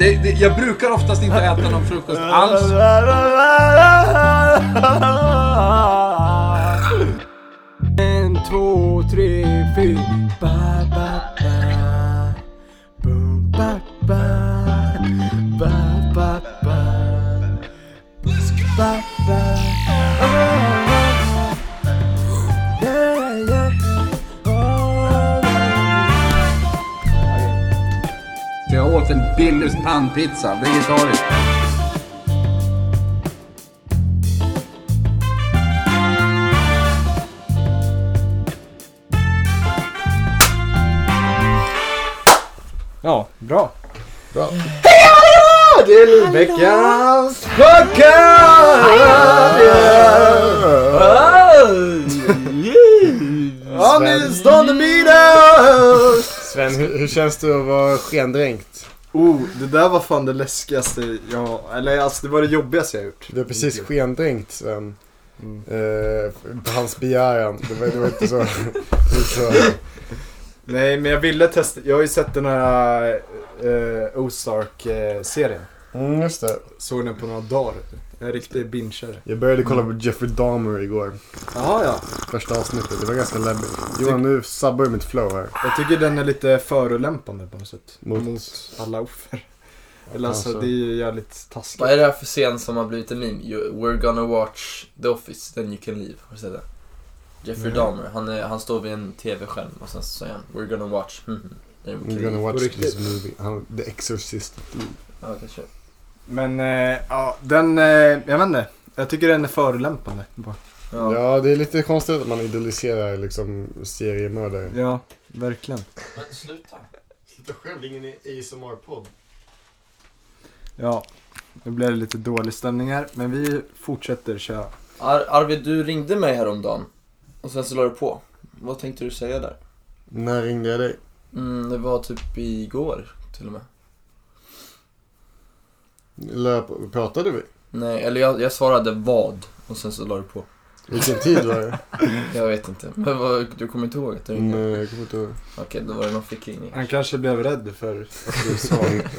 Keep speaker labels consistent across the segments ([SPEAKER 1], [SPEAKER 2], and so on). [SPEAKER 1] Det, det, jag brukar oftast inte äta någon frukost alls.
[SPEAKER 2] En, två, tre, fyra. Ba, ba, ba. Boom, ba, ba. Ba, ba, ba. Ba, ba. Oh. Yeah, yeah. Oh.
[SPEAKER 1] Så Jag åt en Billys pannpizza, vegetariskt.
[SPEAKER 3] Ja, bra.
[SPEAKER 1] Bra.
[SPEAKER 3] Hej till veckans Åtminstone mina!
[SPEAKER 4] Sven, hur, hur känns det att vara skendränkt?
[SPEAKER 3] Oh, det där var fan det läskigaste jag... Eller alltså det var det jobbigaste jag gjort.
[SPEAKER 4] Du är precis skendränkt Sven.
[SPEAKER 3] Mm.
[SPEAKER 4] Eh, på hans begäran. Det var, det var inte så... inte så.
[SPEAKER 3] Nej, men jag ville testa. Jag har ju sett den här eh, Ozark-serien.
[SPEAKER 4] Mm, just det.
[SPEAKER 3] Såg den på några dagar. En riktig bingeare.
[SPEAKER 4] Jag började kolla på Jeffrey Dahmer igår.
[SPEAKER 3] Jaha, ja.
[SPEAKER 4] Första avsnittet. Det var ganska läbbigt. Johan, nu sabbar du mitt flow här.
[SPEAKER 3] Jag tycker den är lite förolämpande på något sätt.
[SPEAKER 4] Mot-
[SPEAKER 3] alla offer. Eller alltså,
[SPEAKER 4] Alltså.
[SPEAKER 3] det är ju jävligt taskigt.
[SPEAKER 5] Vad är det här för scen som har blivit en meme? You, we're gonna watch The Office, then you can leave. Har du sett det? Jeffrey Dahmer, han, är, han står vid en TV-skärm och sen så säger han We're gonna watch, mhm, then we
[SPEAKER 4] We're
[SPEAKER 5] can
[SPEAKER 4] gonna
[SPEAKER 5] leave.
[SPEAKER 4] watch
[SPEAKER 3] riktigt.
[SPEAKER 4] this movie. Han, The Exorcist.
[SPEAKER 5] Ja, kanske.
[SPEAKER 3] Men eh, ja, den, eh, jag vet inte. Jag tycker den är förolämpande. bara.
[SPEAKER 5] Ja.
[SPEAKER 4] Ja, det är lite konstigt att man idoliserar liksom seriemördare.
[SPEAKER 3] Ja, verkligen.
[SPEAKER 5] Men sluta.
[SPEAKER 4] Sitta själv, ingen ASMR-podd.
[SPEAKER 3] Ja, nu blev det lite dålig stämning här. Men vi fortsätter köra.
[SPEAKER 5] Ar Arvid, du ringde mig häromdagen och sen så la du på. Vad tänkte du säga där?
[SPEAKER 4] När ringde jag dig?
[SPEAKER 5] Mm, det var typ igår till och med.
[SPEAKER 4] Löp, pratade vi?
[SPEAKER 5] Nej, eller jag, jag svarade vad och sen så la du på.
[SPEAKER 4] Vilken tid var det?
[SPEAKER 5] Jag vet inte. Men vad, du kommer inte ihåg att du ringde?
[SPEAKER 4] Nej, jag kommer inte ihåg.
[SPEAKER 5] Okej, då var det någon fickringning.
[SPEAKER 3] Han kanske blev rädd för att du sa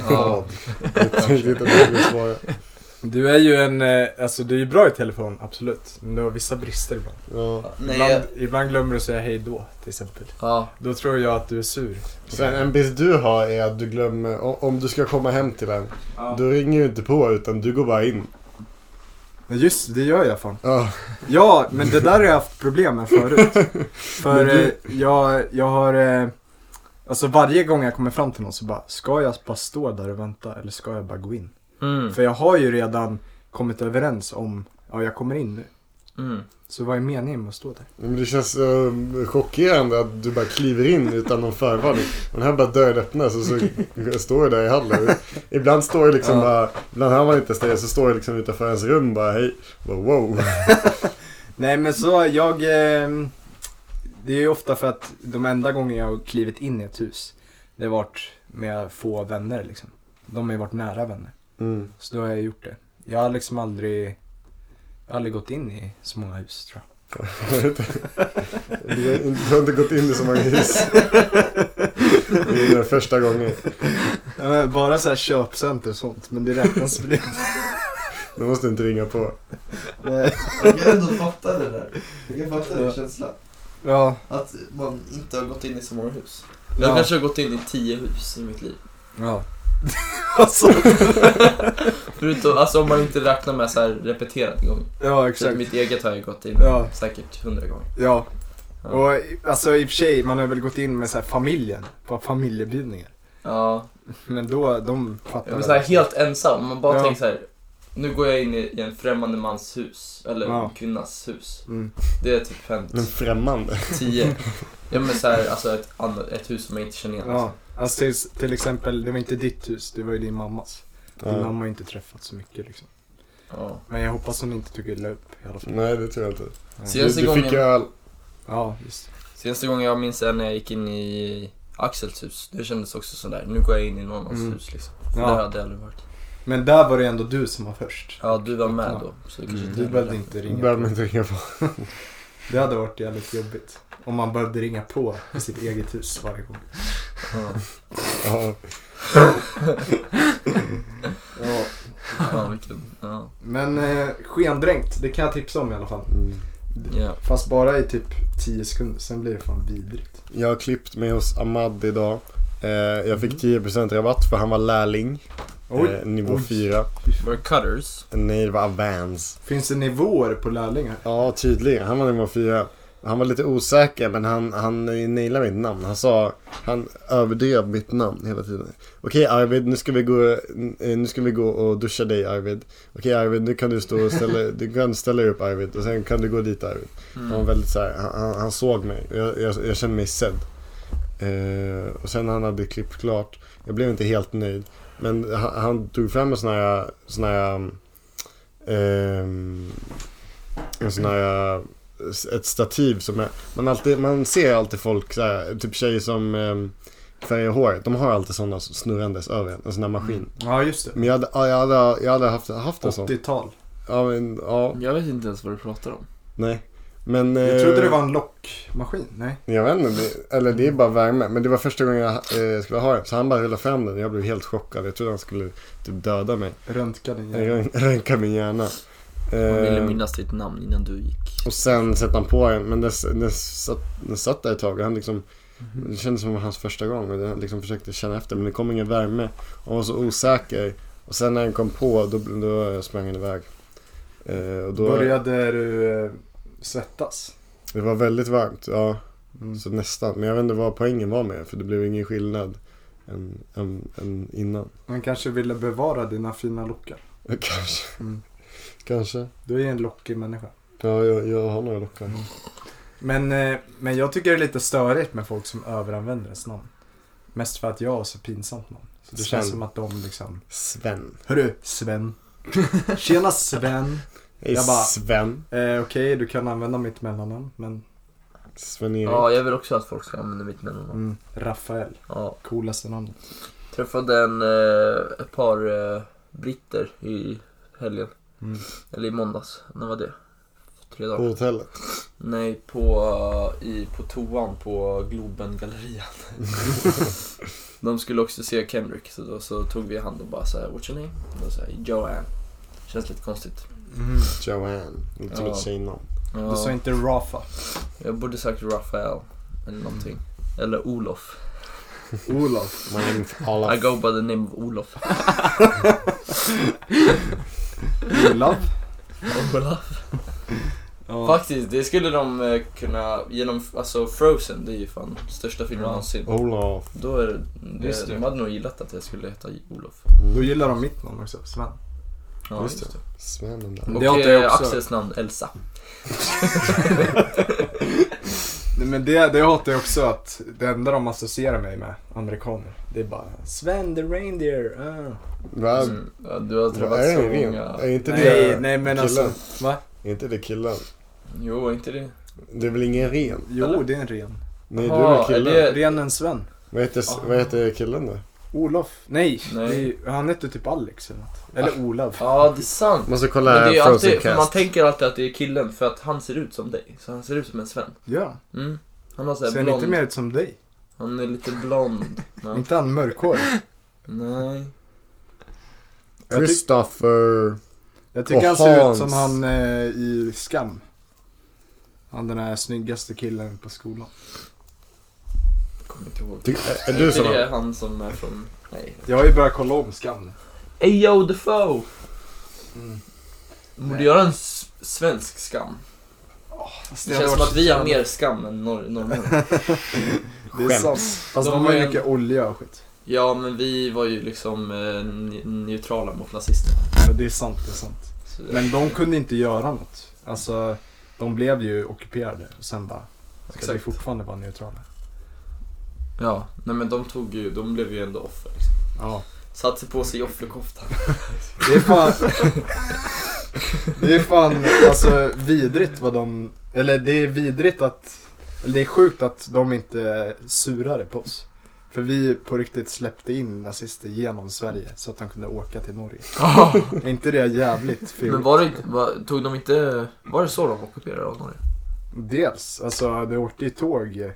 [SPEAKER 4] Ja. Jag tänkte inte att jag skulle svara.
[SPEAKER 3] Du är ju en, eh, alltså du är ju bra i telefon, absolut. Men du har vissa brister ibland.
[SPEAKER 4] Ja.
[SPEAKER 5] Nej,
[SPEAKER 3] ibland,
[SPEAKER 5] jag,
[SPEAKER 3] ibland glömmer du att säga hej då, till exempel.
[SPEAKER 5] ja.
[SPEAKER 3] Då tror jag att du är sur.
[SPEAKER 4] Sen en bild du har är att du glömmer, o- om du ska komma hem till en, du ringer ju inte på utan du går bara in.
[SPEAKER 3] Men just det, det gör jag fan.
[SPEAKER 4] Ja.
[SPEAKER 3] Ja, men det där har jag haft problem med förut. För eh, jag, jag har, eh, alltså varje gång jag kommer fram till någon så bara, ska jag bara stå där och vänta eller ska jag bara gå in?
[SPEAKER 5] Mm.
[SPEAKER 3] För jag har ju redan kommit överens om, ja jag kommer in nu.
[SPEAKER 5] Mm.
[SPEAKER 3] Så vad är meningen med att stå där?
[SPEAKER 4] Men det känns eh, chockerande att du bara kliver in utan någon förvarning. Och den här bara dörren öppnas och så står du där i hallen. Ibland står jag liksom
[SPEAKER 5] Ja.
[SPEAKER 4] bara, ibland hör man inte ens det, så står jag liksom utanför ens rum bara hej. Bara, wow.
[SPEAKER 3] Nej men så, jag... Eh, det är ju ofta för att de enda gånger jag har klivit in i ett hus, det har varit med få vänner liksom. De har ju varit nära vänner.
[SPEAKER 4] Mm.
[SPEAKER 3] Så då har jag gjort det. Jag har liksom aldrig, jag har aldrig gått in i så många hus tror jag.
[SPEAKER 4] Du har inte- du har inte gått in i så många hus. Det är den första gången.
[SPEAKER 3] bara så här köpcenter och sånt, men det räknas väl
[SPEAKER 4] Nu måste du inte ringa på.
[SPEAKER 3] inte.
[SPEAKER 5] Jag kan ändå fatta det där. Jag kan fatta
[SPEAKER 3] den
[SPEAKER 5] känslan.
[SPEAKER 3] ja,
[SPEAKER 5] Att man inte har gått in i så många hus.
[SPEAKER 3] Ja.
[SPEAKER 5] Jag kanske har gått in i tio hus i mitt liv.
[SPEAKER 3] ja. Alltså,
[SPEAKER 5] Förutom, alltså om man inte räknar med så här repeterade gånger.
[SPEAKER 3] Ja,
[SPEAKER 5] Exakt.
[SPEAKER 3] exakt.
[SPEAKER 5] Mitt eget har jag gått in
[SPEAKER 3] Ja.
[SPEAKER 5] säkert hundra gånger.
[SPEAKER 3] Ja.
[SPEAKER 5] Ja.
[SPEAKER 3] Och alltså i och för sig, man har väl gått in med så här familjen, på familjebjudningar.
[SPEAKER 5] Ja.
[SPEAKER 3] Men då, de
[SPEAKER 5] Jag
[SPEAKER 3] fattar
[SPEAKER 5] blir
[SPEAKER 3] väl.
[SPEAKER 5] så här helt ensam. Man bara
[SPEAKER 3] Ja.
[SPEAKER 5] tänker så här. Nu går jag in i i en främmande mans hus. Eller
[SPEAKER 3] Ja.
[SPEAKER 5] kvinnas hus.
[SPEAKER 3] Mm.
[SPEAKER 5] Det är typ hänt
[SPEAKER 4] Men främmande.
[SPEAKER 5] tio. Ja men så här, alltså ett, annat, ett hus som jag inte känner igen.
[SPEAKER 3] Ja, alltså till, till exempel, det var inte ditt hus, det var ju din mammas. Din
[SPEAKER 4] Ja.
[SPEAKER 3] mamma har ju inte träffat så mycket liksom.
[SPEAKER 5] Ja.
[SPEAKER 3] Men jag hoppas hon inte tycker illa upp i alla fall.
[SPEAKER 4] Nej, det tror jag inte. Du,
[SPEAKER 5] Senaste
[SPEAKER 4] du fick
[SPEAKER 5] gången-
[SPEAKER 4] öl.
[SPEAKER 3] Ja, just
[SPEAKER 5] Senaste gången jag minns är när jag gick in i Axels hus. Det kändes också sådär, nu går jag in i någon annans
[SPEAKER 3] Mm.
[SPEAKER 5] hus liksom.
[SPEAKER 3] Ja.
[SPEAKER 5] Det hade jag aldrig varit.
[SPEAKER 3] Men där var det ändå du som var först.
[SPEAKER 5] Ja, du var med
[SPEAKER 3] Ja.
[SPEAKER 5] då. Så det kanske
[SPEAKER 4] Mm.
[SPEAKER 5] inte
[SPEAKER 3] Du
[SPEAKER 5] hade
[SPEAKER 3] behövde
[SPEAKER 5] varit.
[SPEAKER 3] inte
[SPEAKER 4] Du
[SPEAKER 3] ringa
[SPEAKER 4] behöver
[SPEAKER 3] på.
[SPEAKER 4] inte ringa på.
[SPEAKER 3] Det hade varit jävligt jobbigt. Om man behövde ringa på i sitt eget hus varje gång.
[SPEAKER 5] Ja.
[SPEAKER 4] Ja.
[SPEAKER 3] Ja.
[SPEAKER 5] Fan vilken, ja.
[SPEAKER 3] Men eh, skendränkt, det kan jag tipsa om i alla fall.
[SPEAKER 4] Mm.
[SPEAKER 5] ja.
[SPEAKER 3] Fast bara i typ 10 sekunder, sen blir det fan vidrigt.
[SPEAKER 4] Jag har klippt mig hos Ahmad idag. Eh, jag fick 10% rabatt för han var lärling. Eh, nivå
[SPEAKER 3] Oj.
[SPEAKER 4] 4.
[SPEAKER 5] Var det cutters?
[SPEAKER 4] Nej, det var Avance.
[SPEAKER 3] Finns det nivåer på lärlingar?
[SPEAKER 4] Ja, tydligen. Han var nivå 4. Han var lite osäker men han, han nailade mitt namn. Han sa, han överdrev mitt namn hela tiden. Okej Arvid, nu ska, vi gå, eh, nu ska vi gå och duscha dig Arvid. Okej Arvid, nu kan du stå och ställa, du kan ställa dig upp Arvid och sen kan du gå dit Arvid. Han var
[SPEAKER 5] Mm.
[SPEAKER 4] väldigt så här, han, han, han såg mig. Jag, jag, jag kände mig sedd. Eh, och sen när han hade klippt klart, jag blev inte helt nöjd. Men han, han tog fram en sån här, sån här ehm, en sån här, ett stativ som är, man, alltid, man ser alltid folk så här, typ tjejer som um, färgar håret. De har alltid sådana snurrandes över en, en sån här maskin.
[SPEAKER 3] Ja, just det.
[SPEAKER 4] Men jag hade, ja, jag hade, jag hade haft, haft en sån.
[SPEAKER 3] 80-tal.
[SPEAKER 4] Ja, men, ja,
[SPEAKER 5] Jag vet inte ens vad du pratar om.
[SPEAKER 4] nej. Men,
[SPEAKER 3] Jag trodde
[SPEAKER 4] eh,
[SPEAKER 3] det var en lockmaskin. Nej.
[SPEAKER 4] Jag vet inte, det, eller det är bara värme. Men det var första gången jag eh, skulle ha den. Så han bara rullade fram den och jag blev helt chockad. Jag trodde han skulle typ döda mig.
[SPEAKER 3] Röntgade den. igen.
[SPEAKER 4] Rön- Röntga min hjärna.
[SPEAKER 5] Man ville
[SPEAKER 4] Eh,
[SPEAKER 5] minnas ditt namn innan du gick.
[SPEAKER 4] och sen sätter han på den. Men den, den, satt, den satt där ett tag. Och han liksom,
[SPEAKER 3] Mhm.
[SPEAKER 4] det kändes som hans första gång. Och han liksom försökte känna efter. Men det kom ingen värme. Och han var så osäker. Och sen när den kom på, då, då sprang han iväg. Eh, och då,
[SPEAKER 3] Började du eh, svettas?
[SPEAKER 4] det var väldigt varmt. Ja.
[SPEAKER 3] Mm.
[SPEAKER 4] Så nästan. Men jag vet inte vad poängen var med det, för det blev ingen skillnad än, än, än innan.
[SPEAKER 3] Man kanske ville bevara dina fina lockar.
[SPEAKER 4] Kanske.
[SPEAKER 3] Mm.
[SPEAKER 4] Kanske.
[SPEAKER 3] Du är en lockig människa.
[SPEAKER 4] Ja, jag, jag har några lockar.
[SPEAKER 5] Mm.
[SPEAKER 3] Men, eh, men jag tycker det är lite störigt med folk som överanvänder ens namn. Mest för att jag har så pinsamt namn. Så det
[SPEAKER 4] Sven.
[SPEAKER 3] känns som att de liksom...
[SPEAKER 4] Sven.
[SPEAKER 3] Hörru, Sven. Tjena Sven.
[SPEAKER 4] Hej
[SPEAKER 3] Jag bara-
[SPEAKER 4] Sven.
[SPEAKER 3] Eh, Okej, du kan använda mitt mellannamn, men...
[SPEAKER 4] Sven-Erik.
[SPEAKER 5] Ja, jag vill också att folk ska använda mitt mellannamn.
[SPEAKER 3] Mm, Rafael.
[SPEAKER 5] Ja.
[SPEAKER 3] Coolaste namnet.
[SPEAKER 5] Träffade en, eh, ett par eh, britter i helgen.
[SPEAKER 3] Mm.
[SPEAKER 5] Eller i måndags. När var det? För Tre dagar
[SPEAKER 4] På hotellet.
[SPEAKER 5] Nej, på, eh, i, på toan på Globen-gallerian. De skulle också se Kendrick, så då så tog vi hand och bara såhär, what's your name? Och då såhär, Joanne. Känns lite konstigt.
[SPEAKER 4] Joanne. Lite som
[SPEAKER 5] Ja.
[SPEAKER 4] ett tjejnamn.
[SPEAKER 5] Ja,
[SPEAKER 3] Mm. Du sa inte Rafa.
[SPEAKER 5] Jag borde sagt Raphael, eller någonting.
[SPEAKER 3] Mm.
[SPEAKER 5] Eller Olof.
[SPEAKER 3] Olof.
[SPEAKER 4] My name is Olaf.
[SPEAKER 5] I go by the name of Olof.
[SPEAKER 3] Olof.
[SPEAKER 5] Olof.
[SPEAKER 3] Ja.
[SPEAKER 5] Faktiskt, det skulle de eh, kunna, genom, alltså Frozen, det är ju fan största filmen
[SPEAKER 3] Ja.
[SPEAKER 5] någonsin.
[SPEAKER 4] Olaf.
[SPEAKER 5] Då är det,
[SPEAKER 3] Just
[SPEAKER 5] det,
[SPEAKER 3] det.
[SPEAKER 5] de hade nog gillat att jag skulle heta Olof.
[SPEAKER 3] Då gillar de mitt namn också, Sven.
[SPEAKER 5] Ja,
[SPEAKER 3] Just
[SPEAKER 5] just det.
[SPEAKER 4] Sven den där.
[SPEAKER 5] Och
[SPEAKER 3] Det har inte jag
[SPEAKER 5] eh,
[SPEAKER 3] också.
[SPEAKER 5] Axels namn Elsa.
[SPEAKER 3] Nej, men det, det hatar jag också att det enda de associerar mig med, amerikaner, det är bara Sven the reindeer. ah."
[SPEAKER 4] Va?
[SPEAKER 5] Mm. Ja, Du har
[SPEAKER 4] Vad är
[SPEAKER 5] träffat så
[SPEAKER 4] det ren? Är
[SPEAKER 5] många...
[SPEAKER 4] inte
[SPEAKER 3] Nej,
[SPEAKER 4] det
[SPEAKER 3] nej men
[SPEAKER 4] killen?
[SPEAKER 3] alltså. Va?
[SPEAKER 4] Är inte det killen?
[SPEAKER 5] Jo, inte det.
[SPEAKER 4] Det är väl ingen ren?
[SPEAKER 3] Jo, det är en ren.
[SPEAKER 4] Nej, du
[SPEAKER 5] Jaha,
[SPEAKER 4] är väl killen?
[SPEAKER 5] är det-
[SPEAKER 3] Renen Sven.
[SPEAKER 4] Vad, heter, vad heter killen då?
[SPEAKER 3] Olof. Nej,
[SPEAKER 5] Nej. Ah.
[SPEAKER 3] Det är, ju- han hette typ Alex eller något. Eller Olav.
[SPEAKER 5] Ja, det är sant.
[SPEAKER 4] Måste kolla
[SPEAKER 5] Men det är ju
[SPEAKER 4] här Frozen
[SPEAKER 5] alltid, för man
[SPEAKER 4] Cast.
[SPEAKER 5] tänker alltid att det är killen för att han ser ut som dig. Så han ser ut som en Sven.
[SPEAKER 3] Ja.
[SPEAKER 5] Mm. Han har
[SPEAKER 3] Ser
[SPEAKER 5] såhär
[SPEAKER 3] han
[SPEAKER 5] blond. Ah.
[SPEAKER 3] inte mer ut som dig?
[SPEAKER 5] Han är lite blond. Ja.
[SPEAKER 3] Inte han mörkhårig?
[SPEAKER 5] Nej.
[SPEAKER 3] Jag, tyck,
[SPEAKER 4] Christopher.
[SPEAKER 3] jag tycker
[SPEAKER 4] Och
[SPEAKER 3] han ser ut
[SPEAKER 4] Hans.
[SPEAKER 3] som han eh, i Skam. Han den här snyggaste killen på skolan.
[SPEAKER 5] Kommer inte ihåg.
[SPEAKER 4] Ty, är, är du som
[SPEAKER 5] Är det han som är från... Nej.
[SPEAKER 3] Jag har ju börjat kolla om Skam nu.
[SPEAKER 5] Ayo Defoe!
[SPEAKER 3] Mm.
[SPEAKER 5] Borde göra en s- svensk skam.
[SPEAKER 3] Fast
[SPEAKER 5] Det
[SPEAKER 3] hade
[SPEAKER 5] känns som
[SPEAKER 3] varit
[SPEAKER 5] att vi har
[SPEAKER 3] så-
[SPEAKER 5] mer skam än norr- norrmän.
[SPEAKER 3] Det är
[SPEAKER 4] Skämt.
[SPEAKER 3] sant. Fast
[SPEAKER 5] De
[SPEAKER 3] de har
[SPEAKER 5] är
[SPEAKER 3] ju
[SPEAKER 5] en-
[SPEAKER 3] mycket olja och skit.
[SPEAKER 5] Ja, men vi var ju liksom eh, ne- neutrala mot nazisterna.
[SPEAKER 3] Ja, det är sant, det är sant.
[SPEAKER 5] Så-
[SPEAKER 3] Men de kunde inte göra något. Alltså, de blev ju ockuperade och sen bara, ska vi
[SPEAKER 5] Exakt.
[SPEAKER 3] fortfarande vara neutrala?
[SPEAKER 5] Ja, nej men de tog ju, de blev ju ändå offer. Liksom.
[SPEAKER 3] Ja.
[SPEAKER 5] Satte på sig offerkoftan.
[SPEAKER 3] Det är fan, det är fan alltså vidrigt vad de, eller det är vidrigt att, eller det är sjukt att de inte är surare på oss. För vi på riktigt släppte in nazister genom Sverige så att de kunde åka till Norge. Är inte det jävligt fel?
[SPEAKER 5] men var det, var, tog de inte, var det så de ockuperade av Norge?
[SPEAKER 3] Dels, alltså det åkte ju tåg.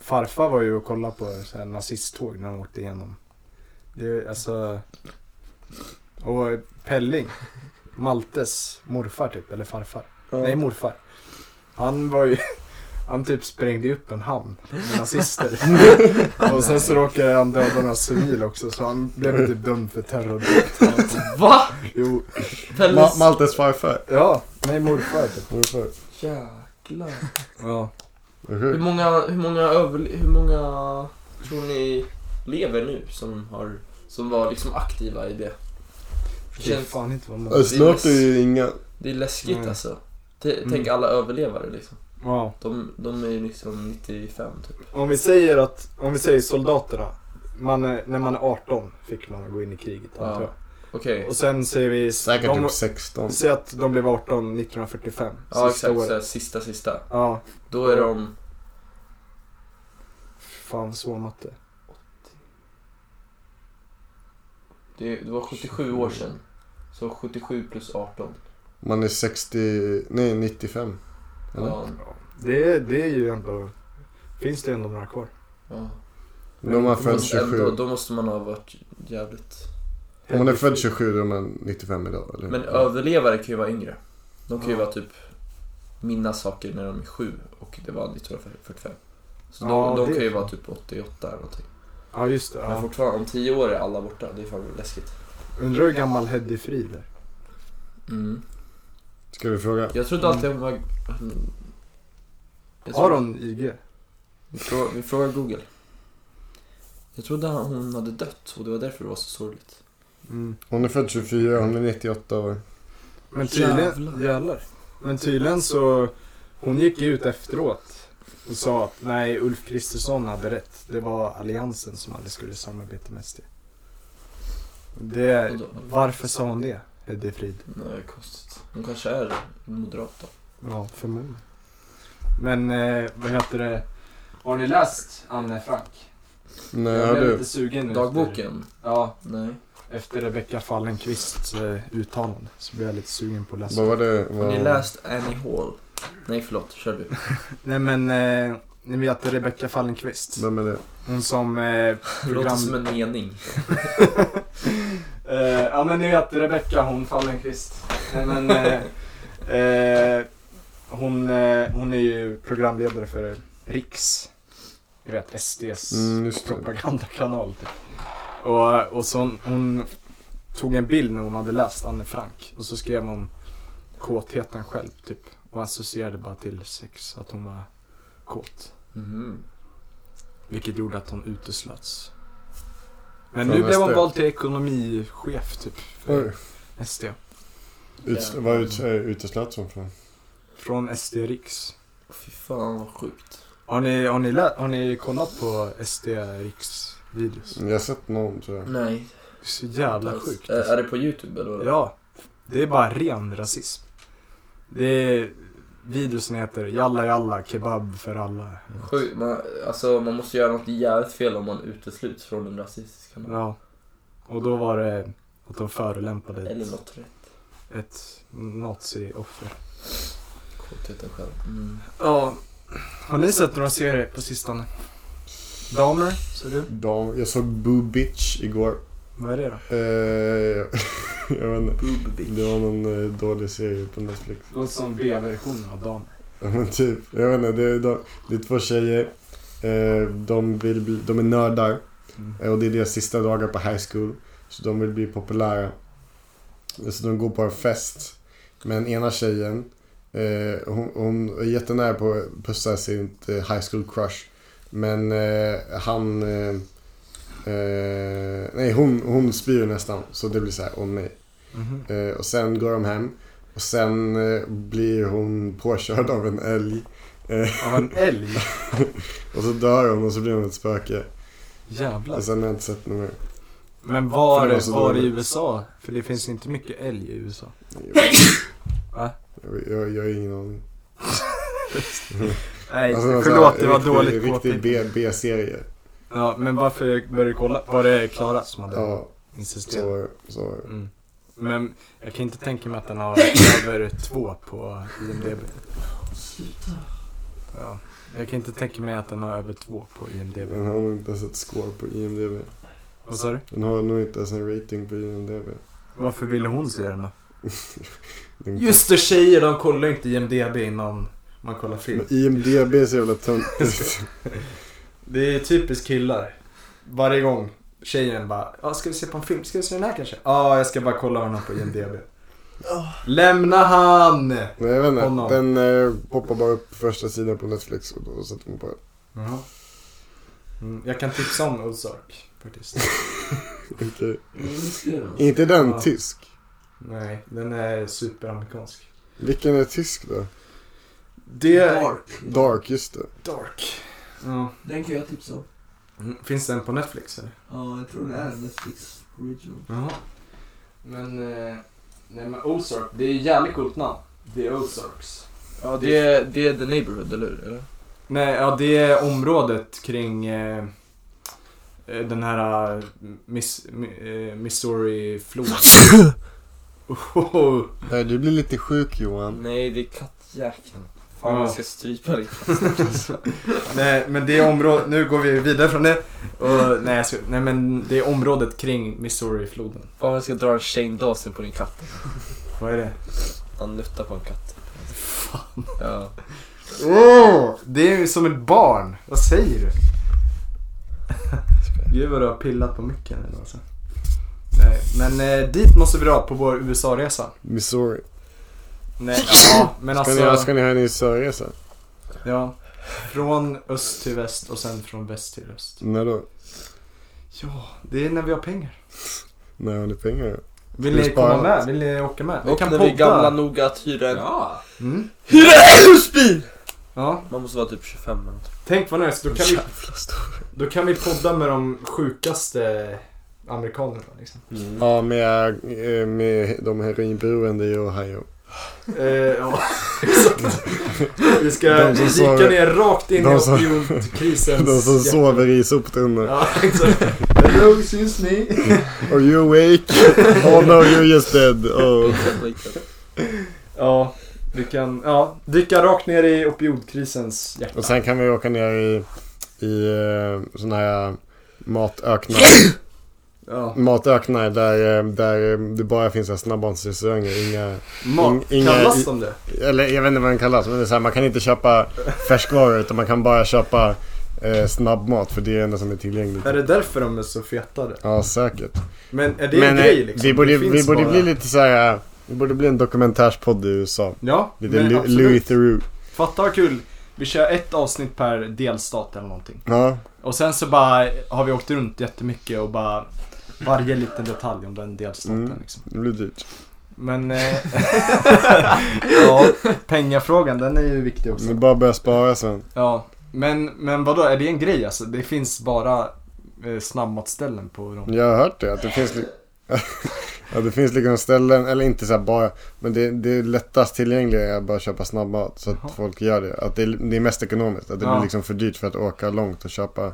[SPEAKER 3] Farfar var ju och kollade på så här nazisttåg när de åkte igenom Det är alltså... Och Pelling. Maltes morfar typ, eller farfar. Nej, morfar. Han var ju... Han typ sprängde ju upp en hamn med nazister. och sen så råkade han döda några civil också så han blev typ dömd för terrorbrott.
[SPEAKER 5] Va?
[SPEAKER 3] Jo,
[SPEAKER 4] Ma-
[SPEAKER 5] Pelles?
[SPEAKER 4] Maltes farfar.
[SPEAKER 3] ja, nej morfar typ.
[SPEAKER 4] Morfar.
[SPEAKER 5] Jäklar.
[SPEAKER 3] Ja.
[SPEAKER 4] Vad
[SPEAKER 5] Hur
[SPEAKER 4] sjukt.
[SPEAKER 5] många, hur många, överle- hur många tror ni lever nu som har, som var liksom aktiva i det? Det,
[SPEAKER 3] Det är
[SPEAKER 5] känns, Alltså-
[SPEAKER 3] fan inte vad
[SPEAKER 4] Äh,
[SPEAKER 3] man...
[SPEAKER 4] Snart är det ju inga...
[SPEAKER 5] det är läskigt
[SPEAKER 3] Mm.
[SPEAKER 5] alltså. T- tänk alla överlevare liksom.
[SPEAKER 3] Ja.
[SPEAKER 5] De, de är ju liksom 95 typ.
[SPEAKER 3] Om vi säger att, om vi säger soldaterna. Man är, när man är 18 fick man gå in i kriget antar jag.
[SPEAKER 5] Okej.
[SPEAKER 3] Och sen säger vi...
[SPEAKER 4] Säkert
[SPEAKER 3] de,
[SPEAKER 4] typ 16.
[SPEAKER 3] Säg att de blev 18 1945.
[SPEAKER 5] Ja
[SPEAKER 3] sista
[SPEAKER 5] exakt,
[SPEAKER 3] året.
[SPEAKER 5] såhär, sista sista.
[SPEAKER 3] Ja.
[SPEAKER 5] Då är de...
[SPEAKER 3] Fan svår matte.
[SPEAKER 5] Det, det var 77 år sedan. Så 77 plus 18.
[SPEAKER 4] Man är 60... Nej, 95. Eller?
[SPEAKER 5] Ja.
[SPEAKER 3] Det, det är ju ändå... Finns det ändå några kvar?
[SPEAKER 5] ja.
[SPEAKER 4] Då är man
[SPEAKER 5] Men
[SPEAKER 4] född
[SPEAKER 5] ändå,
[SPEAKER 4] 27.
[SPEAKER 5] Då måste man ha varit jävligt...
[SPEAKER 4] Om man är född 27 då är man 95 idag. Eller?
[SPEAKER 5] Men
[SPEAKER 4] Ja.
[SPEAKER 5] överlevare kan ju vara yngre. De kan ju
[SPEAKER 3] Ja.
[SPEAKER 5] vara typ minnas saker när de är sju och det var 1945. Så de,
[SPEAKER 3] Ja,
[SPEAKER 5] de
[SPEAKER 3] det
[SPEAKER 5] kan ju
[SPEAKER 3] är
[SPEAKER 5] vara
[SPEAKER 3] sant.
[SPEAKER 5] typ 88 eller någonting.
[SPEAKER 3] Ja just det.
[SPEAKER 5] Men
[SPEAKER 3] Ja.
[SPEAKER 5] fortfarande, om 10 år är alla borta. Det är fan läskigt.
[SPEAKER 3] Undrar hur gammal Heddy Frid är.
[SPEAKER 5] Mm.
[SPEAKER 4] Ska vi fråga?
[SPEAKER 5] Jag trodde alltid hon var... Mm. Jag
[SPEAKER 3] Har
[SPEAKER 5] trodde-
[SPEAKER 3] hon IG?
[SPEAKER 5] Vi frågar, vi frågar Google. Jag trodde han- hon hade dött och det var därför det var så sorgligt.
[SPEAKER 3] Mm.
[SPEAKER 4] Hon är född 24, hon är 98 år.
[SPEAKER 3] Men tydligen,
[SPEAKER 5] Jävlar.
[SPEAKER 3] jävlar. Men tydligen så, hon gick ju ut efteråt och sa att nej, Ulf Kristersson hade rätt. Det var alliansen som aldrig skulle samarbeta med SD.
[SPEAKER 5] Och
[SPEAKER 3] Det,
[SPEAKER 5] då-
[SPEAKER 3] varför sa hon det, Hedde Frid?
[SPEAKER 5] Nej, konstigt. Hon kanske är moderat då.
[SPEAKER 3] Ja, förmodligen. Men eh, vad heter det? Har ni läst Anne Frank?
[SPEAKER 4] Nej,
[SPEAKER 3] Jag
[SPEAKER 4] har
[SPEAKER 3] blev
[SPEAKER 4] du?
[SPEAKER 3] lite sugen nu. Efter,
[SPEAKER 5] Dagboken?
[SPEAKER 3] ja,
[SPEAKER 5] Nej.
[SPEAKER 3] efter Rebecka Fallenkvists eh, uttalande så blev jag lite sugen på att läsa.
[SPEAKER 4] Vad var det?
[SPEAKER 5] Har
[SPEAKER 4] Vad...
[SPEAKER 5] ni läst Annie Hall? Nej, förlåt. Kör du.
[SPEAKER 3] Nej men, eh, ni vet Rebecka Fallenkvist?
[SPEAKER 4] Vem är det?
[SPEAKER 3] Hon som... Eh,
[SPEAKER 5] Det låter
[SPEAKER 3] Program-
[SPEAKER 5] som en mening.
[SPEAKER 3] eh, ja men ni vet Rebecka, hon Fallenkvist. Nej men... Eh, eh, hon, eh, hon är ju programledare för Riks. Ni vet SDs
[SPEAKER 4] Mm, just det.
[SPEAKER 3] propagandakanal typ. Och, och så hon, hon tog en bild när hon hade läst Anne Frank. Och så skrev hon kåtheten själv typ. Och associerade bara till sex, att hon var kåt.
[SPEAKER 5] Mhm.
[SPEAKER 3] Vilket gjorde att hon uteslöts. Men
[SPEAKER 4] Från
[SPEAKER 3] nu blev hon
[SPEAKER 4] SD.
[SPEAKER 3] vald till ekonomichef typ. För
[SPEAKER 4] Oj,
[SPEAKER 3] SD.
[SPEAKER 4] ut, vad ut, äh, uteslöts hon från?
[SPEAKER 3] Från SD Riks.
[SPEAKER 5] Fy fan vad sjukt.
[SPEAKER 3] Har ni, har ni, lä- har ni kollat på SD Riks videos?
[SPEAKER 4] Jag har sett någon tror jag.
[SPEAKER 5] Nej.
[SPEAKER 3] Det är så jävla sjukt.
[SPEAKER 5] Är,
[SPEAKER 3] Alltså.
[SPEAKER 5] är det på YouTube eller? vad?
[SPEAKER 3] Ja. Det är bara ren rasism. Det är videosen heter Jalla Jalla Kebab för alla.
[SPEAKER 5] Sjukt. Man, alltså, man måste göra något jävligt fel om man utesluts från en rasistisk kanal.
[SPEAKER 3] Ja. Och då var det att de förolämpade
[SPEAKER 5] Eller
[SPEAKER 3] ett,
[SPEAKER 5] något rätt.
[SPEAKER 3] ett nazioffer.
[SPEAKER 5] Kåtheten själv. Mm.
[SPEAKER 3] Ja. Har ni sett några serier på sistone? Damer, så du?
[SPEAKER 4] Dam, jag såg Boo Bitch igår.
[SPEAKER 3] Vad är det då?
[SPEAKER 4] Eh, jag vet inte. Det var någon eh, dålig serie på Netflix.
[SPEAKER 3] Låter som B-versionen av Damer.
[SPEAKER 4] Ja, men typ, jag vet inte. Det är, de, det är två tjejer. Eh, de, vill bli, de är nördar.
[SPEAKER 3] Mm.
[SPEAKER 4] Eh, Och det är deras sista dagar på high school. Så de vill bli populära. Eh, Så de går på en fest. Men ena tjejen, eh, hon, hon är jättenära på att pussa sitt eh, high school crush. Men eh, han... Eh, eh, nej, hon, hon spyr nästan. Så det blir så här, åh nej.
[SPEAKER 3] Mhm.
[SPEAKER 4] Eh, och sen går de hem. Och sen eh, blir hon påkörd av en älg.
[SPEAKER 3] Av en älg?
[SPEAKER 4] Och så dör hon och så blir hon ett spöke.
[SPEAKER 3] Jävlar.
[SPEAKER 4] Och sen har jag inte sett något mer.
[SPEAKER 3] Men var,
[SPEAKER 4] För det var
[SPEAKER 3] det
[SPEAKER 4] så
[SPEAKER 3] var i
[SPEAKER 4] dåligt.
[SPEAKER 3] USA? För det finns inte mycket älg i USA. Va?
[SPEAKER 4] Jag, jag, jag har ingen aning.
[SPEAKER 3] Nej,
[SPEAKER 4] Alltså, någon sån
[SPEAKER 3] förlåt
[SPEAKER 4] här
[SPEAKER 3] det var
[SPEAKER 4] riktig-
[SPEAKER 3] dåligt
[SPEAKER 4] Riktig
[SPEAKER 3] påpekande.
[SPEAKER 4] B- B-serie.
[SPEAKER 3] Ja, men varför började du kolla? Var det Klara som hade
[SPEAKER 4] Ja, så
[SPEAKER 3] insisterat?
[SPEAKER 4] var det. Så var det.
[SPEAKER 3] Mm. Men jag kan inte tänka mig att den har över två på IMDB. Ja. Jag kan inte tänka mig att den har över två på IMDB.
[SPEAKER 4] Men har nog inte sett score på IMDB.
[SPEAKER 3] Vad sa du?
[SPEAKER 4] Den har nog inte ens en rating på IMDB.
[SPEAKER 3] Varför ville hon se den då?
[SPEAKER 4] Den-
[SPEAKER 3] Just det, tjejer de kollar inte IMDB innan man kollar film.
[SPEAKER 4] Men IMDB är så jävla töntigt.
[SPEAKER 3] Det är typiskt killar. Varje gång tjejen bara, ja ska vi se på en film? Ska vi se den här kanske? Ja, jag ska bara kolla honom på IMDB. Lämna han!
[SPEAKER 4] Nej, jag vet inte.
[SPEAKER 3] Honom.
[SPEAKER 4] Den eh, poppar bara upp på första sidan på Netflix och då sätter man på den.
[SPEAKER 3] Mm, jag kan tipsa om Ozark faktiskt.
[SPEAKER 4] Okej.
[SPEAKER 5] Mm.
[SPEAKER 4] Inte den
[SPEAKER 3] Ja.
[SPEAKER 4] tysk?
[SPEAKER 3] Nej, den är superamerikansk.
[SPEAKER 4] Vilken är tysk då?
[SPEAKER 3] Det är
[SPEAKER 5] Dark.
[SPEAKER 4] Dark, just det.
[SPEAKER 3] Dark. Ja.
[SPEAKER 5] Den kan jag tipsa om.
[SPEAKER 3] Mm, Finns den på Netflix eller?
[SPEAKER 5] Ja, jag tror det är Netflix original.
[SPEAKER 3] Jaha. Men, eh, nej men Ozark, det är jävligt coolt namn. Det är Ozarks.
[SPEAKER 5] Ja, det är, det är The Neighborhood, eller hur? Eller?
[SPEAKER 3] Nej, ja det är området kring eh, eh, den här eh, Miss, mi, eh, Missouri-floden. Ohoho.
[SPEAKER 4] Nej, du blir lite sjuk Johan.
[SPEAKER 5] Nej, det är kattjäkeln. Fan,
[SPEAKER 3] Ja.
[SPEAKER 5] jag ska strypa dig.
[SPEAKER 3] nej, men det är området, nu går vi vidare från det. Och, nej, jag ska, nej, men det är området kring Missouri-floden.
[SPEAKER 5] Fan, jag ska dra en Shane Dawson på din katt.
[SPEAKER 3] Vad är det?
[SPEAKER 5] Han nuttar på en katt. Fan. Ja.
[SPEAKER 3] Åh! det är ju som ett barn. Vad säger du? Gud vad du har pillat på mycket nu alltså. Nej, men eh, dit måste vi dra på vår USA-resa.
[SPEAKER 4] Missouri.
[SPEAKER 3] Nej, ja, men
[SPEAKER 4] Ska,
[SPEAKER 3] alltså.
[SPEAKER 4] ni, ska ni ha en USA-resa?
[SPEAKER 3] Ja. Från öst till väst och sen från väst till öst.
[SPEAKER 4] När då?
[SPEAKER 3] Ja, det är när vi har pengar.
[SPEAKER 4] När har ni pengar?
[SPEAKER 3] Vill
[SPEAKER 4] Vi
[SPEAKER 3] ni komma
[SPEAKER 4] sparar.
[SPEAKER 3] med? Vill ni åka med? Vi
[SPEAKER 5] Och
[SPEAKER 3] kan
[SPEAKER 5] när vi är
[SPEAKER 3] podda.
[SPEAKER 5] gamla nog att hyra en...
[SPEAKER 6] Ja.
[SPEAKER 3] Mm.
[SPEAKER 5] Hyra en husbil!
[SPEAKER 3] Ja,
[SPEAKER 5] Man måste vara typ 25 eller något.
[SPEAKER 3] tänk vad nice. Då kan, vi,
[SPEAKER 4] Jävla stor.
[SPEAKER 3] då kan vi podda med de sjukaste amerikanerna liksom.
[SPEAKER 4] Ja, med, eh, med de heroinberoende i Ohio.
[SPEAKER 3] Eh, ja, exakt. Vi ska
[SPEAKER 4] De som
[SPEAKER 3] kika
[SPEAKER 4] sover-
[SPEAKER 3] ner rakt in i
[SPEAKER 4] de som-
[SPEAKER 3] opinionskrisens...
[SPEAKER 4] De som
[SPEAKER 3] hjärta.
[SPEAKER 4] sover i soptunnor.
[SPEAKER 3] Ja, exakt. Hello, excuse me.
[SPEAKER 4] Are you awake? oh no, you're just dead. Oh.
[SPEAKER 3] Ja, vi kan ja, dyka rakt ner i opioidkrisens hjärta.
[SPEAKER 4] Och sen kan vi åka ner i, i eh, såna här matöknar.
[SPEAKER 3] Ja.
[SPEAKER 4] matöknar där, eh, där eh, det bara finns så här snabbmatsrestauranger. Inga,
[SPEAKER 3] Ma-
[SPEAKER 4] Ing- inga-
[SPEAKER 3] kallas de det?
[SPEAKER 4] eller jag vet inte vad den kallas. Men det är så här, man kan inte köpa färskvaror utan man kan bara köpa eh, snabbmat för det är det enda som är tillgängligt.
[SPEAKER 3] Är det därför de är så fetade?
[SPEAKER 4] Ja, säkert.
[SPEAKER 3] Men är det
[SPEAKER 4] men
[SPEAKER 3] en
[SPEAKER 4] eh,
[SPEAKER 3] grej liksom?
[SPEAKER 4] vi borde,
[SPEAKER 3] Det finns
[SPEAKER 4] vi borde
[SPEAKER 3] bara-
[SPEAKER 4] bli lite så här. eh, Vi borde bli en dokumentärspodd i USA.
[SPEAKER 3] Ja,
[SPEAKER 4] Lite
[SPEAKER 3] men
[SPEAKER 4] Lu-
[SPEAKER 3] absolut.
[SPEAKER 4] Louis Theroux.
[SPEAKER 3] Fatta vad kul. Vi kör ett avsnitt per delstat eller någonting.
[SPEAKER 4] Ja,
[SPEAKER 3] Och sen så bara har vi åkt runt jättemycket och bara varje liten detalj om den delstaten
[SPEAKER 4] Mm.
[SPEAKER 3] liksom.
[SPEAKER 4] det blir dyrt.
[SPEAKER 3] Men... Eh, ja, pengafrågan den är ju viktig också.
[SPEAKER 4] Men bara börja spara sen.
[SPEAKER 3] Ja, men, men vadå, är det en grej alltså? Det finns bara eh, snabbmatsställen på dem.
[SPEAKER 4] Jag har hört det. Att det finns, li- ja, det finns liksom ställen, eller inte så här bara, men det, det är lättast tillgängliga är att bara köpa snabbmat. Så att
[SPEAKER 3] Jaha.
[SPEAKER 4] folk gör det. Att det, är- det är mest ekonomiskt. Att det
[SPEAKER 3] Ja.
[SPEAKER 4] blir liksom för dyrt för att åka långt och köpa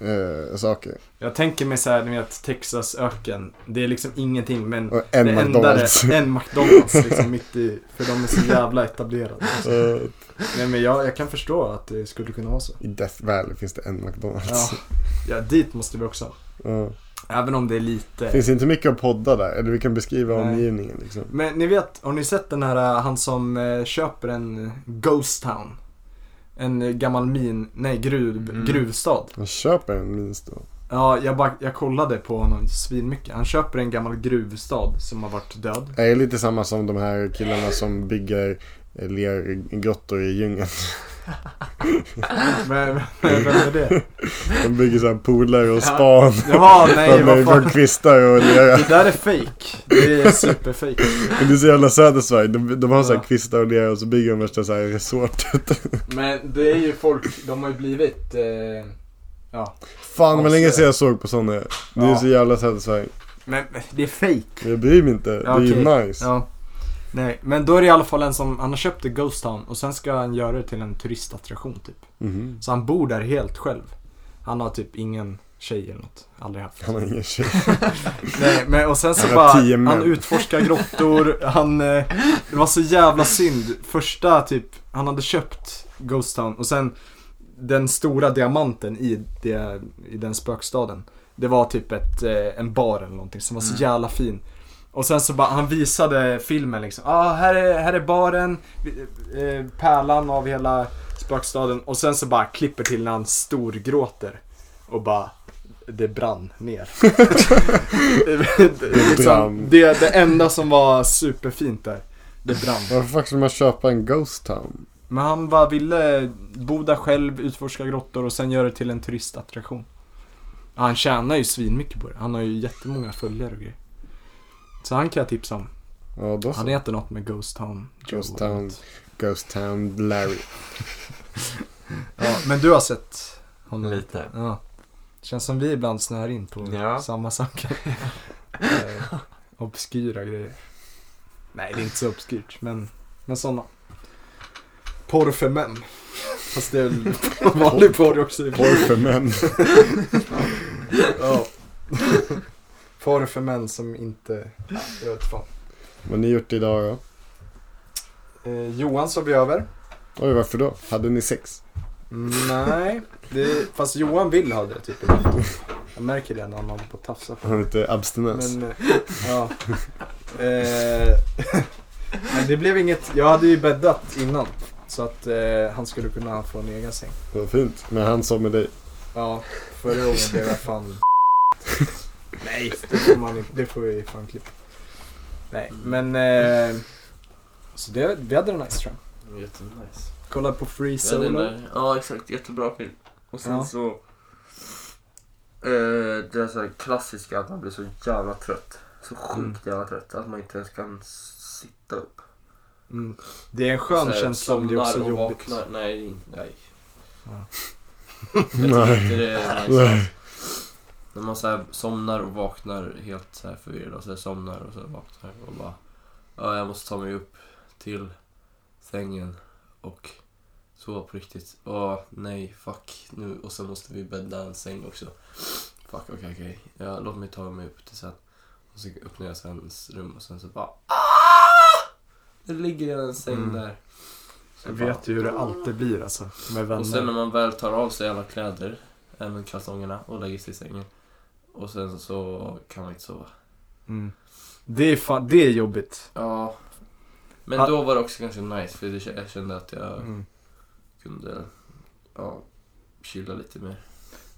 [SPEAKER 4] eh, saker.
[SPEAKER 3] Jag tänker mig såhär, ni vet Texasöken. Det är liksom ingenting men
[SPEAKER 4] Och en
[SPEAKER 3] det
[SPEAKER 4] McDonalds.
[SPEAKER 3] enda är en McDonalds liksom mitt i. För de är så jävla etablerade.
[SPEAKER 4] Eh,
[SPEAKER 3] Nej men jag, jag kan förstå att det skulle kunna vara så.
[SPEAKER 4] I Death Valley finns det en McDonalds.
[SPEAKER 3] Ja, ja dit måste vi också.
[SPEAKER 4] Ja.
[SPEAKER 3] Även om det är lite.
[SPEAKER 4] Finns inte mycket att podda där. Eller vi kan beskriva
[SPEAKER 3] Nej.
[SPEAKER 4] omgivningen liksom.
[SPEAKER 3] Men ni vet, har ni sett den här eh, han som eh, köper en eh, Ghost Town? En eh, gammal min, nej gruv,
[SPEAKER 5] Mm.
[SPEAKER 3] gruvstad.
[SPEAKER 4] Man köper en minst då.
[SPEAKER 3] Ja, jag, bara, jag kollade på honom svinmycket. Han köper en gammal gruvstad som har varit död.
[SPEAKER 4] Det är lite samma som de här killarna som bygger eh, lergrottor i djungeln.
[SPEAKER 3] Men, men vem är det?
[SPEAKER 4] De bygger så här pooler och
[SPEAKER 3] Ja.
[SPEAKER 4] span.
[SPEAKER 3] Jaha, nej
[SPEAKER 4] Nej,
[SPEAKER 3] vad
[SPEAKER 4] från
[SPEAKER 3] fan.
[SPEAKER 4] kvistar och lera.
[SPEAKER 3] Det där är fake. Det är superfake.
[SPEAKER 4] Men det är så jävla södersverige. De, de har så här
[SPEAKER 3] Ja.
[SPEAKER 4] kvistar och lera och så bygger de värsta så här resortet.
[SPEAKER 3] Men det är ju folk, de har ju blivit... Eh, ja.
[SPEAKER 4] Fan vad länge
[SPEAKER 3] Avslöja.
[SPEAKER 4] sedan jag såg på sådana. Det är
[SPEAKER 3] Ja.
[SPEAKER 4] så jävla södersverige.
[SPEAKER 3] Men det är fake.
[SPEAKER 4] Men jag bryr mig inte.
[SPEAKER 3] Ja,
[SPEAKER 4] det är ju
[SPEAKER 3] okej.
[SPEAKER 4] nice.
[SPEAKER 3] Ja. Nej, men då är det i alla fall en som, han har köpt en Ghost Town och sen ska han göra det till en turistattraktion typ.
[SPEAKER 4] Mhm.
[SPEAKER 3] Så han bor där helt själv. Han har typ ingen tjej eller något. Aldrig haft.
[SPEAKER 4] Han har ingen tjej.
[SPEAKER 3] Nej, men och sen så
[SPEAKER 4] Han har
[SPEAKER 3] bara,
[SPEAKER 4] tio män.
[SPEAKER 3] han utforskar grottor, han, eh, det var så jävla synd. Första typ, han hade köpt Ghost Town och sen den stora diamanten i, det, i den spökstaden. Det var typ ett, eh, en bar eller någonting som var så
[SPEAKER 5] Mm.
[SPEAKER 3] jävla fin. Och sen så bara, han visade filmen liksom. ah, här, är, här är baren, vi- eh, pärlan av hela spökstaden. Och sen så bara klipper till när han storgråter. Och bara, det brann ner. det, liksom,
[SPEAKER 4] brann.
[SPEAKER 3] det, det enda som var superfint där, det brann.
[SPEAKER 4] Varför fuck skulle man köpa en Ghost Town?
[SPEAKER 3] Men han bara ville bo där själv, utforska grottor och sen göra det till en turistattraktion. Han tjänar ju svinmycket på det. Han har ju jättemånga följare och grejer. Så han kan jag tipsa om.
[SPEAKER 4] Ja, då
[SPEAKER 3] Han
[SPEAKER 4] så.
[SPEAKER 3] heter något med Ghost Town. Joe
[SPEAKER 4] Ghost
[SPEAKER 3] eller
[SPEAKER 4] Town.
[SPEAKER 3] något.
[SPEAKER 4] Ghost Town Larry.
[SPEAKER 3] Ja, men du har sett honom?
[SPEAKER 5] Lite.
[SPEAKER 3] Ja. Känns som vi ibland snöar in på
[SPEAKER 5] Ja.
[SPEAKER 3] samma saker. Eh, obskyra grejer. Nej, det är inte så obskyrt, men, men sådana. Porr för män. Fast det är väl vanlig porr också. i och för sig.
[SPEAKER 4] Porr för män.
[SPEAKER 3] Ja. Porr för män som inte... Ja, jag vet fan.
[SPEAKER 4] Vad har ni gjort idag då?
[SPEAKER 3] Eh, Johan sov ju över.
[SPEAKER 4] Oj, varför då? Hade ni sex?
[SPEAKER 3] Nej, det, fast Johan vill ha det typ ibland. Jag märker det när han håller på att tafsa på
[SPEAKER 4] Har ni lite abstinens?
[SPEAKER 3] Men, eh, ja. Eh, Men det blev inget, jag hade ju bäddat innan. Så att eh, han skulle kunna få en egen säng.
[SPEAKER 4] Vad fint. Men han sov med dig.
[SPEAKER 3] Ja, förra gången blev jag fan Nej, det får, man, inte- det får vi fan klippa. Nej,
[SPEAKER 5] Mm.
[SPEAKER 3] men... Eh, så det, vi hade en nice tror jag.
[SPEAKER 5] Jättenice.
[SPEAKER 3] Kollade på Free
[SPEAKER 5] Ja, den
[SPEAKER 3] Solo.
[SPEAKER 5] där- ja, exakt. Jättebra film. Och sen
[SPEAKER 3] Ja.
[SPEAKER 5] så... Eh, det är så här klassiska att man blir så jävla trött. Så sjukt jävla trött att man inte ens kan sitta upp.
[SPEAKER 3] Mm. Det är en skön
[SPEAKER 5] Så här,
[SPEAKER 3] känsla om det är också
[SPEAKER 5] somnar och
[SPEAKER 3] jobbigt.
[SPEAKER 5] vaknar. Nej, nej.
[SPEAKER 3] Ja.
[SPEAKER 5] Jag tycker
[SPEAKER 4] Nej.
[SPEAKER 5] inte det är nice. När man så här somnar och vaknar helt så här förvirrad och så här somnar och så här vaknar och bara ja, jag måste ta mig upp till sängen och sova på riktigt. Åh nej, fuck nu och så måste vi bädda en säng också. Fuck, okej, okej. Ja, låt mig ta mig upp till sen. Och så öppnar jag Svens rum och sen så bara ah! Det ligger redan en säng
[SPEAKER 3] Mm.
[SPEAKER 5] där. Så
[SPEAKER 3] Jag
[SPEAKER 5] bara-
[SPEAKER 3] vet ju hur det alltid blir alltså, med
[SPEAKER 5] och sen när
[SPEAKER 3] vänner.
[SPEAKER 5] man väl tar av sig alla kläder, även kalsongerna, och lägger sig i sängen. Och sen så kan man inte sova.
[SPEAKER 3] Mm. Det, är fan, det är jobbigt.
[SPEAKER 5] Ja. Men
[SPEAKER 3] Ah.
[SPEAKER 5] då var det också ganska nice för det- jag kände att jag
[SPEAKER 3] Mm.
[SPEAKER 5] kunde ja, chilla lite mer.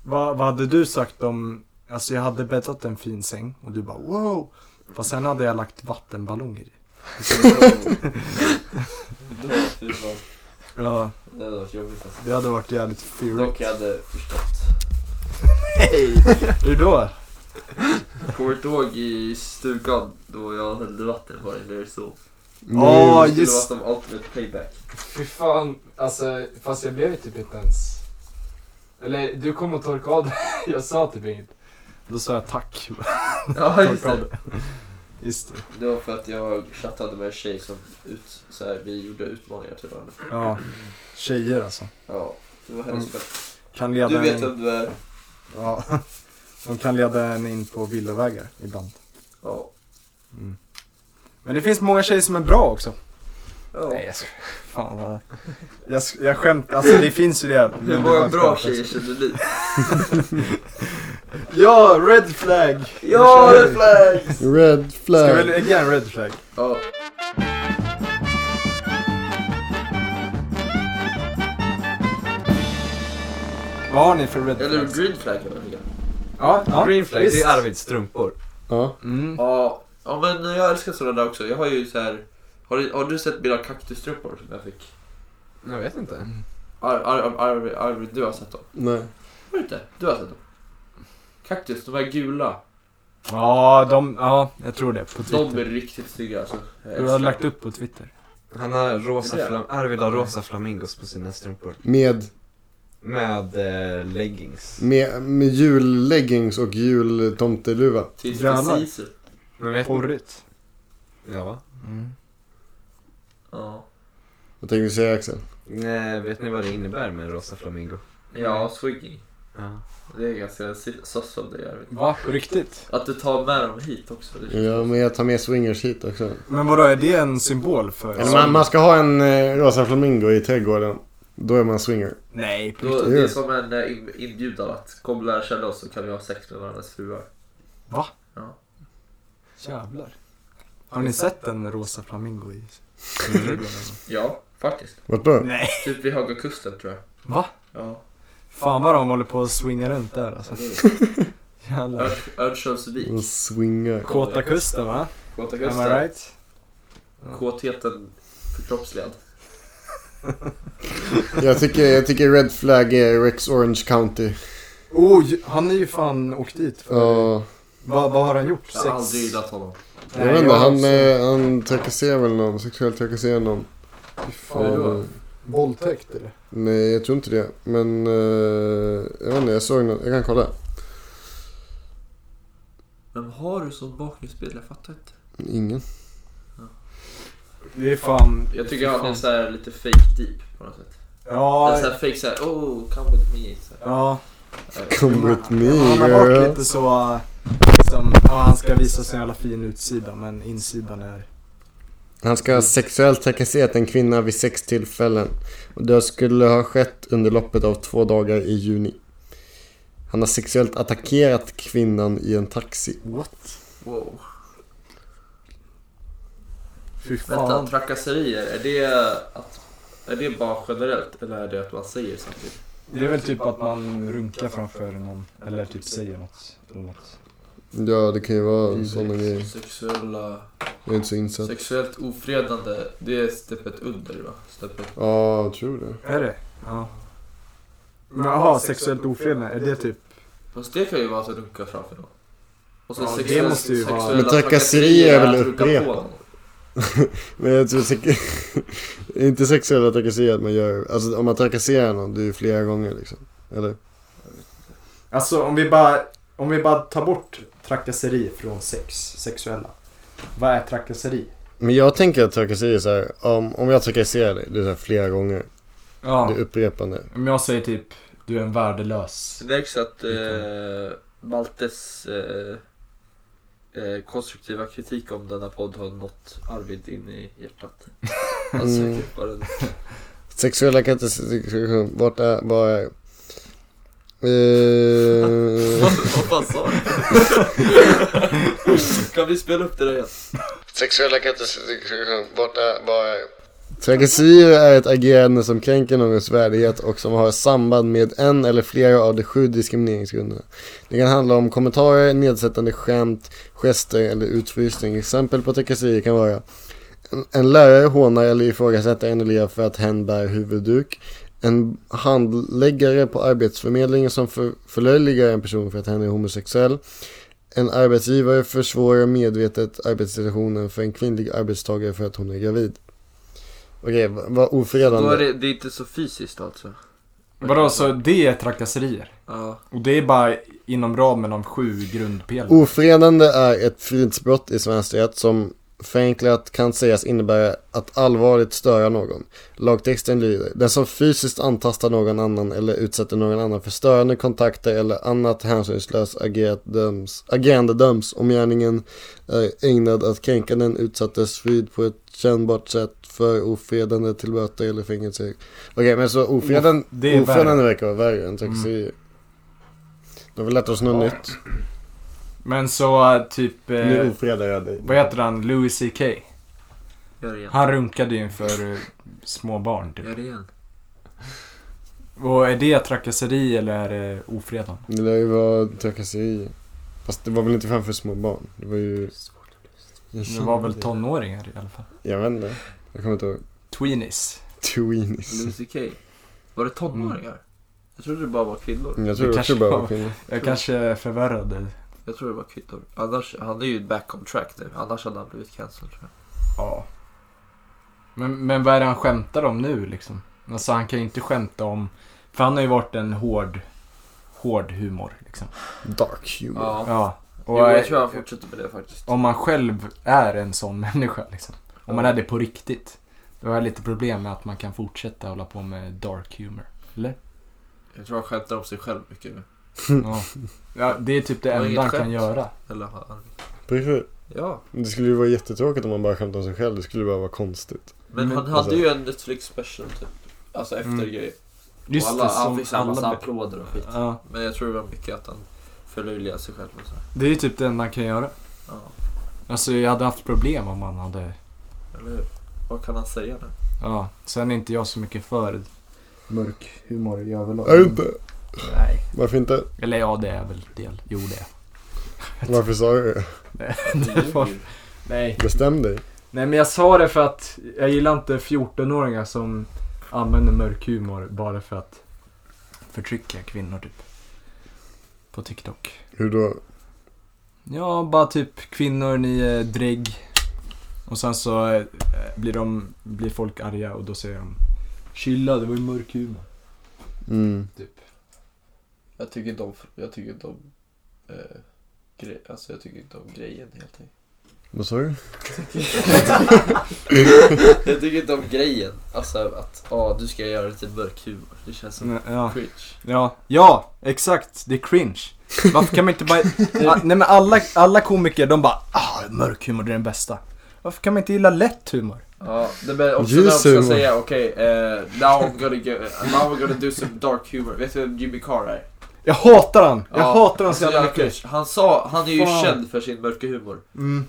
[SPEAKER 3] Vad, vad hade du sagt om, alltså jag hade bäddat en fin säng och du bara wow. Fast sen hade jag lagt vattenballonger i.
[SPEAKER 5] typ då, fy fan.
[SPEAKER 3] Ja,
[SPEAKER 5] typ Det hade varit jobbigt alltså.
[SPEAKER 3] det hade varit jävligt fyrigt.
[SPEAKER 5] Dock jag hade förstått.
[SPEAKER 3] Hur då?
[SPEAKER 5] Jag kommer inte ihåg i stugan då jag hällde vatten på dig när du sov.
[SPEAKER 3] Ja,
[SPEAKER 5] Det var
[SPEAKER 3] just
[SPEAKER 5] som ultimate playback.
[SPEAKER 7] Fy fan, alltså fast jag blev ju typ inte ens... Eller du kom och torkade av dig. Jag sa typ inget.
[SPEAKER 3] Då sa jag tack.
[SPEAKER 5] Ja, just det.
[SPEAKER 3] Just det.
[SPEAKER 5] Det var för att jag chattade med en tjej som ut, så här, vi gjorde utmaningar till varandra.
[SPEAKER 3] Ja. Tjejer alltså.
[SPEAKER 5] Ja, det var hennes
[SPEAKER 3] Mm.
[SPEAKER 5] fel.
[SPEAKER 3] Kan leda
[SPEAKER 5] Du vet
[SPEAKER 3] en,
[SPEAKER 5] vem du är.
[SPEAKER 3] ja. De kan leda en in på villovägar ibland.
[SPEAKER 5] Ja.
[SPEAKER 3] Men det finns många tjejer som är bra också.
[SPEAKER 5] ja.
[SPEAKER 3] jag skojar. Fan vad... Jag, sk- jag skämtar, alltså det finns ju det.
[SPEAKER 5] Hur många bra tjejer känner du?
[SPEAKER 3] alltså. Ja, red flag!
[SPEAKER 5] Ja, det är flags!
[SPEAKER 4] Red
[SPEAKER 3] Ska
[SPEAKER 4] flag.
[SPEAKER 3] vi lägga en red flag?
[SPEAKER 5] Ja.
[SPEAKER 3] Vad har ni för red
[SPEAKER 5] Eller
[SPEAKER 3] flags?
[SPEAKER 5] green flag eller vad det är.
[SPEAKER 3] Ja, ja,
[SPEAKER 1] Green flag, det
[SPEAKER 3] visst.
[SPEAKER 1] är Arvids strumpor.
[SPEAKER 4] Ja.
[SPEAKER 3] Mm.
[SPEAKER 5] Ja. ja, men jag älskar sådana där också. Jag har ju så här. Har du, har du sett mina kaktusstrumpor som jag fick?
[SPEAKER 1] Jag vet inte.
[SPEAKER 5] Arvid, Ar, Ar, Ar, Arvid, du har sett dem?
[SPEAKER 4] Nej.
[SPEAKER 5] Har du inte? Du har sett dem? Kaktus, de är gula.
[SPEAKER 3] Ja, de, ja, jag tror det. På Twitter.
[SPEAKER 5] De är riktigt snygga alltså. Jag
[SPEAKER 3] Du har
[SPEAKER 5] älskar
[SPEAKER 3] lagt
[SPEAKER 5] dem.
[SPEAKER 3] upp på Twitter.
[SPEAKER 1] Han har rosa
[SPEAKER 5] Det är det.
[SPEAKER 1] flam- Arvid har rosa flamingos på sina strumpor.
[SPEAKER 4] Med,
[SPEAKER 1] Med eh, leggings.
[SPEAKER 4] med, med julleggings och jultomteluva.
[SPEAKER 5] Tills
[SPEAKER 3] Gröna.
[SPEAKER 5] det siser.
[SPEAKER 1] Men vet
[SPEAKER 3] Porrigt.
[SPEAKER 1] Ja.
[SPEAKER 3] Mm.
[SPEAKER 5] Ja.
[SPEAKER 4] Vad tänker du säga Axel?
[SPEAKER 1] Nej, vet ni vad det innebär med en rosa flamingo?
[SPEAKER 5] Ja, swigging.
[SPEAKER 1] Ja.
[SPEAKER 5] Det är ganska soss av dig Arvid.
[SPEAKER 3] Va? På riktigt?
[SPEAKER 5] Att du tar med dem hit också. Det
[SPEAKER 4] Ja, men jag tar med swingers hit också.
[SPEAKER 3] Men vadå, är det en symbol för...
[SPEAKER 4] Eller man, man ska ha en eh, rosa flamingo i trädgården. Då är man swinger.
[SPEAKER 3] Nej,
[SPEAKER 5] Då,
[SPEAKER 4] det
[SPEAKER 5] det
[SPEAKER 4] är
[SPEAKER 5] är som en eh, in- inbjudan att kom lära känna oss så kan vi ha sex med varandras fruar.
[SPEAKER 3] jävlar. Har ni sett en rosa flamingo i trädgården?
[SPEAKER 5] Ja, faktiskt.
[SPEAKER 4] Vart då?
[SPEAKER 3] Mm. Nej.
[SPEAKER 5] Typ vid Höga Kusten tror jag.
[SPEAKER 3] Va?
[SPEAKER 5] Ja.
[SPEAKER 3] Fan vad de håller på att swinga runt där alltså. Jävlar.
[SPEAKER 5] Ör- Örnsköldsvik.
[SPEAKER 4] Man swingar.
[SPEAKER 3] Kåta kusten va?
[SPEAKER 5] Kåta
[SPEAKER 3] Am I
[SPEAKER 5] Kusten.
[SPEAKER 3] right?
[SPEAKER 5] Kåtheten förkroppsligad.
[SPEAKER 4] Jag tycker, jag tycker Red Flag är Rex Orange County.
[SPEAKER 3] Oj, Oh, han är ju fan åkt dit för...
[SPEAKER 4] Ja,
[SPEAKER 3] Vad, vad har han gjort?
[SPEAKER 5] Jag har aldrig gillat honom.
[SPEAKER 4] jag vet inte, han,
[SPEAKER 3] också.
[SPEAKER 4] eh, han trakasserar väl någon, sexuellt trakasserar någon.
[SPEAKER 5] Hur då?
[SPEAKER 4] Eh,
[SPEAKER 7] Våldtäkt eller?
[SPEAKER 4] Nej, jag tror inte det. Men eh, jag vet inte, jag såg någon, jag kan kolla.
[SPEAKER 5] Vem har du som bakgrundsbild? Jag fattar inte.
[SPEAKER 4] Ingen.
[SPEAKER 3] Det är fan...
[SPEAKER 5] Jag tycker han är så här lite fake deep på något sätt. Det är
[SPEAKER 3] Ja,
[SPEAKER 5] så här fake såhär oh come with me. Så här.
[SPEAKER 3] ja.
[SPEAKER 4] Come with me
[SPEAKER 3] Han har varit
[SPEAKER 4] girl.
[SPEAKER 3] lite så... eh, Liksom, ja, han ska visa sin jävla fin utsida men insidan är...
[SPEAKER 4] Han ska ha sexuellt trakasserat en kvinna vid sex tillfällen. Och det skulle ha skett under loppet av två dagar i juni. Han har sexuellt attackerat kvinnan i en taxi.
[SPEAKER 5] Wow.
[SPEAKER 3] Fy
[SPEAKER 5] Vänta,
[SPEAKER 3] fan.
[SPEAKER 5] trakasserier. Är det, att, är det bara generellt eller är det att man säger samtidigt?
[SPEAKER 3] Det är väl typ att man runkar framför någon. Eller typ säger något. Eller något.
[SPEAKER 4] Ja, det kan ju vara sådana grejer.
[SPEAKER 5] Sexuella,
[SPEAKER 4] Jag är inte så insatt.
[SPEAKER 5] sexuellt ofredande, det är steppet under va? Steppet.
[SPEAKER 4] Ja, jag tror det.
[SPEAKER 3] Är det? Ja. Men jaha, sexuellt ofredande. Är det typ...
[SPEAKER 5] Fast det kan ju vara att runka framför någon. Och så
[SPEAKER 3] Ja, det
[SPEAKER 5] sexuell-
[SPEAKER 3] måste ju vara-
[SPEAKER 5] sexuella
[SPEAKER 4] Men trakasserier är väl
[SPEAKER 5] att runka på
[SPEAKER 4] upprepa?
[SPEAKER 5] någon.
[SPEAKER 4] Men jag tror säkert... inte sexuellt trakasserat man gör... Alltså om man trakasserar någon, det är ju flera gånger liksom. Eller?
[SPEAKER 3] Alltså om vi bara, om vi bara tar bort trakasseri från sex, sexuella. Vad är trakasseri?
[SPEAKER 4] Men jag tänker att trakasserier är så här, om, om jag trakasserar dig, det är så här flera gånger.
[SPEAKER 3] Ja,
[SPEAKER 4] Det är upprepande.
[SPEAKER 3] om jag säger typ du är en värdelös.
[SPEAKER 5] Det märks att eh, Maltes eh, eh, konstruktiva kritik om denna podd har nått Arvid in i hjärtat. Han
[SPEAKER 4] Mm.
[SPEAKER 5] söker bara en
[SPEAKER 4] Sexuella katastrofer, vart är, vad är? Eh,
[SPEAKER 5] Vad fan sa Kan vi spela upp det där igen?
[SPEAKER 4] Sexuella katastrofer, vart är, vad är? Trakasserier är ett agerande som kränker någons värdighet och som har samband med en eller flera av de sju diskrimineringsgrunderna. Det kan handla om kommentarer, nedsättande skämt, gester eller utfrysning. Exempel på trakasserier kan vara en- en lärare hånar eller ifrågasätter en elev för att hen bär huvudduk. En handläggare på arbetsförmedlingen som för, förlöjligar en person för att hen är homosexuell. En arbetsgivare försvårar medvetet arbetssituationen för en kvinnlig arbetstagare för att hon är gravid. Okej, v- vad
[SPEAKER 5] Då
[SPEAKER 4] ofredande.
[SPEAKER 5] är det, det är inte så fysiskt alltså.
[SPEAKER 3] Vadå, så det är trakasserier?
[SPEAKER 5] Ja.
[SPEAKER 3] Och det är bara inom ramen av sju grundpelare?
[SPEAKER 4] Ofredande är ett fridsbrott i svensk rätt som förenklat kan sägas innebära att allvarligt störa någon. Lagtexten lyder, den som fysiskt antastar någon annan eller utsätter någon annan för störande kontakter eller annat hänsynslöst agerat döms, agerande döms om gärningen är ägnad att kränka den utsattes frid på ett kännbart sätt för ofredande till böter eller fängelse. Okej, men så ofredande,
[SPEAKER 3] Det är
[SPEAKER 4] ofredande
[SPEAKER 3] värre. Mm.
[SPEAKER 4] verkar vara värre än trakasserier. De har väl lärt oss något nytt.
[SPEAKER 3] Men så eh, typ,
[SPEAKER 4] Nu
[SPEAKER 3] eh,
[SPEAKER 4] ofredar jag dig.
[SPEAKER 3] vad heter han, Louis CK?
[SPEAKER 5] Gör det igen.
[SPEAKER 3] Han runkade ju inför eh, små barn typ.
[SPEAKER 5] Gör det igen.
[SPEAKER 3] Och är det trakasseri eller är det ofredande?
[SPEAKER 4] Det lär ju vara trakasserier. Fast det var väl inte framför små barn? Det var ju...
[SPEAKER 3] Det var väl tonåringar i alla fall.
[SPEAKER 4] Jag vet inte. Jag kommer inte ihåg.
[SPEAKER 3] Tweenies.
[SPEAKER 4] Tweenies.
[SPEAKER 5] Lucy K. Var det tonåringar? Jag trodde det bara var kvinnor.
[SPEAKER 4] Jag tror det också
[SPEAKER 3] kanske
[SPEAKER 4] bara
[SPEAKER 3] var-
[SPEAKER 4] var kvinnor.
[SPEAKER 3] Jag kanske förvärrade.
[SPEAKER 5] Jag tror det var kvinnor. Annars, han är ju back on track nu. Annars hade han blivit cancelled tror jag.
[SPEAKER 3] Ja. Men, men vad är det han skämtar om nu liksom? Alltså han kan ju inte skämta om... För han har ju varit en hård, hård humor liksom.
[SPEAKER 4] Dark humor.
[SPEAKER 5] Ja.
[SPEAKER 3] Ja.
[SPEAKER 5] Jo,
[SPEAKER 3] Och
[SPEAKER 5] jag
[SPEAKER 3] eh,
[SPEAKER 5] tror han fortsätter med det faktiskt.
[SPEAKER 3] om man själv är en sån människa liksom. Om man är det på riktigt. Då har jag lite problem med att man kan fortsätta hålla på med dark humor. Eller?
[SPEAKER 5] Jag tror han skämtar om sig själv mycket nu.
[SPEAKER 3] Ja. ja det är typ det
[SPEAKER 5] Det var
[SPEAKER 3] enda
[SPEAKER 5] inget
[SPEAKER 3] han kan
[SPEAKER 5] skämt.
[SPEAKER 3] göra.
[SPEAKER 5] Eller han...
[SPEAKER 4] Precis.
[SPEAKER 5] Ja.
[SPEAKER 4] Det skulle ju vara jättetråkigt om man bara skämtade om sig själv. Det skulle bara vara konstigt.
[SPEAKER 5] Men
[SPEAKER 3] Men-
[SPEAKER 5] han hade
[SPEAKER 4] Alltså-
[SPEAKER 5] ju en Netflix special typ. Alltså efter
[SPEAKER 3] Mm.
[SPEAKER 5] grejer.
[SPEAKER 3] Just
[SPEAKER 5] och alla,
[SPEAKER 3] det,
[SPEAKER 5] han
[SPEAKER 3] som
[SPEAKER 5] fick en massa
[SPEAKER 3] alla... be-
[SPEAKER 5] applåder och skit.
[SPEAKER 3] Ja,
[SPEAKER 5] Men jag tror det var mycket att han förlöjligade sig själv och så. här.
[SPEAKER 3] det är ju typ det enda kan göra.
[SPEAKER 5] Ja,
[SPEAKER 3] Alltså jag hade haft problem om man hade...
[SPEAKER 5] eller hur? Vad kan han säga nu?
[SPEAKER 3] Ja, sen är inte jag så mycket för mörk humor i överlag.
[SPEAKER 4] Är du inte?
[SPEAKER 3] Nej.
[SPEAKER 4] Varför inte?
[SPEAKER 3] Eller ja, det är väl del. Jo, det är
[SPEAKER 4] Varför sa du det?
[SPEAKER 3] Det var- Nej.
[SPEAKER 4] Bestäm dig.
[SPEAKER 3] Nej, men jag sa det för att jag gillar inte 14-åringar som använder mörk humor bara för att förtrycka kvinnor typ. På TikTok.
[SPEAKER 4] Hur då?
[SPEAKER 3] Ja, bara typ kvinnor, ni är drägg. Och sen så eh, blir, de, blir folk arga och då säger de Chilla, det var ju mörk humor. typ.
[SPEAKER 4] Mm.
[SPEAKER 5] Jag tycker inte om, jag tycker inte om, eh, gre- alltså jag tycker inte om grejen helt enkelt.
[SPEAKER 4] Vad sa du?
[SPEAKER 5] Jag tycker inte om grejen. Alltså att, ja du ska göra lite mörk humor. Det känns som
[SPEAKER 3] Ja,
[SPEAKER 5] cringe.
[SPEAKER 3] ja, ja, exakt. Det är cringe. Varför kan man inte bara... Ah, nej men alla, alla komiker de bara ah, mörk humor det är den bästa. Varför kan man inte gilla lätt humor?
[SPEAKER 5] Ja, det men också när
[SPEAKER 4] Ljus
[SPEAKER 5] de ska
[SPEAKER 4] humor.
[SPEAKER 5] säga okej, eh, now I'm gonna go, now I'm gonna do some dark humor. Vet du vem Jimmy Carr är?
[SPEAKER 3] Jag hatar han! Jag
[SPEAKER 5] Ja,
[SPEAKER 3] hatar han så
[SPEAKER 5] alltså,
[SPEAKER 3] jävla
[SPEAKER 5] jag-
[SPEAKER 3] mycket. Mm.
[SPEAKER 5] Han sa, han är ju
[SPEAKER 3] Fan.
[SPEAKER 5] känd för sin mörka humor.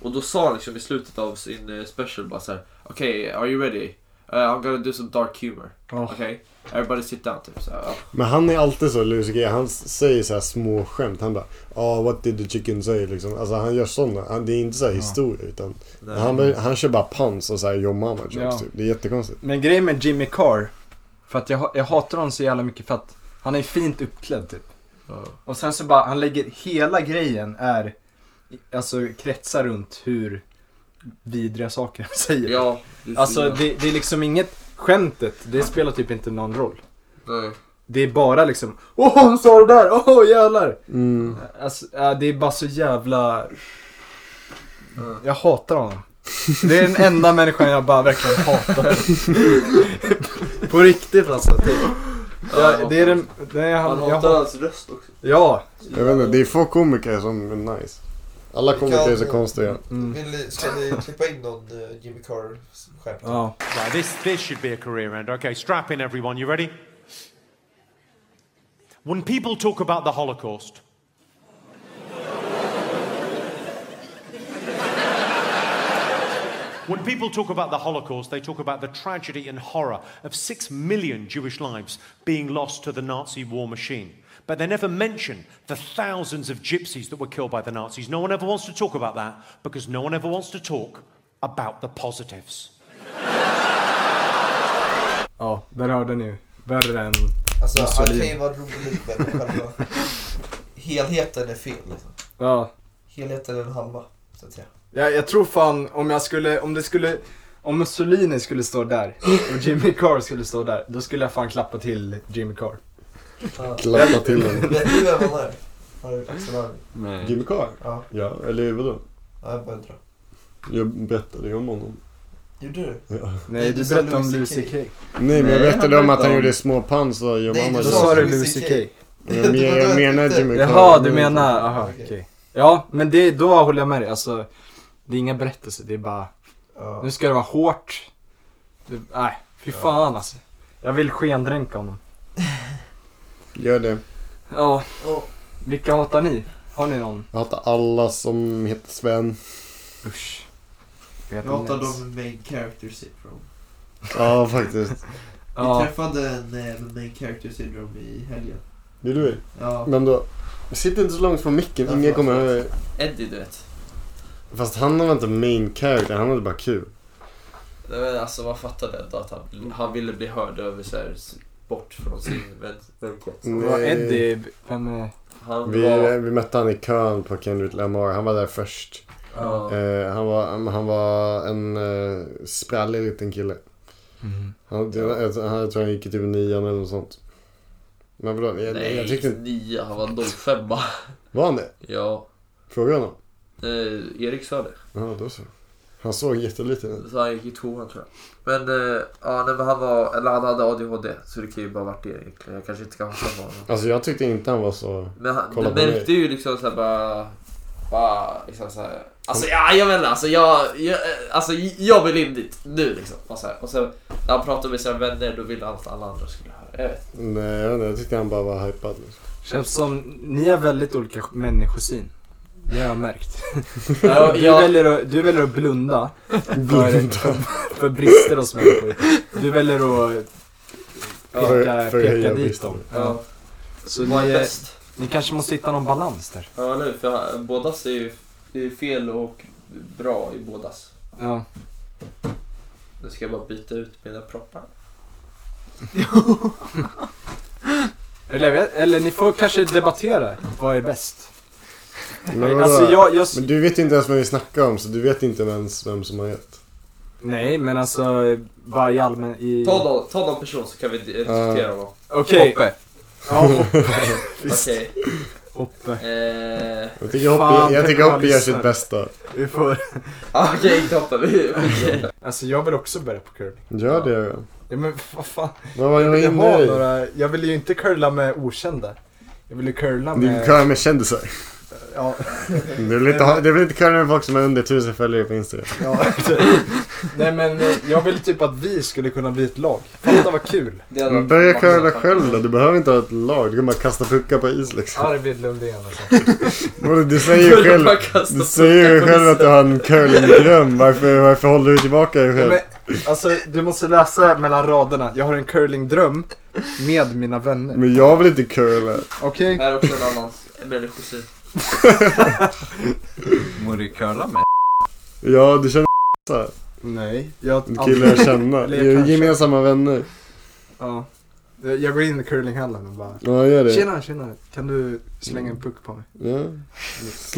[SPEAKER 5] Och då sa han liksom i slutet av sin eh, special bara såhär, okej, are you ready? Eh, I'm gonna do some dark humor.
[SPEAKER 3] Ja.
[SPEAKER 5] Okej? Everybody sit down typ såhär. ja.
[SPEAKER 4] Men han är alltid så Louis CK. Han säger så här små skämt. Han bara oh, what did the chicken say liksom. Alltså han gör sådana. Han, det är inte så här historia utan
[SPEAKER 5] Nej.
[SPEAKER 4] han, han kör bara puns och så här your mama jokes
[SPEAKER 3] Ja.
[SPEAKER 4] typ. Det är jättekonstigt.
[SPEAKER 3] Men grejen med Jimmy Carr, för att jag, ha- jag hatar honom så jävla mycket för att han är fint uppklädd typ.
[SPEAKER 5] Ja.
[SPEAKER 3] Och sen så bara, han lägger, hela grejen är, alltså kretsar runt hur vidriga saker han säger.
[SPEAKER 5] Ja. det är så
[SPEAKER 3] Alltså
[SPEAKER 5] jävla-
[SPEAKER 3] det, det är liksom inget, skämtet, det spelar typ inte någon roll.
[SPEAKER 5] Nej.
[SPEAKER 3] Det är bara liksom, åh han sa det där, åh jävlar!
[SPEAKER 4] Mm.
[SPEAKER 3] Alltså, ja, det är bara så jävla...
[SPEAKER 5] Mm.
[SPEAKER 3] Jag hatar honom. Det är den enda människan jag bara verkligen hatar. På riktigt alltså. Typ.
[SPEAKER 5] Ja,
[SPEAKER 3] Jag, det är den... Nej, han,
[SPEAKER 5] Han
[SPEAKER 3] jag
[SPEAKER 5] hatar
[SPEAKER 3] hatar...
[SPEAKER 5] hans röst också.
[SPEAKER 3] Ja.
[SPEAKER 4] Jag vet inte. Det är få komiker som är nice. Alla komiker är så konstiga.
[SPEAKER 3] Mm.
[SPEAKER 8] Vill ni, ska ni klippa in någon eh, Jimmy Carr-skämt?
[SPEAKER 3] ja.
[SPEAKER 9] Right, this, this should be a career end. Okay, strap in, everyone. You ready? When people talk about the Holocaust, when people talk about the Holocaust, they talk about the tragedy and horror of six million Jewish lives being lost to the Nazi war machine. But they never mention the thousands of gypsies that were killed by the Nazis. No one ever wants to talk about that because no one ever wants to talk about the positives.
[SPEAKER 3] ja, där hörde ni. Värre än...
[SPEAKER 8] Alltså han
[SPEAKER 3] Mussolini.
[SPEAKER 8] kan ju vara rolig men själva helheten är fel. Liksom.
[SPEAKER 3] Ja.
[SPEAKER 8] Helheten är en halva, så att säga.
[SPEAKER 3] Jag, jag tror fan om jag skulle... Om det skulle... Om Mussolini skulle stå där och Jimmy Carr skulle stå där, då skulle jag fan klappa till Jimmy Carr.
[SPEAKER 8] Ja.
[SPEAKER 4] Klappa till den.
[SPEAKER 8] Vet du vem han är? Har du Axel Arvid?
[SPEAKER 1] Nej.
[SPEAKER 4] Jimmy Carr?
[SPEAKER 8] Ja.
[SPEAKER 4] Ja, eller vadå?
[SPEAKER 8] Ja, jag bara undrar.
[SPEAKER 4] Jag berättade ju om honom.
[SPEAKER 8] Gjorde du?
[SPEAKER 3] Nej, du
[SPEAKER 8] du sa
[SPEAKER 3] berättade om
[SPEAKER 8] Louis
[SPEAKER 3] Lucy
[SPEAKER 8] CK.
[SPEAKER 3] K.
[SPEAKER 4] Nej, men jag
[SPEAKER 1] Nej,
[SPEAKER 4] berättade
[SPEAKER 1] han
[SPEAKER 4] om att han
[SPEAKER 1] berättade om-
[SPEAKER 4] gjorde små puns och your
[SPEAKER 8] Nej,
[SPEAKER 4] mama
[SPEAKER 8] du
[SPEAKER 3] Då
[SPEAKER 8] sa
[SPEAKER 4] jokes.
[SPEAKER 3] sa du
[SPEAKER 8] Louis
[SPEAKER 3] Lucy
[SPEAKER 8] CK.
[SPEAKER 3] K.
[SPEAKER 4] Jag, men- jag menar Jimmy Carr.
[SPEAKER 3] Jaha, du menar, aha,
[SPEAKER 8] Okej.
[SPEAKER 3] okej. Ja, men det, då håller jag med dig. Alltså, det är inga berättelser, det är bara,
[SPEAKER 8] Ja.
[SPEAKER 3] nu ska det vara hårt. Det, nej, fy fan alltså. Jag vill skendränka honom.
[SPEAKER 4] Gör det.
[SPEAKER 3] Ja,
[SPEAKER 8] Och
[SPEAKER 3] vilka hatar ni? Har ni någon?
[SPEAKER 4] Jag hatar alla som heter Sven.
[SPEAKER 3] Usch.
[SPEAKER 1] Jag
[SPEAKER 8] jag hatar de main character syndrome.
[SPEAKER 4] Ja, faktiskt.
[SPEAKER 8] Vi
[SPEAKER 3] Ja,
[SPEAKER 8] träffade en eh, med main character syndrome i helgen.
[SPEAKER 4] Vill du?
[SPEAKER 8] Ja.
[SPEAKER 4] Vem då? Sitt inte så långt från micken, ingen kommer höra
[SPEAKER 5] Eddie du vet.
[SPEAKER 4] Fast han var inte main character, han hade bara kul.
[SPEAKER 5] Nej, men alltså man fattade ändå att han, han ville bli hörd över så här, s- bort från sin vän- vänkrets.
[SPEAKER 3] det var
[SPEAKER 4] Eh.
[SPEAKER 3] Eddie, vem Mm. är...
[SPEAKER 5] Han
[SPEAKER 4] Vi,
[SPEAKER 5] var...
[SPEAKER 4] vi mötte han i kön på Kendrick Lamar, han var där först.
[SPEAKER 5] Ja.
[SPEAKER 4] Eh, han, var, han var en eh, sprallig liten kille.
[SPEAKER 1] Mm.
[SPEAKER 4] Han, jag, jag, jag tror han gick i typ nian eller något sånt. Men vadå? Jag,
[SPEAKER 5] Nej,
[SPEAKER 4] jag tyckte inte...
[SPEAKER 5] nia, han var 05
[SPEAKER 4] Var han det?
[SPEAKER 5] Ja.
[SPEAKER 4] Fråga honom.
[SPEAKER 5] Eh, Erik sa det.
[SPEAKER 4] Ja, då så. Han såg jätteliten ut.
[SPEAKER 5] Så han gick i tvåan tror jag. Men, eh, ja, nej, men han var, eller han hade ADHD. Så det kan ju bara varit det egentligen. Jag kanske inte ska hata på honom.
[SPEAKER 4] Alltså jag tyckte inte han var så...
[SPEAKER 5] Men han,
[SPEAKER 4] Kolla
[SPEAKER 5] du
[SPEAKER 4] på mig.
[SPEAKER 5] märkte ju liksom såhär bara... Bara liksom såhär... Alltså ja, jag vet inte, alltså jag, jag, alltså, jag vill in dit nu liksom. Och så, här, och så när han pratade med sina vänner då ville han att alla andra skulle höra. Jag vet.
[SPEAKER 4] Nej, jag vet inte. Jag tyckte han bara var hypad. Liksom.
[SPEAKER 3] Känns som, ni har väldigt olika människosyn. Det har jag märkt.
[SPEAKER 5] Jag,
[SPEAKER 3] Du,
[SPEAKER 5] jag,
[SPEAKER 3] väljer att, du väljer att blunda för, för brister hos människor. Du väljer att peka,
[SPEAKER 4] För- för
[SPEAKER 3] peka
[SPEAKER 4] höja
[SPEAKER 3] dit
[SPEAKER 4] bristen.
[SPEAKER 3] dem.
[SPEAKER 5] ja,
[SPEAKER 3] Så
[SPEAKER 5] vad är
[SPEAKER 3] ni,
[SPEAKER 5] bäst?
[SPEAKER 3] ni kanske måste hitta någon balans där.
[SPEAKER 5] Ja, nu, för jag- bådas är ju det är fel och bra i bådas.
[SPEAKER 3] Ja.
[SPEAKER 5] Nu ska jag bara byta ut mina proppar.
[SPEAKER 3] Eller, eller ni får kanske debattera, vad är bäst?
[SPEAKER 4] Men, vadå?
[SPEAKER 3] Alltså jag, jag,
[SPEAKER 4] men du vet inte ens vad vi snackar om, så du vet inte ens vem som har gett.
[SPEAKER 3] Nej men alltså, bara i allmän... I...
[SPEAKER 5] Ta någon, ta någon person så kan vi di- eh, diskutera honom.
[SPEAKER 3] Okej.
[SPEAKER 1] Hoppe.
[SPEAKER 3] Ja,
[SPEAKER 5] Okej.
[SPEAKER 3] Hoppe.
[SPEAKER 5] Eh,
[SPEAKER 4] Jag tycker Hoppe,
[SPEAKER 3] Fan,
[SPEAKER 4] jag tycker
[SPEAKER 3] tänk om han
[SPEAKER 4] Hoppe gör sitt
[SPEAKER 3] lyssnar.
[SPEAKER 4] bästa.
[SPEAKER 3] Vi får...
[SPEAKER 5] ah, Okej, inte hoppa. Vi- okej.
[SPEAKER 3] Alltså jag vill också börja på curling.
[SPEAKER 4] Gör det.
[SPEAKER 3] Ja men vad fan.
[SPEAKER 4] Vad var
[SPEAKER 3] Jag
[SPEAKER 4] jag
[SPEAKER 3] ville, ha
[SPEAKER 4] inne i?
[SPEAKER 3] några, jag ville ju inte curla med okända. Jag ville curla
[SPEAKER 4] Du vill
[SPEAKER 3] med...
[SPEAKER 4] köra med kändisar.
[SPEAKER 3] Ja,
[SPEAKER 4] Du vill inte, ha, du vill inte köra med folk som har under 1000 följare på Instagram.
[SPEAKER 3] ja. typ. Nej men eh, jag ville typ att vi skulle kunna bli ett lag. Fatta vad kul.
[SPEAKER 5] Det hade
[SPEAKER 4] Men
[SPEAKER 5] varit-
[SPEAKER 4] börja curla själv då. Du behöver inte ha ett lag. Du kan bara kasta puckar på is liksom.
[SPEAKER 3] Arvid Lundén alltså.
[SPEAKER 4] Vadå, Du säger ju själv,
[SPEAKER 5] Bara kasta
[SPEAKER 4] du säger ju
[SPEAKER 5] puckar på
[SPEAKER 4] själv att du har en curlingdröm. Varför, varför håller du tillbaka dig
[SPEAKER 3] Ja,
[SPEAKER 4] själv?
[SPEAKER 3] men, alltså du måste läsa mellan raderna. Jag har en curlingdröm med mina vänner.
[SPEAKER 4] Men jag vill inte curla.
[SPEAKER 3] Okej?
[SPEAKER 5] Här är också en annan människosyn.
[SPEAKER 1] Må du curla med?
[SPEAKER 4] Ja, du känner så.
[SPEAKER 3] Nej. Jag,
[SPEAKER 4] En kille jag känner.
[SPEAKER 3] Eller
[SPEAKER 4] Vi är
[SPEAKER 3] kanske.
[SPEAKER 4] gemensamma vänner.
[SPEAKER 3] ja. Eh, Jag går in i curlinghallen och bara
[SPEAKER 4] Ja, gör det.
[SPEAKER 3] Tjena, tjena. Kan du slänga en puck på mig?
[SPEAKER 4] Ja.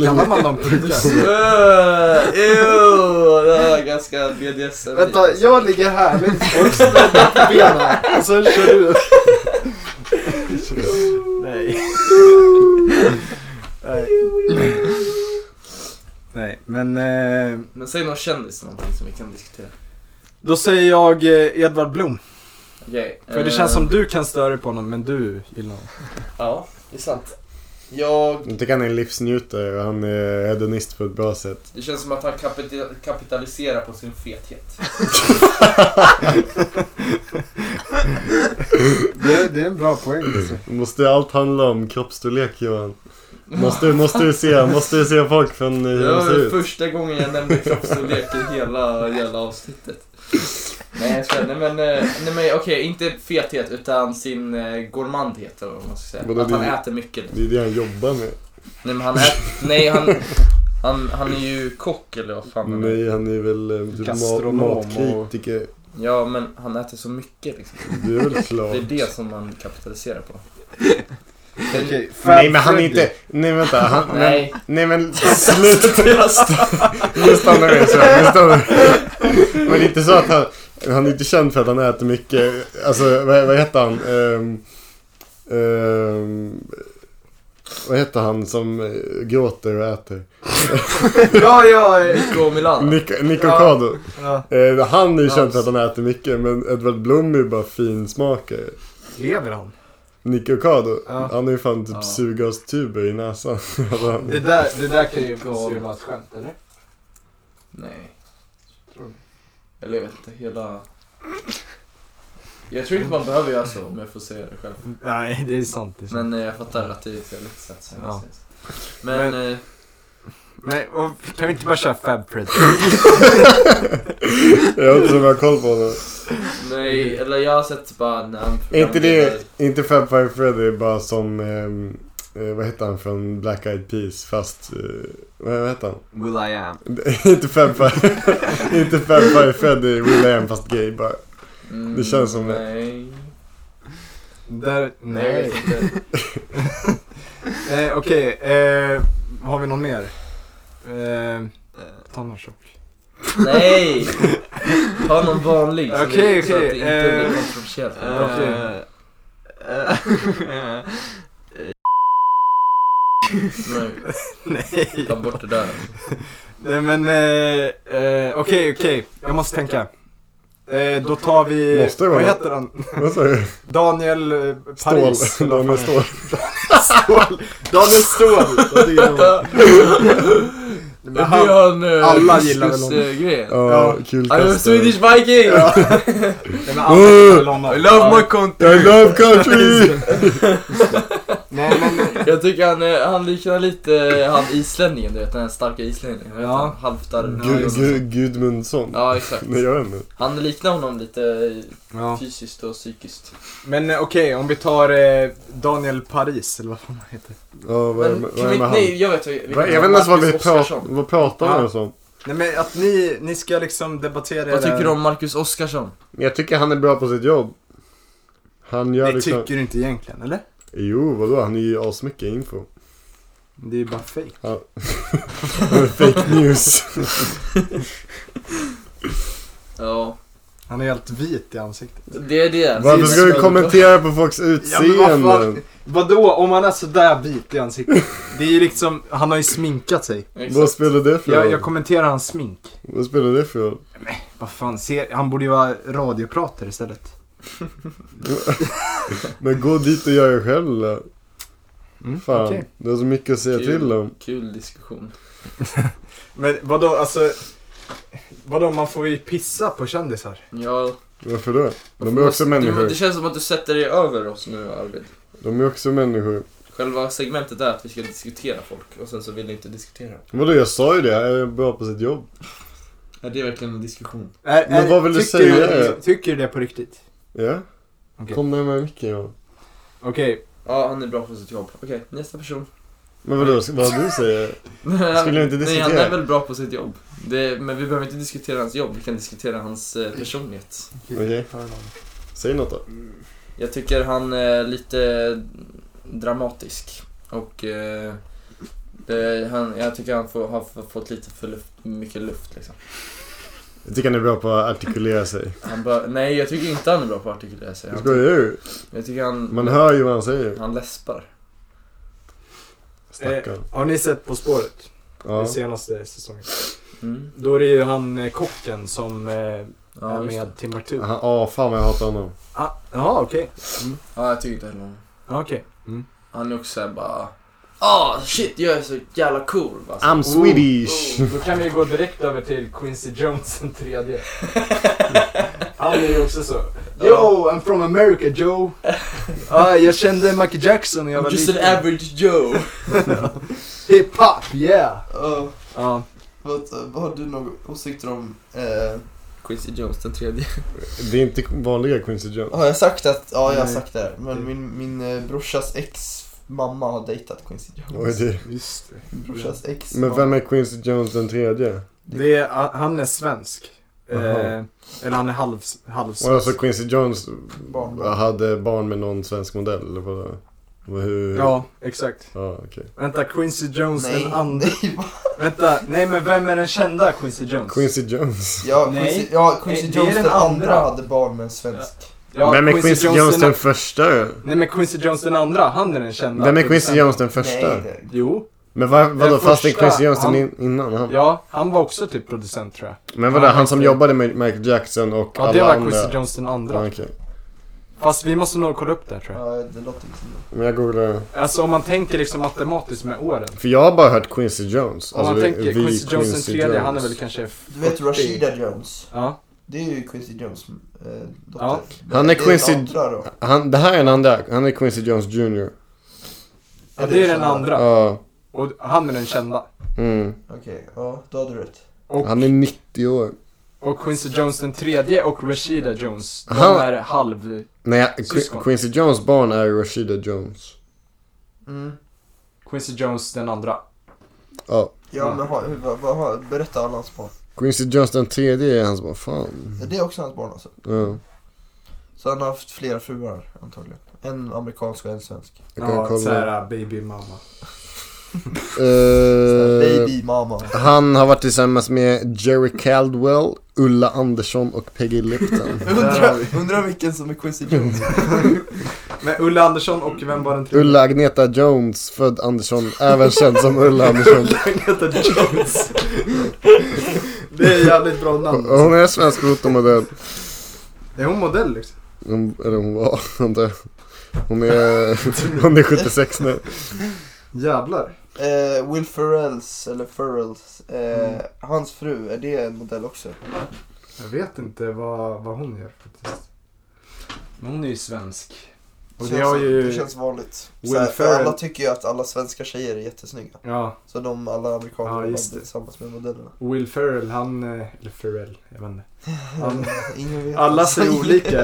[SPEAKER 3] Kallar man dem puckar?
[SPEAKER 5] Öh, Ew! Det här är ganska BDSM.
[SPEAKER 3] Vänta, jag ligger här med folk spända på benen och sen kör du. Nej. Nej. Nej, men eh,
[SPEAKER 5] Men säg någon kändis eller någonting som vi kan diskutera.
[SPEAKER 3] då säger jag eh, Edvard Blom.
[SPEAKER 5] Okej.
[SPEAKER 3] För det
[SPEAKER 5] eh,
[SPEAKER 3] känns som du kan störa på honom, men du gillar honom.
[SPEAKER 5] Ja, det är sant. Jag...
[SPEAKER 4] Jag tycker han är en livsnjutare och han är hedonist på ett bra sätt.
[SPEAKER 5] Det känns som att han kapita- kapitaliserar på sin fethet.
[SPEAKER 3] Det, är en bra poäng. Alltså.
[SPEAKER 4] Måste allt handla om kroppsstorlek Johan? Måste, måste, du, se, måste du se folk från hur
[SPEAKER 5] Det
[SPEAKER 4] de
[SPEAKER 5] var
[SPEAKER 4] ser
[SPEAKER 5] väl
[SPEAKER 4] ut?
[SPEAKER 5] första gången jag nämnde kroppsstorlek i hela, hela avsnittet. Nej jag skojar. nej men, eh, nej, men okej, inte fethet utan sin eh, gourmandhet eller vad man ska
[SPEAKER 4] Vadå,
[SPEAKER 5] säga. Att han
[SPEAKER 4] det-
[SPEAKER 5] äter mycket.
[SPEAKER 4] Det är det han jobbar med.
[SPEAKER 5] Nej men han äter, nej han, han, han är ju kock eller vad fan han är.
[SPEAKER 4] Nej, han är väl eh, typ ma-
[SPEAKER 3] Gastronom
[SPEAKER 4] matkritiker.
[SPEAKER 5] Ja men han äter så mycket liksom.
[SPEAKER 4] Det är väl
[SPEAKER 5] Det är
[SPEAKER 4] klart.
[SPEAKER 5] det som man kapitaliserar på.
[SPEAKER 3] Okej,
[SPEAKER 4] Nej men han är inte... Nej vänta. Han, nej.
[SPEAKER 5] Nej.
[SPEAKER 4] nej men sluta. Nu stannar vi så. Nu stannar vi. Men det är inte så att han... Han är inte känd för att han äter mycket. Alltså vad, vad heter han? Ehm, ehm, vad heter han som eh, gråter och äter?
[SPEAKER 3] Ja, ja, eh,
[SPEAKER 5] Nico och Milano.
[SPEAKER 4] Nico, Nico Cado.
[SPEAKER 3] ja.
[SPEAKER 4] Eh, han är ju känd för att han äter mycket. Men Edvard Blom är ju bara finsmakare.
[SPEAKER 3] Lever han?
[SPEAKER 4] Nico Cado.
[SPEAKER 3] Ja.
[SPEAKER 4] Han är ju fan typ
[SPEAKER 5] Ja.
[SPEAKER 4] suggastuber i näsan. Alltså, han-
[SPEAKER 3] Det där, det där kan ju vara ett skämt, eller?
[SPEAKER 5] Nej. Eller jag vet inte, hela... Jag tror inte man behöver göra så om jag får säga det själv.
[SPEAKER 3] Nej, det är sant. Det är sant.
[SPEAKER 5] Men eh, jag fattar att det är fel sätt. så jag
[SPEAKER 3] Ja.
[SPEAKER 5] säger så. Men, eh,
[SPEAKER 3] Nej, och kan vi inte bara köra Fab Fred?
[SPEAKER 4] Jag undrar om jag har koll på honom.
[SPEAKER 5] nej, eller jag har sett bara när han
[SPEAKER 4] Är inte det,
[SPEAKER 5] programledare-
[SPEAKER 4] inte Fab Five Freddy bara som, ehm, eh, vad heter han från Black Eyed Peas fast, eh, vad vad heter han?
[SPEAKER 1] Will I am.
[SPEAKER 4] inte Fab Five, inte Fab Five Freddy, Will.i.am fast gay bara.
[SPEAKER 5] Mm,
[SPEAKER 4] det känns som det.
[SPEAKER 5] Nej.
[SPEAKER 3] Där,
[SPEAKER 5] Nej. jag
[SPEAKER 3] nej.
[SPEAKER 5] vet inte.
[SPEAKER 3] Eh, Okej, eh, har vi någon mer? Eh, ta någon tjock.
[SPEAKER 5] nej! Ta någon vanlig. så det-
[SPEAKER 3] Okej,
[SPEAKER 5] så att det
[SPEAKER 3] okej,
[SPEAKER 5] inte blir
[SPEAKER 3] eh,
[SPEAKER 5] kontroversiellt.
[SPEAKER 1] eh.
[SPEAKER 3] Okej.
[SPEAKER 5] Nej,
[SPEAKER 3] Nej.
[SPEAKER 5] ta bort det där.
[SPEAKER 3] Nej men, eh, eh, okej okej, jag måste tänka. Eh, då tar vi,
[SPEAKER 4] Måste det
[SPEAKER 3] vad
[SPEAKER 4] vara?
[SPEAKER 3] heter han?
[SPEAKER 4] Vad sa du?
[SPEAKER 3] Daniel eh,
[SPEAKER 4] Stål.
[SPEAKER 3] Paris.
[SPEAKER 4] Daniel Stål.
[SPEAKER 3] Stål. Daniel Ståhl.
[SPEAKER 5] Det är han, eh,
[SPEAKER 7] alla gillar väl honom.
[SPEAKER 5] Diskus-grejen.
[SPEAKER 4] Ja, kul
[SPEAKER 5] I'm a
[SPEAKER 4] kastare.
[SPEAKER 5] Swedish viking!
[SPEAKER 3] Nej, men alla
[SPEAKER 4] Uh!
[SPEAKER 3] gillar honom.
[SPEAKER 5] I love my country!
[SPEAKER 4] I love country!
[SPEAKER 7] Nej, men,
[SPEAKER 5] Jag tycker han, eh, han liknar lite eh, han islänningen, du vet den här starka islänningen.
[SPEAKER 3] Ja.
[SPEAKER 5] Ja. Halvt där.
[SPEAKER 4] Gu- Gu- Gudmundsson.
[SPEAKER 5] Ja, exakt.
[SPEAKER 4] Nej, jag vet inte.
[SPEAKER 5] Han liknar honom lite eh,
[SPEAKER 3] Ja.
[SPEAKER 5] fysiskt och psykiskt.
[SPEAKER 3] Men eh, okej, om vi tar eh, Daniel Paris, eller vad fan han heter.
[SPEAKER 4] Ja, vad är
[SPEAKER 5] Men,
[SPEAKER 4] vad
[SPEAKER 5] kan
[SPEAKER 4] är
[SPEAKER 5] vi,
[SPEAKER 4] det med han?
[SPEAKER 5] nej, jag vet vilken-
[SPEAKER 4] Va- Jag vet inte ens vad vi
[SPEAKER 5] Marcus
[SPEAKER 4] pratar
[SPEAKER 5] Oskarsson.
[SPEAKER 4] vad pratar
[SPEAKER 3] Ja.
[SPEAKER 4] man ens om.
[SPEAKER 3] Nej men att ni, ni ska liksom debattera
[SPEAKER 5] Vad tycker
[SPEAKER 3] era-
[SPEAKER 5] du om Marcus Oskarsson?
[SPEAKER 4] Men jag tycker han är bra på sitt jobb. Han gör
[SPEAKER 3] Ni
[SPEAKER 4] liksom...
[SPEAKER 3] tycker inte egentligen, eller?
[SPEAKER 4] Jo, vadå? Han är ju asmycket info.
[SPEAKER 3] Det är ju bara fake.
[SPEAKER 4] Fake news.
[SPEAKER 5] Ja,
[SPEAKER 3] Han är helt vit i ansiktet.
[SPEAKER 5] det är det.
[SPEAKER 4] Varför
[SPEAKER 5] Det är
[SPEAKER 4] ska du
[SPEAKER 5] så-
[SPEAKER 4] kommentera på folks
[SPEAKER 3] vad fan-
[SPEAKER 4] utseenden?
[SPEAKER 3] Vadå, om han är sådär vit i ansiktet? Det är ju liksom, han har ju sminkat sig.
[SPEAKER 4] Vad
[SPEAKER 5] Exakt.
[SPEAKER 4] spelar det för
[SPEAKER 3] Jag,
[SPEAKER 4] roll?
[SPEAKER 3] jag kommenterar hans smink.
[SPEAKER 4] Vad spelar det för roll?
[SPEAKER 3] Vad fan, ser, han borde ju vara radiopratare istället.
[SPEAKER 4] Men gå dit och gör det själv då.
[SPEAKER 3] Mm,
[SPEAKER 4] Fan,
[SPEAKER 3] okej.
[SPEAKER 4] det är så mycket att säga
[SPEAKER 5] Kul.
[SPEAKER 4] till om.
[SPEAKER 5] Kul diskussion.
[SPEAKER 3] Men vadå, alltså... Vadå, man får ju pissa på kändisar.
[SPEAKER 5] Ja,
[SPEAKER 4] Varför då? De är
[SPEAKER 5] måste-
[SPEAKER 4] också
[SPEAKER 5] Du,
[SPEAKER 4] människor.
[SPEAKER 5] det känns som att du sätter dig över oss nu Arvid.
[SPEAKER 4] De är också människor.
[SPEAKER 5] Själva segmentet är att vi ska diskutera folk och sen så vill ni inte diskutera.
[SPEAKER 4] Vadå, jag sa ju det. Jag är bra på sitt jobb.
[SPEAKER 5] Ja, det är verkligen en diskussion.
[SPEAKER 3] Är,
[SPEAKER 4] Men vad vill du
[SPEAKER 3] tycker
[SPEAKER 4] säga?
[SPEAKER 3] tycker du det på riktigt?
[SPEAKER 4] Ja?
[SPEAKER 3] Okej.
[SPEAKER 4] Kom närmare micken ja.
[SPEAKER 3] Okej,
[SPEAKER 5] Ja, han är bra på sitt jobb. Okej, nästa person.
[SPEAKER 4] Men vadå, vad du säger? Skulle du inte diskutera?
[SPEAKER 5] Nej, han är väl bra på sitt jobb. Det, men vi behöver inte diskutera hans jobb, vi kan diskutera hans
[SPEAKER 4] Mm.
[SPEAKER 5] eh, personlighet.
[SPEAKER 4] Okej. Säg något då.
[SPEAKER 5] Jag tycker han är lite dramatisk. Och eh, det, han, jag tycker han får, har f- fått lite för luft, mycket luft liksom.
[SPEAKER 4] Jag tycker han är bra på att artikulera sig.
[SPEAKER 5] Han bör, nej, jag tycker inte han är bra på att artikulera sig. Han,
[SPEAKER 4] Skojar du?
[SPEAKER 5] jag tycker han,
[SPEAKER 4] Man hör ju vad han säger.
[SPEAKER 5] han läspar.
[SPEAKER 4] Stackarn.
[SPEAKER 3] har ni sett På spåret?
[SPEAKER 4] Ja.
[SPEAKER 3] Den senaste säsongen.
[SPEAKER 5] Mm.
[SPEAKER 3] Då är det ju han eh, kocken som eh,
[SPEAKER 5] Ja,
[SPEAKER 3] är
[SPEAKER 5] just
[SPEAKER 3] med
[SPEAKER 5] det.
[SPEAKER 3] Timbuktu.
[SPEAKER 4] Han, ah, fan vad jag hatar honom.
[SPEAKER 3] Ah, Jaha, okej.
[SPEAKER 5] ja, jag tycker inte heller om
[SPEAKER 3] Ja, Okej. Mm.
[SPEAKER 5] Han är också såhär bara... Ah shit, jag är så jävla cool. Alltså.
[SPEAKER 4] I'm Swedish.
[SPEAKER 3] Då kan vi gå direkt över till Quincy Jones den tredje. Han är ju också så. Yo, I'm from America Joe. Ah, jag kände Michael Jackson när jag var
[SPEAKER 5] Just an
[SPEAKER 3] liten.
[SPEAKER 5] average Joe.
[SPEAKER 3] Hip-hop, yeah!
[SPEAKER 8] Uh,
[SPEAKER 3] Ja,
[SPEAKER 8] vad, vad har du några åsikter om... eh,
[SPEAKER 5] Quincy Jones den tredje.
[SPEAKER 4] Det är inte vanliga Quincy Jones.
[SPEAKER 8] har jag sagt att... Ja, jag har
[SPEAKER 3] Nej.
[SPEAKER 8] sagt det. här. Men min, min eh, brorsas ex mamma har dejtat Quincy
[SPEAKER 4] Oj,
[SPEAKER 8] Jones.
[SPEAKER 4] det.
[SPEAKER 3] just det.
[SPEAKER 8] Min brorsas ex
[SPEAKER 4] Men vem är Quincy Jones den tredje?
[SPEAKER 3] det är, ah, han är svensk. Eh,
[SPEAKER 4] Jaha.
[SPEAKER 3] eller han är halv, halvsvensk.
[SPEAKER 4] Och alltså Quincy Jones
[SPEAKER 8] Barnbarn.
[SPEAKER 4] hade barn med någon svensk modell eller vadå? Vad- Hur?
[SPEAKER 3] Ja, exakt.
[SPEAKER 4] Ja, okej.
[SPEAKER 3] Vänta, Quincy Jones
[SPEAKER 8] Nej,
[SPEAKER 3] den andra.
[SPEAKER 8] nej, va?
[SPEAKER 3] Vänta, nej men vem är den kända Quincy Jones?
[SPEAKER 4] Quincy Jones.
[SPEAKER 8] Ja,
[SPEAKER 3] Nej.
[SPEAKER 8] Quincy, ja, Quincy
[SPEAKER 3] Nej, det är
[SPEAKER 8] Jones
[SPEAKER 3] den
[SPEAKER 8] den andra
[SPEAKER 3] andra.
[SPEAKER 8] hade barn med en svensk.
[SPEAKER 3] Ja,
[SPEAKER 4] Vem är Quincy, Jones,
[SPEAKER 3] den-
[SPEAKER 4] den första?
[SPEAKER 3] Nej men Quincy Jones den andra, han är den kända.
[SPEAKER 4] Vem är Quincy Jones den första?
[SPEAKER 8] Nej, det,
[SPEAKER 3] Jo,
[SPEAKER 4] Men var, vadå,
[SPEAKER 3] Den
[SPEAKER 4] fast det är
[SPEAKER 3] första,
[SPEAKER 4] Quincy Jones den
[SPEAKER 3] han-
[SPEAKER 4] in, innan han?
[SPEAKER 3] ja, han var också typ producent tror jag.
[SPEAKER 4] Men vadå,
[SPEAKER 3] Ja,
[SPEAKER 4] han som
[SPEAKER 3] det-
[SPEAKER 4] jobbade med Michael Jackson och
[SPEAKER 3] Ja,
[SPEAKER 4] alla
[SPEAKER 3] det var
[SPEAKER 4] andra?
[SPEAKER 3] Quincy Jones den andra.
[SPEAKER 4] Ja, okej.
[SPEAKER 3] Fast vi måste nog kolla upp det här, tror jag.
[SPEAKER 8] ja, det låter inte som det.
[SPEAKER 4] Men jag googlar.
[SPEAKER 3] Alltså om man tänker liksom matematiskt med åren.
[SPEAKER 4] För jag har bara hört Quincy Jones. Alltså,
[SPEAKER 3] Om man tänker Quincy Jones den tredje, han är väl kanske...
[SPEAKER 8] Du vet
[SPEAKER 3] 40.
[SPEAKER 8] Rashida Jones?
[SPEAKER 3] Ja.
[SPEAKER 8] Det är ju Quincy Jones eh, dotter.
[SPEAKER 3] Ja.
[SPEAKER 4] Han är
[SPEAKER 8] Det
[SPEAKER 4] Quincy-
[SPEAKER 8] andra då.
[SPEAKER 4] Han, det här är den andra. Han är Quincy Jones Jr.
[SPEAKER 3] ja, det är den andra.
[SPEAKER 4] Ja.
[SPEAKER 3] Och han är den kända.
[SPEAKER 4] Mm.
[SPEAKER 8] Okej, ja, då hade du rätt.
[SPEAKER 3] Och,
[SPEAKER 4] Han är 90 år.
[SPEAKER 3] och Quincy Jones den tredje och Rashida Jones, de
[SPEAKER 4] Han-
[SPEAKER 3] är halv...
[SPEAKER 4] Nej, Qu-
[SPEAKER 3] Syskon.
[SPEAKER 4] Quincy Jones barn är Rashida Jones.
[SPEAKER 8] Mm.
[SPEAKER 3] Quincy Jones den andra.
[SPEAKER 4] Ja.
[SPEAKER 8] Ja,
[SPEAKER 3] Mm.
[SPEAKER 8] men ha, hur, vad, vad, har- berätta alla hans barn.
[SPEAKER 4] Quincy Jones den tredje är hans barn. Fan.
[SPEAKER 8] Ja, Det är också hans barn alltså.
[SPEAKER 4] Ja.
[SPEAKER 8] Så han har haft flera fruar antagligen. En amerikansk och en svensk.
[SPEAKER 4] Jag kan
[SPEAKER 3] Ja,
[SPEAKER 4] kolla.
[SPEAKER 3] såhär baby mamma.
[SPEAKER 4] Eh,
[SPEAKER 8] Baby mama.
[SPEAKER 4] Han har varit tillsammans med Jerry Caldwell, Ulla Andersson och Peggy Lipton.
[SPEAKER 8] Undrar undra vilken som är Quincy Jones.
[SPEAKER 3] Men Ulla Andersson och vem var den tredje?
[SPEAKER 4] Ulla Agneta Jones, född Andersson, även känd som Ulla Andersson.
[SPEAKER 3] Agneta Jones. Det är jävligt bra namn.
[SPEAKER 4] Hon är svensk fotomodell.
[SPEAKER 3] Är hon modell liksom?
[SPEAKER 4] Hon, eller hon var, hon dör. Hon är, hon är 76 nu.
[SPEAKER 3] Jävlar.
[SPEAKER 8] Eh, Will Ferrells, eller Ferrells, eh,
[SPEAKER 3] Mm.
[SPEAKER 8] hans fru, är det en modell också?
[SPEAKER 7] Jag vet inte vad, vad hon gör faktiskt.
[SPEAKER 3] Men hon är ju svensk.
[SPEAKER 7] Och
[SPEAKER 8] känns,
[SPEAKER 7] det har ju-
[SPEAKER 8] det känns vanligt.
[SPEAKER 3] Will
[SPEAKER 8] Såhär, för
[SPEAKER 3] Ferrell-
[SPEAKER 8] alla tycker ju att alla svenska tjejer är jättesnygga.
[SPEAKER 3] Ja,
[SPEAKER 8] Så de, alla amerikaner,
[SPEAKER 3] Ja,
[SPEAKER 8] var
[SPEAKER 3] just det.
[SPEAKER 8] tillsammans med modellerna.
[SPEAKER 3] och Will Ferrell han, eh, eller Ferrell, jag vet inte. Han,
[SPEAKER 8] Ingen vet
[SPEAKER 3] Alla
[SPEAKER 8] vad
[SPEAKER 3] ser
[SPEAKER 8] som-
[SPEAKER 3] olika.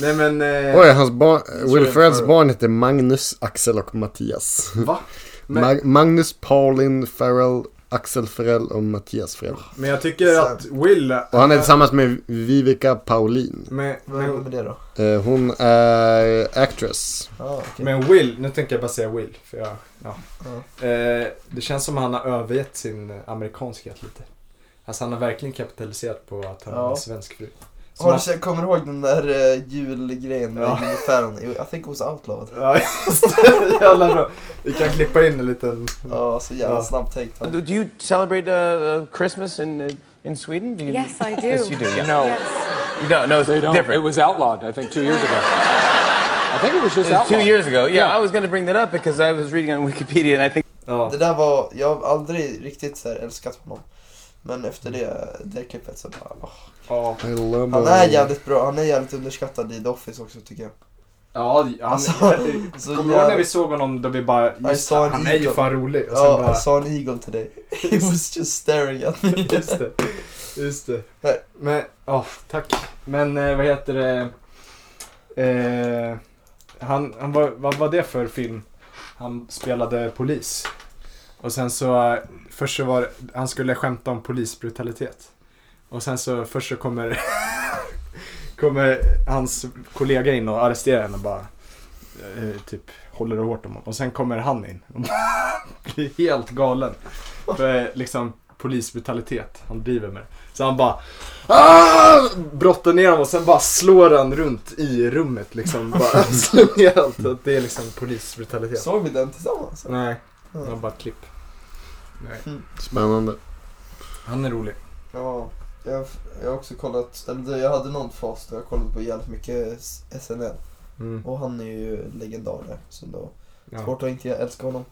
[SPEAKER 3] nej men, eh,
[SPEAKER 4] Oj, hans barn, Will
[SPEAKER 5] jag
[SPEAKER 4] Ferrells
[SPEAKER 5] för-
[SPEAKER 4] barn heter Magnus, Axel och Mattias.
[SPEAKER 3] va? Men-
[SPEAKER 4] Mag- Magnus, Paulin, Ferrell, Axel Ferrell och Mattias Ferrell.
[SPEAKER 3] Men jag tycker
[SPEAKER 8] Sen.
[SPEAKER 3] att Will,
[SPEAKER 4] Och han är tillsammans med Vivica Paulin.
[SPEAKER 3] men,
[SPEAKER 8] Vad är det
[SPEAKER 3] men,
[SPEAKER 8] med det då?
[SPEAKER 4] Eh, hon är actress.
[SPEAKER 8] Ah, okej.
[SPEAKER 3] men Will, nu tänker jag bara säga Will, för jag, ja.
[SPEAKER 8] Ja.
[SPEAKER 3] Eh, det känns som att han har övergett sin eh, amerikanskhet lite. Alltså han har verkligen kapitaliserat på att han
[SPEAKER 8] Ja.
[SPEAKER 3] har en svensk fru. Som
[SPEAKER 8] Har du
[SPEAKER 3] han-
[SPEAKER 8] sett, kommer du ihåg den där eh, julgrejen med
[SPEAKER 3] Ja.
[SPEAKER 8] Jimmy Fallon? I think it was outlawed.
[SPEAKER 3] Ja, just det. Jävla bra. Vi kan klippa in en liten...
[SPEAKER 8] Ja, så jävla
[SPEAKER 3] Ja.
[SPEAKER 8] snabbt tänkt. han.
[SPEAKER 10] Do you celebrate uh, uh, Christmas in uh, in Sweden? Do you,
[SPEAKER 11] Yes, I do.
[SPEAKER 10] Yes, you do. Yeah.
[SPEAKER 11] No.
[SPEAKER 10] No, no, it's different.
[SPEAKER 1] was outlawed, I think, two years ago. I think it was just
[SPEAKER 10] It was two years ago. Yeah, I was going to bring that up because I was reading on Wikipedia and I think
[SPEAKER 3] Ja.
[SPEAKER 8] Det där var, jag har aldrig riktigt så här älskat honom. Men efter det, det klippet så bara, åh.
[SPEAKER 3] Ja,
[SPEAKER 4] I love
[SPEAKER 8] Han
[SPEAKER 4] her.
[SPEAKER 8] är jävligt bra, han är jävligt underskattad i The Office också tycker jag.
[SPEAKER 3] ja han,
[SPEAKER 8] Alltså, så
[SPEAKER 3] Kommer du ihåg när vi
[SPEAKER 8] jävla-
[SPEAKER 3] såg honom då vi bara
[SPEAKER 8] Jag
[SPEAKER 3] just,
[SPEAKER 8] sa en
[SPEAKER 3] han är ju
[SPEAKER 8] idol.
[SPEAKER 3] fan rolig. Och sen
[SPEAKER 8] Ja,
[SPEAKER 3] bara,
[SPEAKER 8] jag sa en eagle till dig. He was just staring at me.
[SPEAKER 3] just det. Just det.
[SPEAKER 8] Nej.
[SPEAKER 3] Men, ja, tack. Men eh, vad heter det? Eh, han, han var, vad var det för film? Han spelade polis. Och sen så, eh, först så var det- han skulle skämta om polisbrutalitet. Och sen så, först så kommer, kommer hans kollega in och arresterar henne och bara eh, typ håller hårt om honom. Och sen kommer han in och blir helt galen. För eh, liksom polisbrutalitet, han driver med det. Så han bara "Ah!" brottar ner honom och sen bara slår han runt i rummet liksom. Bara slår ner allt. Att Det är liksom polisbrutalitet.
[SPEAKER 8] Såg vi den tillsammans?
[SPEAKER 3] Nej,
[SPEAKER 8] Ja.
[SPEAKER 3] det var bara ett klipp.
[SPEAKER 4] Spännande.
[SPEAKER 3] Han är rolig.
[SPEAKER 8] Ja, jag, jag har också kollat, eller jag hade någon fas där jag kollade på jävligt mycket S- SNL.
[SPEAKER 3] Mm.
[SPEAKER 8] Och han är ju legendar där. Så då,
[SPEAKER 3] Ja.
[SPEAKER 8] svårt att inte älska honom.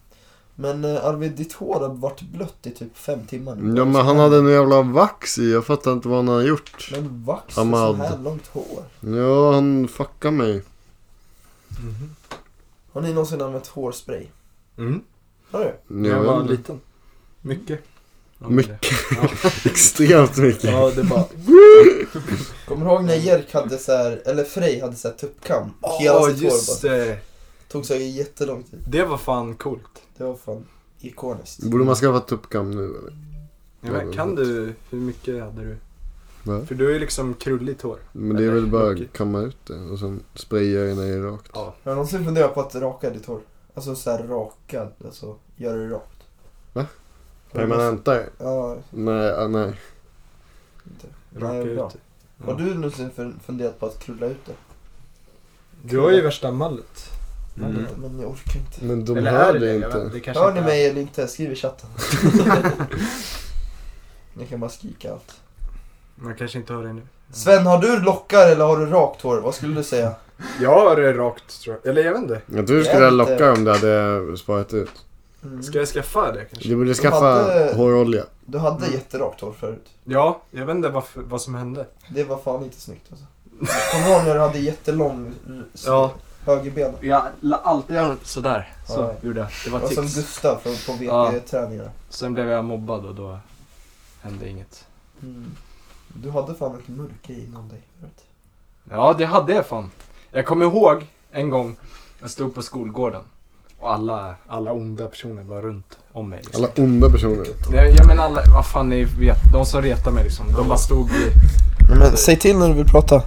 [SPEAKER 8] Men eh, Arvid, ditt hår har varit blött i typ fem timmar nu.
[SPEAKER 4] Ja, men han hade en jävla vax i. Jag fattar inte vad han har gjort.
[SPEAKER 8] Men vax och
[SPEAKER 4] Ahmad.
[SPEAKER 8] så här långt hår.
[SPEAKER 4] Ja, han fuckar mig.
[SPEAKER 8] Har ni någonsin använt hårspray?
[SPEAKER 3] Mhm. Mm.
[SPEAKER 8] Har du?
[SPEAKER 3] När jag var
[SPEAKER 4] Ja,
[SPEAKER 3] liten. Mycket. Ja,
[SPEAKER 4] Mycket. extremt mycket.
[SPEAKER 3] Ja, det bara...
[SPEAKER 8] Kommer du ihåg när Jerk hade så här, eller Frej hade så här tuppkam? Hela
[SPEAKER 3] Ja,
[SPEAKER 8] sitt hår
[SPEAKER 3] Ah, just
[SPEAKER 8] bara.
[SPEAKER 3] det.
[SPEAKER 8] Tog så här jättelång tid.
[SPEAKER 3] Det var fan coolt.
[SPEAKER 8] Det var fan ikoniskt.
[SPEAKER 4] Borde man skaffa tuppkam nu eller?
[SPEAKER 3] Jag vet, kan du, hur mycket hade du?
[SPEAKER 4] Va?
[SPEAKER 3] För du har ju liksom krulligt hår.
[SPEAKER 4] Men det är väl bara
[SPEAKER 3] Mycket.
[SPEAKER 4] att kamma ut det och sen spraya det ner rakt.
[SPEAKER 8] Har du någonsin funderat på att raka ditt hår? Alltså så här raka, alltså göra det rakt.
[SPEAKER 4] Va?
[SPEAKER 8] Har du någonsin-
[SPEAKER 4] Permanenta det?
[SPEAKER 8] Ja,
[SPEAKER 4] Nej, ah, nej.
[SPEAKER 8] inte.
[SPEAKER 3] Raka
[SPEAKER 8] Nej,
[SPEAKER 3] ut
[SPEAKER 8] bra.
[SPEAKER 3] det.
[SPEAKER 8] Har du någonsin fun- funderat på att krulla ut det?
[SPEAKER 3] Du har ju värsta mallet.
[SPEAKER 8] Mm. Men jag orkar inte.
[SPEAKER 4] Men de
[SPEAKER 3] Eller
[SPEAKER 4] hör
[SPEAKER 3] är
[SPEAKER 4] det
[SPEAKER 3] Jag vet,
[SPEAKER 4] inte.
[SPEAKER 3] det kanske
[SPEAKER 8] Hör ni
[SPEAKER 3] inte är.
[SPEAKER 8] mig eller inte? Skriv i chatten. ni kan bara skrika allt.
[SPEAKER 3] Man kanske inte hör det nu.
[SPEAKER 8] Sven, har du lockar eller har du rakt hår? Vad skulle du säga?
[SPEAKER 3] Jag har det rakt tror jag. Eller jag vet inte.
[SPEAKER 4] Jag tror du
[SPEAKER 8] Det är
[SPEAKER 4] skulle
[SPEAKER 8] lite-
[SPEAKER 4] locka om det hade sparat ut.
[SPEAKER 8] Mm.
[SPEAKER 3] Ska jag skaffa det kanske?
[SPEAKER 4] Du borde
[SPEAKER 8] De
[SPEAKER 4] skaffa
[SPEAKER 8] hade-
[SPEAKER 4] hårolja.
[SPEAKER 8] Du hade
[SPEAKER 3] Mm.
[SPEAKER 8] jätterakt hår förut.
[SPEAKER 3] Ja, jag vet inte varför, vad som hände.
[SPEAKER 8] Det var fan inte snyggt alltså. Kommer du ihåg när du hade jättelång s-
[SPEAKER 3] Ja.
[SPEAKER 8] högerben?
[SPEAKER 3] Jag la alltid göra sådär. Så
[SPEAKER 8] Ja.
[SPEAKER 3] gjorde jag. Det
[SPEAKER 8] Det
[SPEAKER 3] var
[SPEAKER 8] var som
[SPEAKER 3] tics.
[SPEAKER 8] Gustav från, på
[SPEAKER 3] Ja.
[SPEAKER 8] VP-träningarna.
[SPEAKER 3] Sen blev jag mobbad och då hände inget.
[SPEAKER 8] Mm. Du hade fan ett mörker inom dig förut.
[SPEAKER 3] Ja, det hade jag fan. Jag kommer ihåg en gång jag stod på skolgården. Och alla, alla onda personer var runt om mig. Liksom.
[SPEAKER 4] Alla onda personer.
[SPEAKER 3] Nej, Jag menar alla, vad fan ni vet, de som retar mig liksom. De bara stod i...
[SPEAKER 8] Men säg till när du vill prata.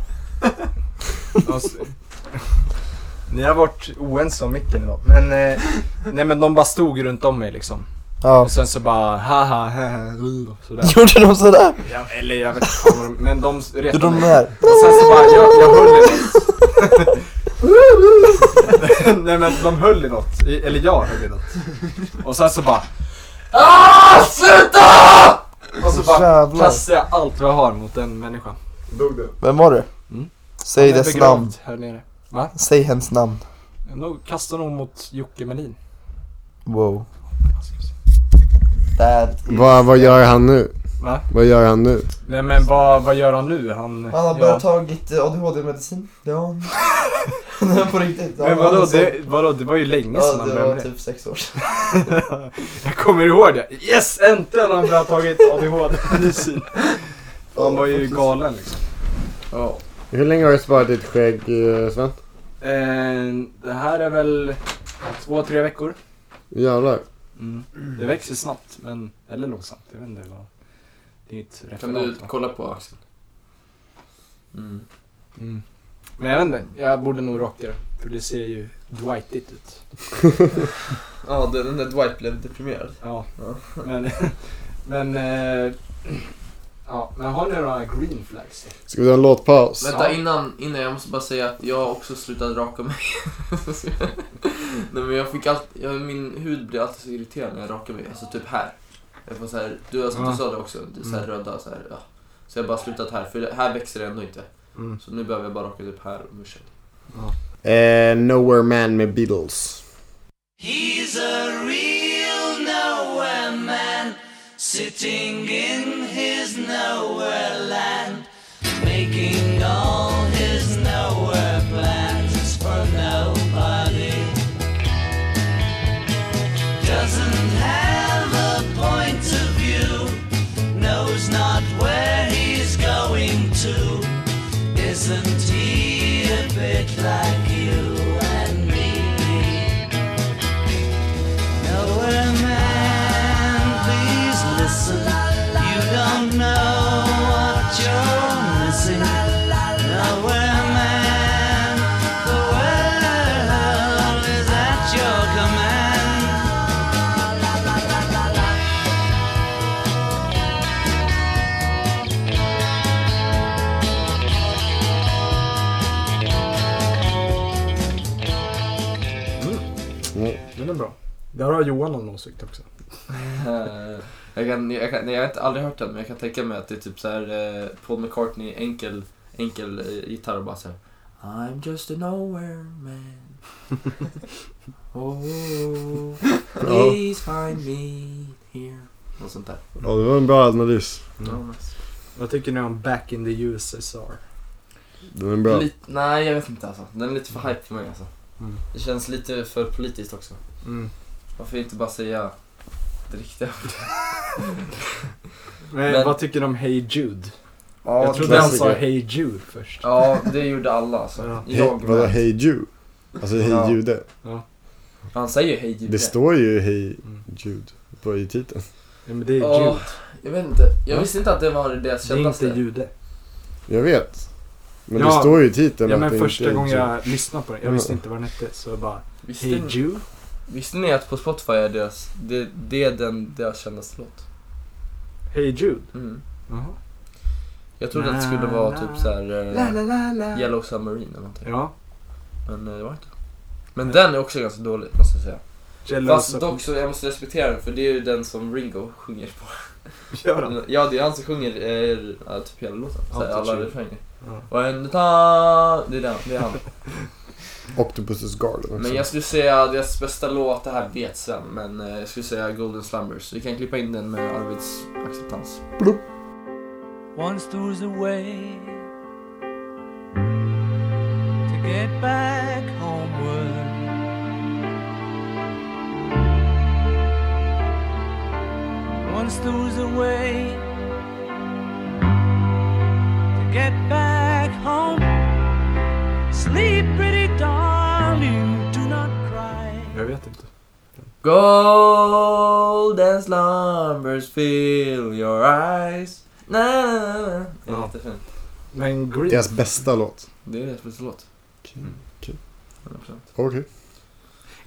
[SPEAKER 3] Alltså, ni har varit oense om micken idag. Men, eh, nej men de bara stod runt om mig liksom.
[SPEAKER 8] Ja.
[SPEAKER 3] Och sen så bara haha, haha, uh, sådär.
[SPEAKER 8] Gjorde de sådär?
[SPEAKER 3] Ja, eller jag vet inte fan vad de, men de retade mig.
[SPEAKER 8] där?
[SPEAKER 3] Och sen så bara, jag, jag höll i något. nej men de höll i något, I, eller jag höll i något. Och sen så bara Ah, sluta! Och så bara
[SPEAKER 8] Jävlar.
[SPEAKER 3] kastade jag allt vad jag har mot den människan.
[SPEAKER 4] Dog du?
[SPEAKER 8] Vem var du?
[SPEAKER 3] Mm.
[SPEAKER 8] Säg
[SPEAKER 3] Den är
[SPEAKER 8] dess
[SPEAKER 3] begravd
[SPEAKER 8] namn.
[SPEAKER 3] Här nere.
[SPEAKER 8] Säg hens namn.
[SPEAKER 3] Jag nog- Kastade nog mot Jocke Melin.
[SPEAKER 8] Wow. That is...
[SPEAKER 4] Vad, vad gör han nu?
[SPEAKER 3] Va?
[SPEAKER 4] Vad gör han nu?
[SPEAKER 3] Nej men vad, vad gör han nu? Han...
[SPEAKER 8] Han har
[SPEAKER 3] ja.
[SPEAKER 8] börjat tagit eh, ADHD-medicin. Det har han. Nej, på riktigt. Ja,
[SPEAKER 3] Men
[SPEAKER 8] han
[SPEAKER 3] vadå
[SPEAKER 8] har sån-
[SPEAKER 3] det, vadå, det var ju länge sedan
[SPEAKER 8] Ja,
[SPEAKER 3] han
[SPEAKER 8] det var
[SPEAKER 3] började med
[SPEAKER 8] typ sex år sedan.
[SPEAKER 3] det. Jag kommer ihåg det. Yes! Äntligen har han börjat tagit ADHD-medicin. Han var ju galen liksom.
[SPEAKER 5] Ja.
[SPEAKER 4] Hur länge har du sparat ditt skägg, eh, Sven?
[SPEAKER 3] Eh, det här är väl två, tre veckor.
[SPEAKER 4] Jävlar.
[SPEAKER 3] Mm. Det växer snabbt, men, eller långsamt. Jag vet inte vad. Det är ju ett
[SPEAKER 5] Kan
[SPEAKER 3] referat.
[SPEAKER 5] du
[SPEAKER 3] va?
[SPEAKER 5] kolla på axeln? Mm.
[SPEAKER 3] Mm. Men jag vet inte, jag borde nog raka det. För det ser ju Dwightigt ut.
[SPEAKER 5] Ja, den den där Dwight blev deprimerad.
[SPEAKER 3] Ja,
[SPEAKER 5] Ja.
[SPEAKER 3] men... men eh, ja, men har ni några green flags?
[SPEAKER 4] Ska vi ta en låtpaus?
[SPEAKER 5] Vänta, innan, innan jag måste bara säga att jag har också slutat raka mig. Nej, men jag fick allt, jag, min hud blir alltid så irriterad när jag rakar mig. Alltså typ här. Jag får så här, du har som du
[SPEAKER 3] Ja.
[SPEAKER 5] sa det också, det är så här
[SPEAKER 8] Mm.
[SPEAKER 5] röda så här. Ja. Så jag har bara slutat här, för det- här växer det ändå inte.
[SPEAKER 3] Mm.
[SPEAKER 5] Så nu behöver jag bara raka typ här och muschen.
[SPEAKER 4] Eh, Nowhere Man med Beatles.
[SPEAKER 3] Den är bra. Där har Johan någon åsikt också.
[SPEAKER 5] Eh, jag, kan, jag, kan, nej, jag har inte- aldrig hört den, men jag kan tänka mig att det är typ så här eh, Paul McCartney, enkel, enkel eh, gitarr och bara så här, I'm just a nowhere man. oh, please find me here. Något sånt där.
[SPEAKER 4] Ja, det var en bra analys.
[SPEAKER 5] Ja, nice.
[SPEAKER 3] Vad tycker ni om Back in the USSR?
[SPEAKER 4] Den är bra.
[SPEAKER 5] Lite, nej, jag vet inte alltså. Den är lite för hype för mig alltså.
[SPEAKER 3] Mm.
[SPEAKER 5] Det känns lite för politiskt också. Varför inte bara säga det riktiga?
[SPEAKER 3] Men,
[SPEAKER 5] Men-
[SPEAKER 3] vad tycker ni om Hey Jude?
[SPEAKER 5] Ja,
[SPEAKER 3] jag trodde han sa
[SPEAKER 4] klassiker.
[SPEAKER 3] Hey Jude först.
[SPEAKER 5] Ja, det gjorde alla alltså.
[SPEAKER 3] Ja.
[SPEAKER 4] Hey,
[SPEAKER 5] Jag
[SPEAKER 4] vadå,
[SPEAKER 5] med.
[SPEAKER 4] hej Jew? Alltså hej
[SPEAKER 5] Ja.
[SPEAKER 4] jude.
[SPEAKER 5] Han säger ju hej Jude.
[SPEAKER 4] Det står ju hej
[SPEAKER 3] Mm.
[SPEAKER 4] Jude på i titeln.
[SPEAKER 3] Ja, men det är
[SPEAKER 5] Ja,
[SPEAKER 3] Jude.
[SPEAKER 5] Jag vet inte. Jag
[SPEAKER 3] Ja.
[SPEAKER 5] visste inte att det var deras
[SPEAKER 3] Det är
[SPEAKER 5] kändaste.
[SPEAKER 3] inte jude.
[SPEAKER 4] Jag vet. Men det
[SPEAKER 3] Ja.
[SPEAKER 4] står ju i titeln
[SPEAKER 3] Ja
[SPEAKER 4] att
[SPEAKER 3] men
[SPEAKER 4] det
[SPEAKER 3] första
[SPEAKER 4] inte är typ
[SPEAKER 3] gången
[SPEAKER 4] Jew.
[SPEAKER 3] jag lyssnade på den, jag
[SPEAKER 4] Ja.
[SPEAKER 3] visste inte vad den hette. Så jag bara,
[SPEAKER 5] visste,
[SPEAKER 3] Hey
[SPEAKER 5] ni,
[SPEAKER 3] Jude?
[SPEAKER 5] visste ni att på Spotify är deras, det, det är den deras kändaste låt?
[SPEAKER 3] Hey Jude?
[SPEAKER 5] Mm.
[SPEAKER 3] Jaha.
[SPEAKER 5] Jag trodde att det skulle
[SPEAKER 3] Na,
[SPEAKER 5] vara
[SPEAKER 3] na.
[SPEAKER 5] typ såhär
[SPEAKER 3] La,
[SPEAKER 5] eh,
[SPEAKER 3] la, la, la.
[SPEAKER 5] Yellow Submarine eller någonting.
[SPEAKER 3] Ja.
[SPEAKER 5] Men eh, det var inte. Men den är också ganska dålig måste jag säga.
[SPEAKER 3] Jello
[SPEAKER 5] Fast
[SPEAKER 3] Sub-
[SPEAKER 5] dock så jag måste respektera den för det är ju den som Ringo sjunger på.
[SPEAKER 3] Gör han?
[SPEAKER 5] Ja det är han som sjunger eh, ja, typ hela låten. Så här, alla
[SPEAKER 3] Autotune.
[SPEAKER 5] refränger.
[SPEAKER 3] Ja.
[SPEAKER 5] Och en ta Det är den, det är han.
[SPEAKER 4] Octopus's Garden också.
[SPEAKER 5] Men jag skulle säga deras bästa låt, det här vet Sven, men eh, jag skulle säga Golden Slumbers. Vi kan klippa in den med Arvids acceptans.
[SPEAKER 11] Once there was a way to get back homeward. Once there was a way to get back home. Sleep, pretty darling, do not cry.
[SPEAKER 3] Jag vet inte.
[SPEAKER 5] Golden slumbers fill your eyes. Na, na, na, na. Det är
[SPEAKER 3] Ja.
[SPEAKER 5] jättefint.
[SPEAKER 3] Men Green?
[SPEAKER 4] Deras bästa låt.
[SPEAKER 5] Det är deras bästa låt.
[SPEAKER 4] Okej.
[SPEAKER 5] Mm.
[SPEAKER 4] Okej.
[SPEAKER 5] 100%.
[SPEAKER 4] Okej.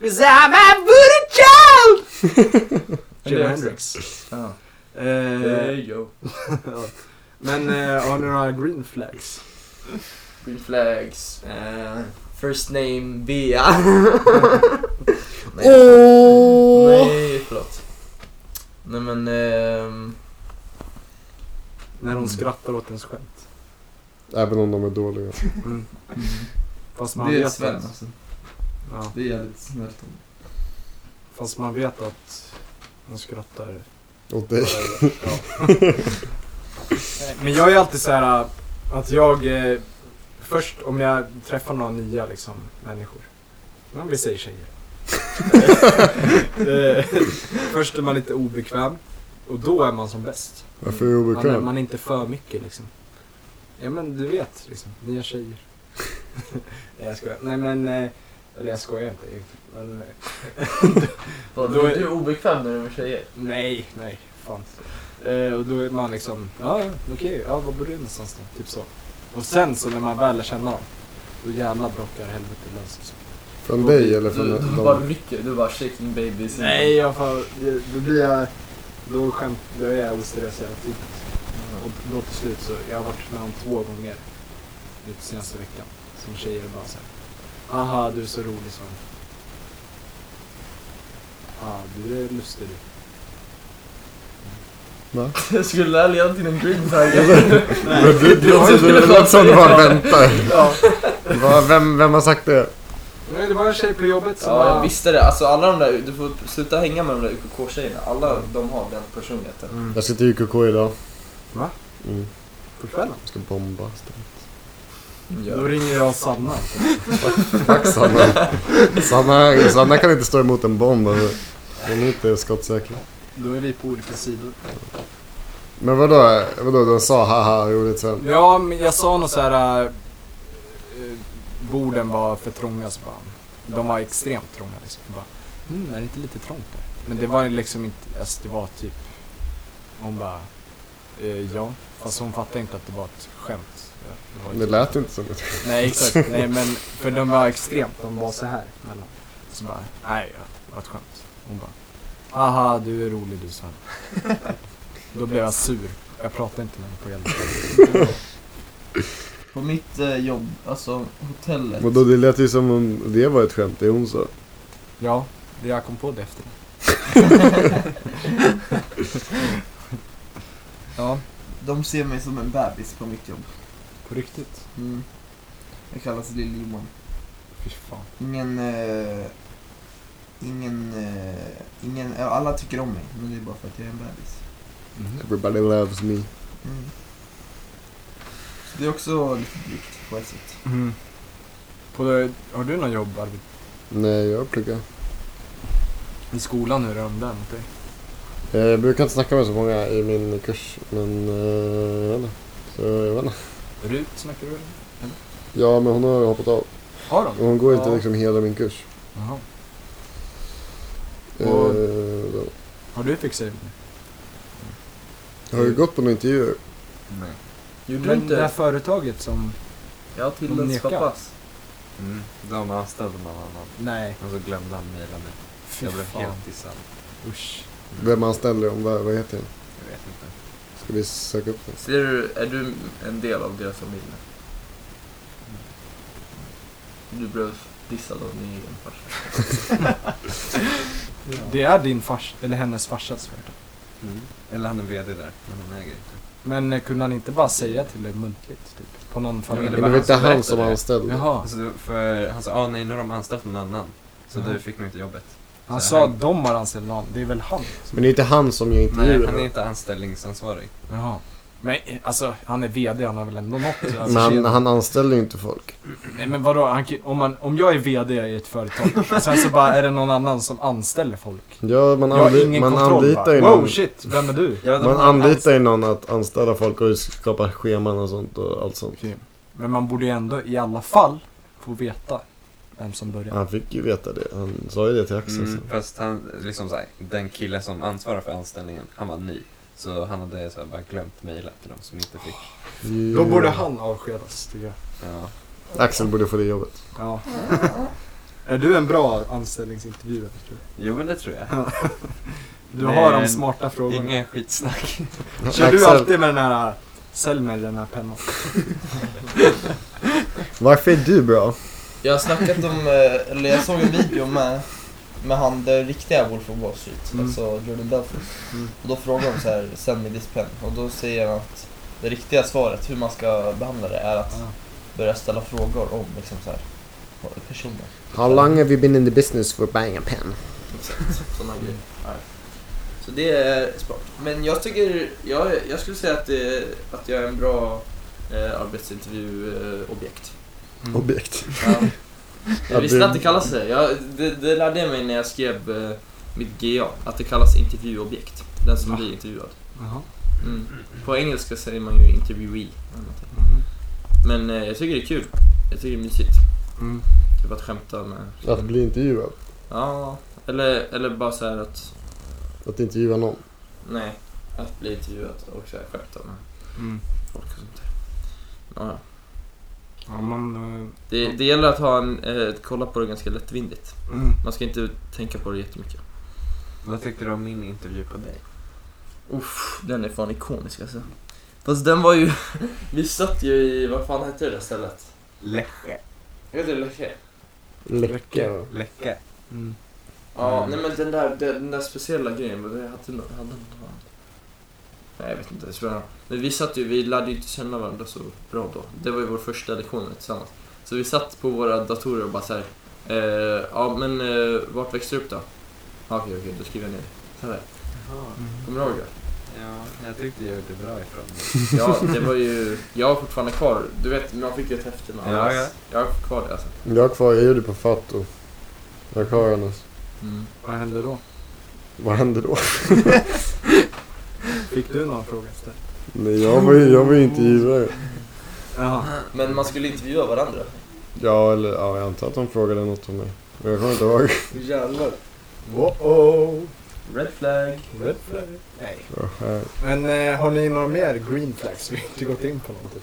[SPEAKER 3] Cause I'm a booty child!
[SPEAKER 5] Men det
[SPEAKER 3] Jimi
[SPEAKER 5] är
[SPEAKER 3] Hendrix.
[SPEAKER 5] Ja.
[SPEAKER 3] Eh,
[SPEAKER 5] Hey yo.
[SPEAKER 3] men eh, har ni några green flags?
[SPEAKER 5] Green flags. eh, first name Bea. Nej. Nej, förlåt. Nej men... ehm,
[SPEAKER 3] När hon skrattar åt ens skämt.
[SPEAKER 4] Även om de är dåliga.
[SPEAKER 3] Mm. Fast man
[SPEAKER 5] det är
[SPEAKER 3] vet
[SPEAKER 5] Sven
[SPEAKER 3] att...
[SPEAKER 5] alltså.
[SPEAKER 3] Ja,
[SPEAKER 5] Det är jävligt snällt.
[SPEAKER 3] fast man vet att Han skrattar.
[SPEAKER 4] Åt dig.
[SPEAKER 3] Men jag är alltid så här äh, att jag eh, först om jag träffar några nya liksom, människor. Men vi säger tjejer. Eh, först är man lite obekväm och då är man som bäst.
[SPEAKER 4] Varför är du
[SPEAKER 3] Man är,
[SPEAKER 4] obekväm?
[SPEAKER 3] man är inte för mycket liksom. Ja men du vet, liksom, nya tjejer. Nej jag skojar. Nej men, eh, eller jag skojar inte. Men, eh,
[SPEAKER 5] Vadå,
[SPEAKER 3] då
[SPEAKER 5] är du obekväm när du är med tjejer?
[SPEAKER 3] Nej, nej. Fan. Eh, och då är man liksom, ja ja, okej, ja var bor du någonstans då? Typ så. Och sen så när man väl lär känna dem, då jävlar brakar helvetet lös. Alltså.
[SPEAKER 4] Från dig eller från
[SPEAKER 5] Du, du
[SPEAKER 4] dem?
[SPEAKER 5] Mm. bara rycker, du bara shaking babies.
[SPEAKER 3] Nej, jag får, då blir jag, då skämt, då är jag oseriös hela tiden. Och då till slut så, jag har varit med om två gånger nu på senaste veckan. Som tjejer bara såhär, aha du är så rolig som. Ah, du är lustig du.
[SPEAKER 5] Jag skulle lära leda till en Greenberg.
[SPEAKER 4] Men du, du,
[SPEAKER 5] Jag
[SPEAKER 4] du,
[SPEAKER 5] skulle
[SPEAKER 4] du låter som du bara väntar.
[SPEAKER 5] Ja.
[SPEAKER 4] Va, vem, vem har sagt det?
[SPEAKER 3] Nej, det var en tjej på jobbet som
[SPEAKER 5] Ja, jag
[SPEAKER 3] bara...
[SPEAKER 5] visste det. Alltså alla de där, du får sluta hänga med de där UKK-tjejerna. Alla de har den personligheten.
[SPEAKER 4] Jag sitter i UKK idag.
[SPEAKER 3] Va?
[SPEAKER 4] Mm.
[SPEAKER 3] På kvällen?
[SPEAKER 4] Jag ska bomba.
[SPEAKER 5] Ja.
[SPEAKER 3] Då ringer jag Sanna.
[SPEAKER 4] Tack Sanna. Sanna. Sanna kan inte stå emot en bomb. alltså. Hon är inte skottsäker.
[SPEAKER 3] Då är vi på olika sidor.
[SPEAKER 4] Men vadå, vadå de sa haha roligt sen?
[SPEAKER 3] Ja, men jag sa nog så här. eh, borden var för trånga, så bara, De var extremt trånga liksom. Jag Bara, mm, är det inte lite trångt där? Men det var liksom inte, alltså det var typ. Hon bara, eh, ja. Fast hon fattade inte att det var ett skämt. Ja, var ju
[SPEAKER 4] Det
[SPEAKER 3] typ-
[SPEAKER 4] lät inte som det.
[SPEAKER 3] Nej exakt, nej men för de var extremt, de var så här mellan. Så bara, nej ja, det var ett skämt. Hon bara, aha du är rolig du Sven. Då blev jag sur, jag pratade inte med henne på hela
[SPEAKER 5] På mitt eh, jobb, alltså hotellet.
[SPEAKER 4] Vadå det lät ju som om det var ett skämt, det hon sa.
[SPEAKER 3] Ja, det jag kom på det efter. ja,
[SPEAKER 5] De ser mig som en bebis på mitt jobb.
[SPEAKER 3] på riktigt.
[SPEAKER 5] Mm. Jag kallas Lill-Johan.
[SPEAKER 3] Fy fan.
[SPEAKER 5] Ingen... Eh, ingen... Eh, ingen... ja, Alla tycker om mig, men det är bara för att jag är en bebis.
[SPEAKER 4] Everybody loves me.
[SPEAKER 5] Mm. Så det är också lite drygt på ett sätt.
[SPEAKER 3] Mm. På, har du något jobb Arvid?
[SPEAKER 4] Nej jag pluggar.
[SPEAKER 3] I skolan, hur är de där mot dig?
[SPEAKER 4] Eh, Jag brukar inte snacka med så många i min kurs men eh, jag vet inte. Så jag vet inte.
[SPEAKER 3] Rut snackar du eller?
[SPEAKER 4] Ja men hon har hoppat av.
[SPEAKER 3] Har de?
[SPEAKER 4] Och hon går inte
[SPEAKER 3] Ja.
[SPEAKER 4] liksom hela min kurs.
[SPEAKER 3] Jaha.
[SPEAKER 4] Eh,
[SPEAKER 3] Och-
[SPEAKER 4] då.
[SPEAKER 3] Har du fixat
[SPEAKER 4] Jag har ju gått på några intervjuer.
[SPEAKER 3] Nej.
[SPEAKER 5] Gjorde du
[SPEAKER 3] Men det här
[SPEAKER 5] inte?
[SPEAKER 3] företaget som...
[SPEAKER 5] Ja, till ens
[SPEAKER 3] Mm. Neka.
[SPEAKER 5] pappas.
[SPEAKER 1] Mm. De anställde någon annan.
[SPEAKER 3] Nej.
[SPEAKER 1] Och så glömde han mejla mig.
[SPEAKER 3] Fy
[SPEAKER 1] Jag blev
[SPEAKER 3] fan.
[SPEAKER 1] helt dissad.
[SPEAKER 3] Usch.
[SPEAKER 4] Vem anställer om vad, vad heter jag?
[SPEAKER 1] Jag vet inte.
[SPEAKER 4] Ska vi söka upp det?
[SPEAKER 5] Ser du, är du en del av deras familj? Du blev dissad av din egen farsa.
[SPEAKER 3] Det är din fars, eller hennes farsas företag.
[SPEAKER 1] Eller han är VD där, men han äger inte.
[SPEAKER 3] Men eh, kunde han inte bara säga till dig muntligt? Typ, på någon
[SPEAKER 1] Ja,
[SPEAKER 4] Men
[SPEAKER 3] familj?
[SPEAKER 4] det
[SPEAKER 1] var
[SPEAKER 4] var
[SPEAKER 1] han som
[SPEAKER 4] inte han som
[SPEAKER 1] berättade.
[SPEAKER 4] anställde.
[SPEAKER 3] Jaha.
[SPEAKER 1] Alltså, för han sa, ah, nej nu har de anställt någon annan. Så
[SPEAKER 3] Mhm.
[SPEAKER 1] du fick nog inte jobbet.
[SPEAKER 3] Han
[SPEAKER 1] Så
[SPEAKER 3] sa att de har anställt någon. Det är väl han?
[SPEAKER 4] Men det är inte han som gör
[SPEAKER 1] Nej, han är
[SPEAKER 4] intervjuerna.
[SPEAKER 1] inte anställningsansvarig.
[SPEAKER 3] Jaha. Men eh, alltså, han är VD, han har väl ändå något? Alltså,
[SPEAKER 4] Men han,
[SPEAKER 3] tjena.
[SPEAKER 4] han anställer ju inte folk.
[SPEAKER 3] Nej men vadå, han, kan- om, man, om jag är VD i ett företag och sen så bara är det någon annan som anställer folk.
[SPEAKER 4] Ja, man,
[SPEAKER 3] Jag har
[SPEAKER 4] anli-
[SPEAKER 3] ingen
[SPEAKER 4] man
[SPEAKER 3] kontroll
[SPEAKER 4] anlitar ju
[SPEAKER 3] va? Wow
[SPEAKER 4] någon.
[SPEAKER 3] shit, vem är du?
[SPEAKER 1] Ja, de
[SPEAKER 4] Man
[SPEAKER 1] har
[SPEAKER 4] anlitar ju någon att anställa folk och skapa scheman och sånt och allt sånt.
[SPEAKER 3] Men man borde ju ändå i alla fall få veta vem som börjar.
[SPEAKER 4] Han fick ju veta det. Han sa ju det till Axel
[SPEAKER 1] Mm,
[SPEAKER 4] sen.
[SPEAKER 1] fast han, liksom såhär, den kille som ansvarar för anställningen, han var ny. Så han hade såhär, bara glömt mejla till de som inte fick.
[SPEAKER 4] Ja.
[SPEAKER 3] han avskedas tycker jag.
[SPEAKER 1] Ja.
[SPEAKER 4] Axel borde få det jobbet.
[SPEAKER 3] Ja. Är du en bra anställningsintervjuare tror
[SPEAKER 1] Jo men det tror jag.
[SPEAKER 3] du? Du
[SPEAKER 1] Nej,
[SPEAKER 3] har de smarta frågorna.
[SPEAKER 1] Ingen skitsnack.
[SPEAKER 3] Kör du
[SPEAKER 4] Axel,
[SPEAKER 3] alltid med den här, sälj mig den här pennan.
[SPEAKER 4] varför är du bra?
[SPEAKER 5] Jag har snackat om, eh, eller jag såg en video med, med han den riktiga Wolf of Wall Street,
[SPEAKER 3] Mm.
[SPEAKER 5] alltså Jordan Belfort.
[SPEAKER 3] Mm.
[SPEAKER 5] Och då frågar de så här, send me this pen. Och då säger han att det riktiga svaret, hur man ska behandla det, är att
[SPEAKER 3] Ah.
[SPEAKER 5] börja ställa frågor om liksom så här, personer. Mm.
[SPEAKER 4] How long have you been in the business for buying a pen?
[SPEAKER 5] Sådana grejer. Så det är smart. Men jag tycker, jag, jag skulle säga att, det, att jag är en bra eh, arbetsintervjuobjekt.
[SPEAKER 7] Mm.
[SPEAKER 4] Objekt.
[SPEAKER 5] Ja. Jag
[SPEAKER 4] Ja,
[SPEAKER 5] visste
[SPEAKER 4] det-
[SPEAKER 5] att det kallas det. Jag, det. Det lärde jag mig när jag skrev eh, mitt GA. Att det kallas intervjuobjekt. Den som blir intervjuad.
[SPEAKER 3] Jaha.
[SPEAKER 5] Mm. På engelska säger man ju interviewee. eller någonting. Men eh, jag tycker det är kul. Jag tycker det är mysigt.
[SPEAKER 3] Mm.
[SPEAKER 5] Typ att skämta med...
[SPEAKER 4] Att bli intervjuad.
[SPEAKER 5] Ja, eller, eller bara så här att...
[SPEAKER 4] Att intervjua någon.
[SPEAKER 5] Nej, att bli intervjuad och så här skämta med
[SPEAKER 3] Mm.
[SPEAKER 5] folk och sånt där. Ja, ja.
[SPEAKER 3] Ja, man, eh,
[SPEAKER 5] det, det gäller att ha en, eh, kolla på det ganska lättvindigt.
[SPEAKER 3] Mm.
[SPEAKER 5] Man ska inte tänka på det jättemycket.
[SPEAKER 12] Vad tyckte du om min intervju på dig?
[SPEAKER 5] Uff, den är fan ikonisk alltså. Fast den var ju... Vi satt ju i, vad fan hette det där stället?
[SPEAKER 12] Läcke.
[SPEAKER 5] Heter det Läcke?
[SPEAKER 4] Läcka.
[SPEAKER 12] Läcke.
[SPEAKER 3] Mm.
[SPEAKER 5] Ja,
[SPEAKER 12] Mm.
[SPEAKER 5] nej men den där, den där speciella grejen, vad det hade någon... Hade någon nej, jag vet inte, det spelar ingen roll. Men vi satt ju, vi lärde ju inte känna varandra så bra då. Det var ju vår första lektion tillsammans. Så vi satt på våra datorer och bara såhär, eh, ja men eh, vart växte du upp då? Ja, Okej, okej, då skriver jag ner det. Så här. Kommer du ihåg det?
[SPEAKER 12] Ja, jag tyckte jag gjorde bra ifrån mig.
[SPEAKER 5] Ja, det var ju... Jag har fortfarande kvar... Du vet, man fick ju ett häfte med
[SPEAKER 12] Ja,
[SPEAKER 5] allas.
[SPEAKER 12] ja.
[SPEAKER 5] Jag har kvar det alltså.
[SPEAKER 4] Jag har kvar, jag gjorde på Fato. Jag har kvar hennes.
[SPEAKER 3] Vad hände då?
[SPEAKER 4] Vad hände då?
[SPEAKER 3] Fick du någon fråga istället?
[SPEAKER 4] Nej, jag var ju, jag var ju intervjuare.
[SPEAKER 3] Jaha.
[SPEAKER 5] Men man skulle intervjua varandra.
[SPEAKER 4] Ja, eller ja, jag antar att de frågade något om mig. Men jag kommer inte ihåg.
[SPEAKER 5] Jävlar.
[SPEAKER 7] Oh-oh.
[SPEAKER 5] Red flag.
[SPEAKER 7] Red flag. Nej.
[SPEAKER 4] Åh, herre.
[SPEAKER 7] Men eh, har ni några mer green flags? Vi har inte gått in på någon typ.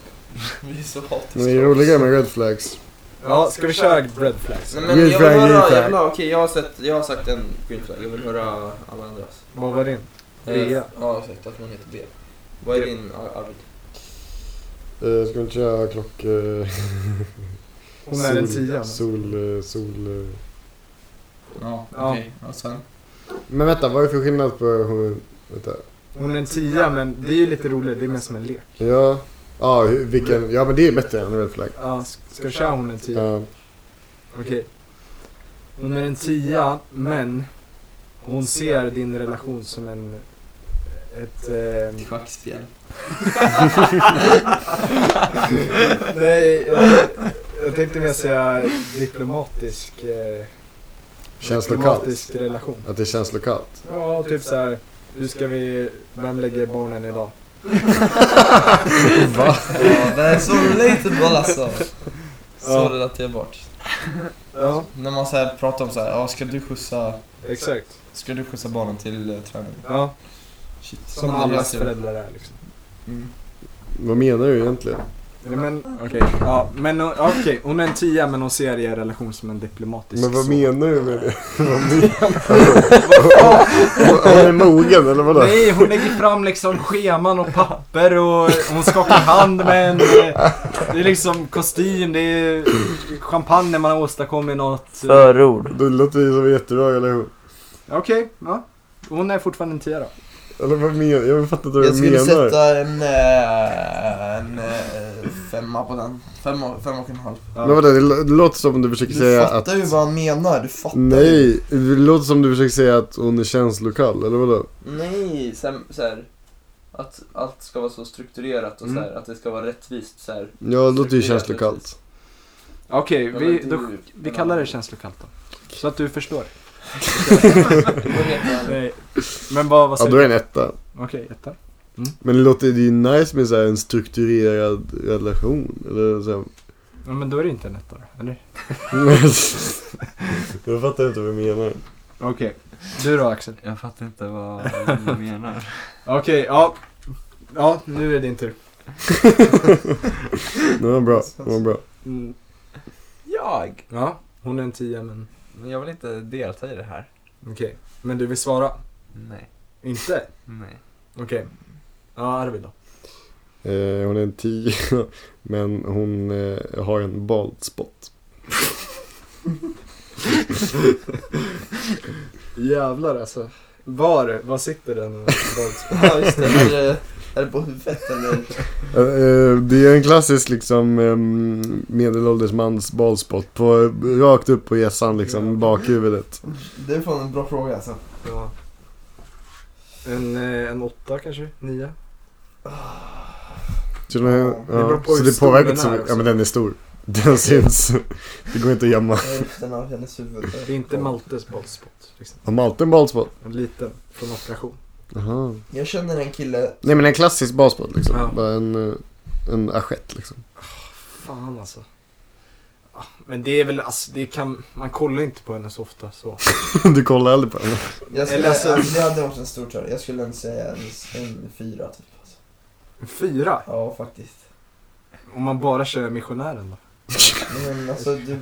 [SPEAKER 5] Vi är så
[SPEAKER 4] Men
[SPEAKER 5] hatiska.
[SPEAKER 4] det är roligare med red flags.
[SPEAKER 7] Ja, ska vi köra red flags?
[SPEAKER 5] Nej, men
[SPEAKER 4] Green
[SPEAKER 5] jag vill
[SPEAKER 4] flag,
[SPEAKER 5] höra,
[SPEAKER 4] green
[SPEAKER 5] jag
[SPEAKER 4] flag.
[SPEAKER 5] vill ha, okej jag har sett, jag har sagt en green flag, jag vill höra alla andras.
[SPEAKER 7] Vad var din?
[SPEAKER 5] Eh,
[SPEAKER 7] Bea.
[SPEAKER 5] ja exakt, att man heter B. Vad är din Ar- Arvid?
[SPEAKER 4] Eh, ska vi inte köra klock... eh,
[SPEAKER 7] Hon är en
[SPEAKER 4] sol-
[SPEAKER 7] tia.
[SPEAKER 4] Sol, eh, sol... eh.
[SPEAKER 5] Ja,
[SPEAKER 7] Ja.
[SPEAKER 5] okej. Ja. sen?
[SPEAKER 4] Men vänta, vad är det för skillnad på... hur- Vänta.
[SPEAKER 7] Hon är en tia men det är ju lite roligt, det är mer som en lek.
[SPEAKER 4] Ja. Ja, hur- vilken... Ja, men det är bättre än red flag.
[SPEAKER 7] Ja, ska vi köra hon är en tia?
[SPEAKER 4] Ja.
[SPEAKER 7] Okej. Hon är en tia men hon ser din relation som en... Ett... Eh,
[SPEAKER 5] Schackspel.
[SPEAKER 7] nej, jag, jag tänkte mer säga diplomatisk... Eh,
[SPEAKER 4] Känns lokalt.
[SPEAKER 7] diplomatisk relation.
[SPEAKER 4] Att det känns lokalt.
[SPEAKER 7] Ja, typ så här. Hur ska vi... Vem lägger barnen idag?
[SPEAKER 5] Ja, det är så relatable alltså. Så
[SPEAKER 7] Ja.
[SPEAKER 5] relaterbart.
[SPEAKER 7] Ja,
[SPEAKER 5] När man så här pratar om så här, ja ska du skjutsa,
[SPEAKER 7] exakt.
[SPEAKER 5] ska du skjutsa barnen till eh, träningen?
[SPEAKER 7] Ja,
[SPEAKER 5] Shit.
[SPEAKER 7] som allas föräldrar är liksom.
[SPEAKER 5] Mm.
[SPEAKER 4] Vad menar du egentligen?
[SPEAKER 7] Nej, men,
[SPEAKER 3] Okej, ja, men hon- ja, okej. Hon är en tia men hon ser er relation som en diplomatisk
[SPEAKER 4] Men vad
[SPEAKER 3] zon.
[SPEAKER 4] menar du med det? Vad menar du? Är det mogen eller vadå?
[SPEAKER 3] Nej, hon lägger fram liksom scheman och papper och hon skakar hand med en... eh, Det är liksom kostym, det är champagne man har åstadkommit något. eh.
[SPEAKER 11] Förord.
[SPEAKER 4] Det låter ju som jättebra, eller hur?
[SPEAKER 3] Okej, ja. Hon är fortfarande en tia då.
[SPEAKER 4] Eller vad menar Jag fattar inte vad
[SPEAKER 5] Jag
[SPEAKER 4] du
[SPEAKER 5] skulle
[SPEAKER 4] menar.
[SPEAKER 5] sätta en, eh, en eh, femma på den. Femma, femma och en halv.
[SPEAKER 4] Men vadå, det lå- det låter som du försöker
[SPEAKER 5] Du
[SPEAKER 4] säga att...
[SPEAKER 5] fattar ju vad han menar, du fattar ju.
[SPEAKER 4] Nej, det låter som du försöker säga att hon är känslokall, eller vadå?
[SPEAKER 5] Nej, sen, så här, att allt ska vara så strukturerat och så
[SPEAKER 3] Mm.
[SPEAKER 5] här, att det ska vara rättvist. Så här.
[SPEAKER 4] Ja, det låter ju
[SPEAKER 5] Strukturerat,
[SPEAKER 4] känslokallt.
[SPEAKER 5] precis.
[SPEAKER 3] Okej,
[SPEAKER 5] Ja,
[SPEAKER 3] vi,
[SPEAKER 5] men
[SPEAKER 3] då,
[SPEAKER 5] du-
[SPEAKER 3] vi kallar det känslokallt då. Så att du förstår.
[SPEAKER 5] Vad heter den?
[SPEAKER 3] Nej. Men vad, vad
[SPEAKER 4] Ja,
[SPEAKER 3] säger
[SPEAKER 4] då
[SPEAKER 3] du?
[SPEAKER 4] är det en etta.
[SPEAKER 3] Okej, etta.
[SPEAKER 4] Men det låter det är ju nice med så här en strukturerad relation, eller så här.
[SPEAKER 3] Ja, men då är det inte en etta då, eller?
[SPEAKER 4] Jag fattar inte vad du menar.
[SPEAKER 3] Okej. Du då Axel?
[SPEAKER 12] Jag fattar inte vad du menar.
[SPEAKER 3] Okej, ja.
[SPEAKER 7] ja, nu är det din tur.
[SPEAKER 4] Det var bra, det var bra.
[SPEAKER 7] Mm,
[SPEAKER 12] Jag?
[SPEAKER 7] ja, hon är en tia men
[SPEAKER 12] Men jag vill inte delta i det här.
[SPEAKER 7] okej. Men du vill svara?
[SPEAKER 12] Nej.
[SPEAKER 7] Inte?
[SPEAKER 12] Nej.
[SPEAKER 7] Okej. Ja, Arvid då?
[SPEAKER 4] Eh, hon är en 10, men hon eh, har en bald spot.
[SPEAKER 7] Jävlar alltså. Var, var sitter den?
[SPEAKER 5] Ja, just det. Är det, är det på huvudet eller?
[SPEAKER 4] Eh, eh, det är en klassisk liksom eh, medelålders mans bald spot. På, rakt upp på hjässan liksom, bakhuvudet.
[SPEAKER 5] Det är fan en bra fråga alltså.
[SPEAKER 7] ja. En, eh, en åtta kanske? Nia?
[SPEAKER 4] Så, de, ja,
[SPEAKER 7] det beror på
[SPEAKER 4] så
[SPEAKER 7] hur
[SPEAKER 4] det
[SPEAKER 7] stor
[SPEAKER 4] påverkar
[SPEAKER 7] den
[SPEAKER 4] inte så
[SPEAKER 7] är
[SPEAKER 4] mycket. Ja
[SPEAKER 7] också.
[SPEAKER 4] men den är stor. Den syns. Det går inte att gömma.
[SPEAKER 8] Hälften av hennes huvud.
[SPEAKER 7] Det är inte Maltes bollspott. Liksom.
[SPEAKER 4] Har Malte en balspot?
[SPEAKER 7] En liten från operation.
[SPEAKER 4] Jaha.
[SPEAKER 8] Jag känner en kille,
[SPEAKER 4] Nej men en klassisk balspot liksom.
[SPEAKER 7] Ja.
[SPEAKER 4] Bara en, eh, en assiett liksom.
[SPEAKER 7] Fan alltså. Ah, Men det är väl, alltså, det kan, man kollar inte på henne så ofta så.
[SPEAKER 4] Du kollar aldrig på den.
[SPEAKER 8] jag skulle,
[SPEAKER 7] Eller alltså-
[SPEAKER 8] alltså, det hade varit en stor törn. Jag skulle ändå säga en, en fyra typ. Alltså.
[SPEAKER 7] En Fyra?
[SPEAKER 8] Ja, faktiskt.
[SPEAKER 7] Om man bara kör missionären då?
[SPEAKER 8] Men alltså, du,